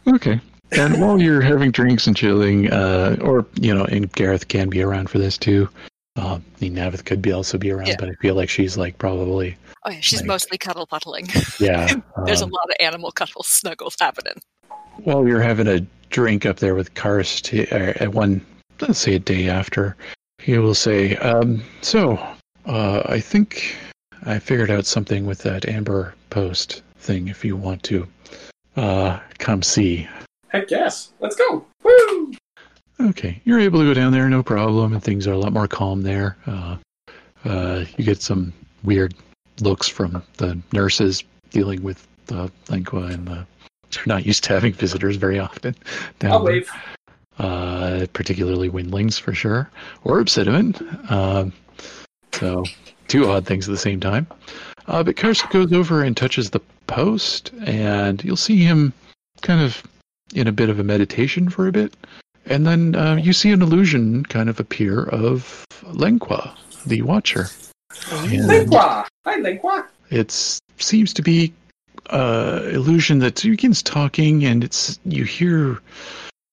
Speaker 2: Okay. And while you're having drinks and chilling, uh, or you know, and Gareth can be around for this too. Uh, I mean, Navith could be also be around,
Speaker 3: Yeah.
Speaker 2: but I feel like she's like probably
Speaker 3: Oh yeah, she's
Speaker 2: Like-
Speaker 3: mostly cuddle puddling.
Speaker 2: yeah.
Speaker 3: (laughs) There's a
Speaker 2: um,
Speaker 3: lot of animal cuddle snuggles happening.
Speaker 2: while you're having a drink up there with Karst he- uh, at one, let's say a day after, he will say, um, "So, uh, I think I figured out something with that Amber Post thing. If you want to uh, come see,
Speaker 5: Heck yes, let's go! Woo!
Speaker 2: okay, you're able to go down there, no problem, and things are a lot more calm there. Uh, uh, you get some weird looks from the nurses dealing with the lingua and the." They're not used to having visitors very often. down
Speaker 5: I'll
Speaker 2: there.
Speaker 5: wave.
Speaker 2: uh, particularly windlings for sure, or obsidian. Um, so, two odd things at the same time. Uh, but Karst goes over and touches the post, and you'll see him kind of in a bit of a meditation for a bit. And then uh, you see an illusion kind of appear of Lenqua, the Watcher. And
Speaker 5: Lingua! Hi, Lingua!
Speaker 2: it seems to be uh illusion that he begins talking and it's you hear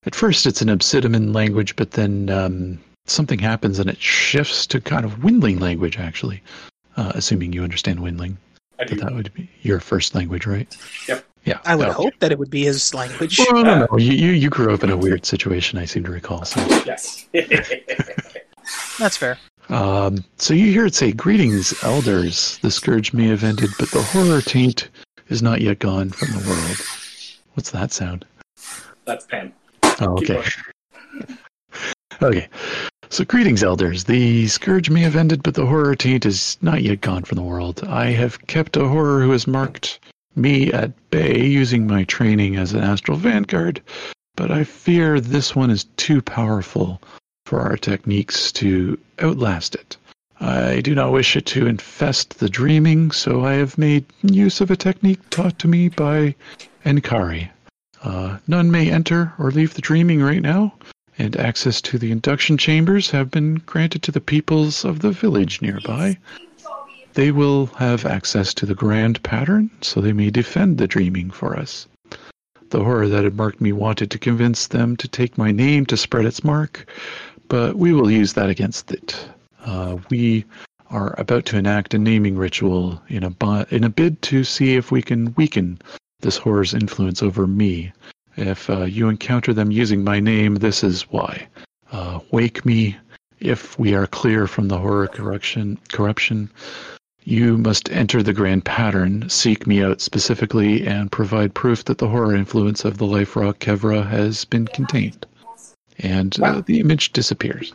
Speaker 2: at first it's an obsidian language but then um something happens and it shifts to kind of windling language actually uh, assuming you understand windling
Speaker 5: I
Speaker 2: but
Speaker 5: do.
Speaker 2: that would be your first language right
Speaker 5: Yep.
Speaker 2: yeah
Speaker 4: I would
Speaker 2: Oh.
Speaker 4: hope that it would be his language.
Speaker 2: well, I don't know. You, you you grew up in a weird situation i seem to recall so
Speaker 5: Yes. (laughs)
Speaker 4: That's fair.
Speaker 2: Um, so you hear it say, Greetings, elders. The scourge may have ended, but the horror taint is not yet gone from the world. What's that sound?
Speaker 5: That's Pan.
Speaker 2: Oh,
Speaker 5: Keep
Speaker 2: okay. (laughs) okay. So, greetings, elders. The scourge may have ended, but the horror taint is not yet gone from the world. I have kept a horror who has marked me at bay using my training as an astral vanguard, but I fear this one is too powerful for our techniques to outlast it. I do not wish it to infest the dreaming, so I have made use of a technique taught to me by Enkari. Uh, none may enter or leave the dreaming right now, and access to the induction chambers have been granted to the peoples of the village nearby. They will have access to the grand pattern, so they may defend the dreaming for us. The horror that had marked me wanted to convince them to take my name to spread its mark, but we will use that against it. Uh, we are about to enact a naming ritual in a bi- in a bid to see if we can weaken this horror's influence over me. If uh, you encounter them using my name, this is why. Uh, wake me if we are clear from the horror corruption. Corruption. You must enter the grand pattern, seek me out specifically, and provide proof that the horror influence of the life rock Kevra has been contained. And uh, the image disappears.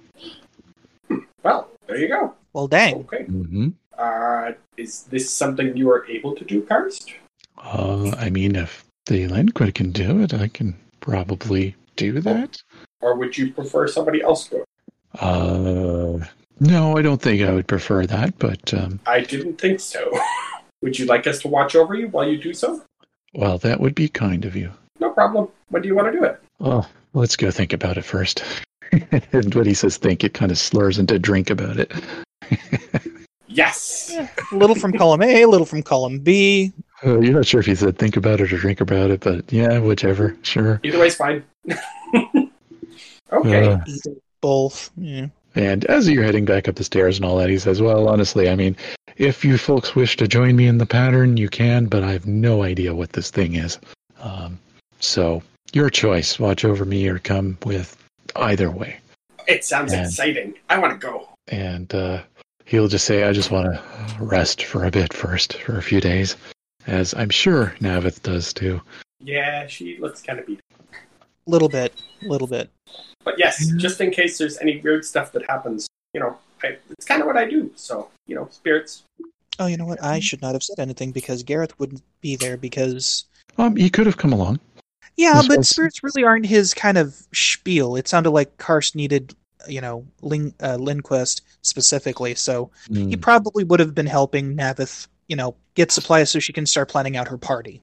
Speaker 5: Well, there you go.
Speaker 4: Well, dang.
Speaker 5: Okay.
Speaker 2: Mm-hmm.
Speaker 5: Uh, is this something you are able to do, Karst?
Speaker 2: Uh, I mean, if the Landquid can do it, I can probably do that.
Speaker 5: Or would you prefer somebody else go?
Speaker 2: Uh, no, I don't think I would prefer that, but um,
Speaker 5: I didn't think so. (laughs) would you like us to watch over you while you do so?
Speaker 2: well, that would be kind of you.
Speaker 5: No problem. When do you want to do it?
Speaker 2: Oh, let's go think about it first. (laughs) and when he says think, it kind of slurs into drink about it.
Speaker 5: Yes.
Speaker 4: A little from column A, a little from column B.
Speaker 2: Uh, you're not sure if he said think about it or drink about it, but yeah, whichever, sure.
Speaker 5: Either way's fine. (laughs) okay.
Speaker 2: Uh,
Speaker 4: Either, both. Yeah.
Speaker 2: And as you're heading back up the stairs and all that, he says, Well, honestly, I mean, if you folks wish to join me in the pattern, you can, but I have no idea what this thing is. Um, so your choice. Watch over me or come with. Either way,
Speaker 5: It sounds
Speaker 2: Yeah.
Speaker 5: exciting. I want to go.
Speaker 2: and uh, he'll just say, "I just want to rest for a bit first, for a few days," as I'm sure Navith does too.
Speaker 5: Yeah, she looks kind of beat.
Speaker 4: Little bit, little bit.
Speaker 5: But yes, just in case there's any weird stuff that happens, you know, I, it's kind of what I do. So, you know, spirits.
Speaker 4: Oh, you know what? I should not have said anything because Gareth wouldn't be there because
Speaker 2: Um, you could have come along.
Speaker 4: yeah,
Speaker 2: That's
Speaker 4: but
Speaker 2: awesome.
Speaker 4: spirits really aren't his kind of spiel. It sounded like Karst needed, you know, Ling, uh, Lindquist specifically, so he
Speaker 2: Mm,
Speaker 4: probably would have been helping Navith, you know, get supplies so she can start planning out her party.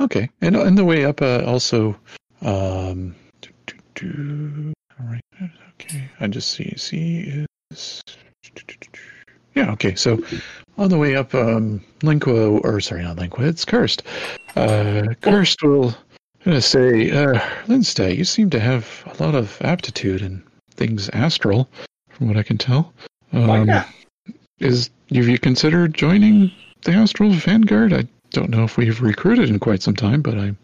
Speaker 2: Okay, and on the way up, uh, also, um, do, do, do, all right, okay. I just see see is yeah. Okay, so on the way up, um, Linqua or sorry, not Linqua, it's cursed. Uh, cursed will I'm gonna say, uh, Linstay, you seem to have a lot of aptitude in things astral, from what I can tell. Um,
Speaker 5: Oh, yeah.
Speaker 2: Is have you considered joining the Astral Vanguard? I don't know if we've recruited in quite some time, but I'm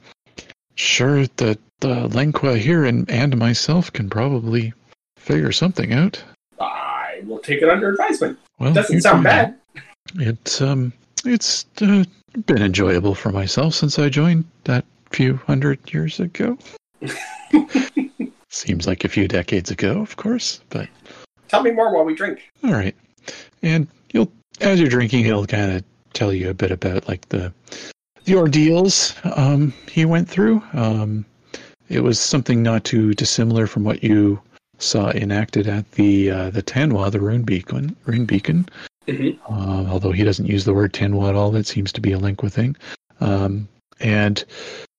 Speaker 2: sure that uh, Lenqua here and, and myself can probably figure something out.
Speaker 5: I will take it under advisement.
Speaker 2: Well, Oh,
Speaker 5: Doesn't
Speaker 2: you
Speaker 5: sound
Speaker 2: do that.
Speaker 5: bad.
Speaker 2: It's um, it's uh, been enjoyable for myself since I joined that few hundred years
Speaker 5: (laughs)
Speaker 2: ago. Seems like a few decades ago, of course, but
Speaker 5: Tell me more while we drink.
Speaker 2: all right. And you'll, as you're drinking, he'll kind of tell you a bit about like the the ordeals um, he went through. Um, it was something not too dissimilar from what you saw enacted at the uh, the Tanwa, the Rune Beacon. Rune Beacon.
Speaker 5: Mhm.
Speaker 2: Uh, although he doesn't use the word Tanwa at all, that seems to be a Lingua thing. Um, and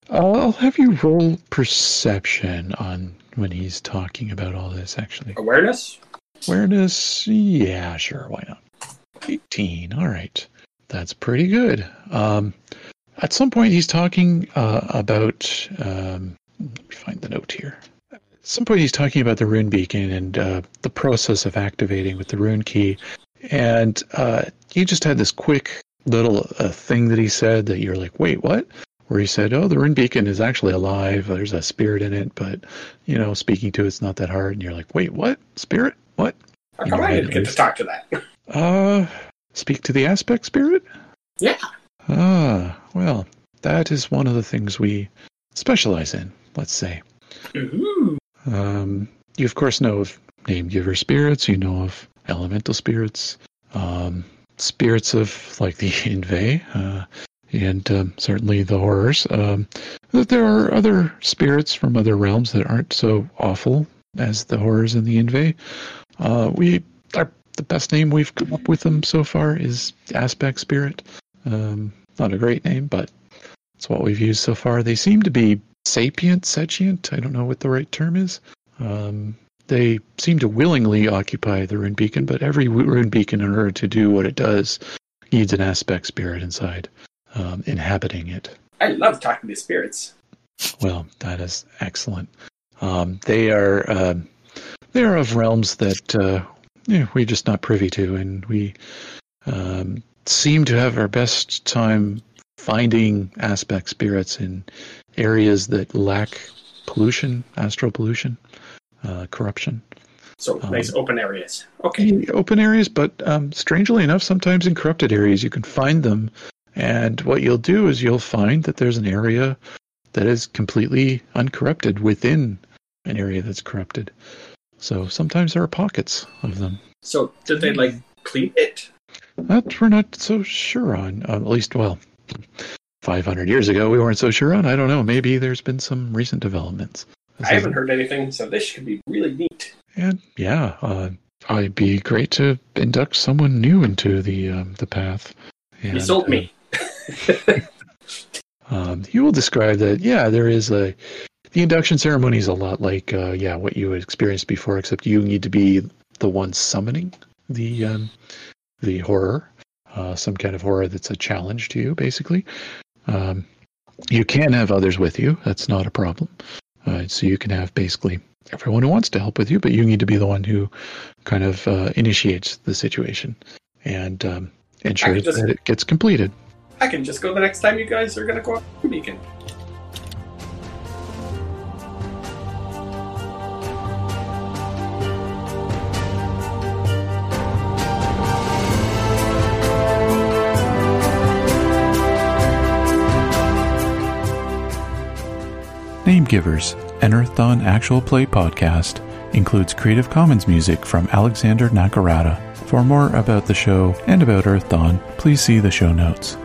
Speaker 2: I'll have you roll perception on when he's talking about all this. Actually,
Speaker 5: Awareness?
Speaker 2: Awareness, yeah, sure, why not? 18, all right. That's pretty good. Um, at some point, he's talking uh, about. Um, let me find the note here. At some point, he's talking about the rune beacon and uh, the process of activating with the rune key. And uh, you just had this quick little uh, thing that he said that you're like, wait, what? Where he said, oh, the rune beacon is actually alive. There's a spirit in it, but, you know, speaking to it's not that hard. And you're like, wait, what? Spirit? What?
Speaker 5: How come I
Speaker 2: Right,
Speaker 5: didn't
Speaker 2: at
Speaker 5: get to
Speaker 2: least.
Speaker 5: talk to that?
Speaker 2: Uh, speak to the aspect spirit?
Speaker 5: Yeah.
Speaker 2: Ah, well, that is one of the things we specialize in, let's say.
Speaker 5: Ooh.
Speaker 2: Um, you, of course, know of name giver spirits, you know of elemental spirits, um, spirits of, like, the (laughs) Inve, uh, and um, certainly the horrors. Um, that there are other spirits from other realms that aren't so awful as the horrors and the Inve. Uh, we our, the best name we've come up with them so far is Aspect Spirit. Um, not a great name, but it's what we've used so far. They seem to be sapient, sentient. I don't know what the right term is. Um, they seem to willingly occupy the rune beacon, but every w- rune beacon, in order to do what it does, needs an aspect spirit inside, um, inhabiting it.
Speaker 5: I love talking to spirits.
Speaker 2: Well, that is excellent. Um, they are um they are of realms that uh, yeah, we're just not privy to, and we um, seem to have our best time finding aspect spirits in areas that lack pollution, astral pollution, uh, corruption,
Speaker 5: So
Speaker 2: Um,
Speaker 5: nice open areas. Okay.
Speaker 2: In open areas. But um, strangely enough, sometimes in corrupted areas, you can find them. And what you'll do is you'll find that there's an area that is completely uncorrupted within an area that's corrupted. So sometimes there are pockets of them.
Speaker 5: So did they like clean it?
Speaker 2: That we're not so sure on. Uh, at least, well, 500 years ago, we weren't so sure on. I don't know. Maybe there's been some recent developments. This
Speaker 5: I
Speaker 2: is-
Speaker 5: haven't heard anything, so this could be really neat.
Speaker 2: And yeah, uh, I'd be great to induct someone new into the um, the path.
Speaker 5: You
Speaker 2: And, uh,
Speaker 5: sold me.
Speaker 2: Um, you will describe that. Yeah, there is a the induction ceremony is a lot like uh, yeah what you had experienced before, except you need to be the one summoning the um, the horror, uh, some kind of horror that's a challenge to you, basically. Um, you can have others with you. That's not a problem. Uh, so you can have basically everyone who wants to help with you, but you need to be the one who kind of uh, initiates the situation and um, ensures
Speaker 5: just-
Speaker 2: that it gets completed.
Speaker 5: I can just go the next time you guys are gonna go out to Beacon.
Speaker 2: Givers, an Earthdawn actual play podcast, includes Creative Commons music from Alexander Nakarada. For more about the show and about Earthdawn, please see the show notes.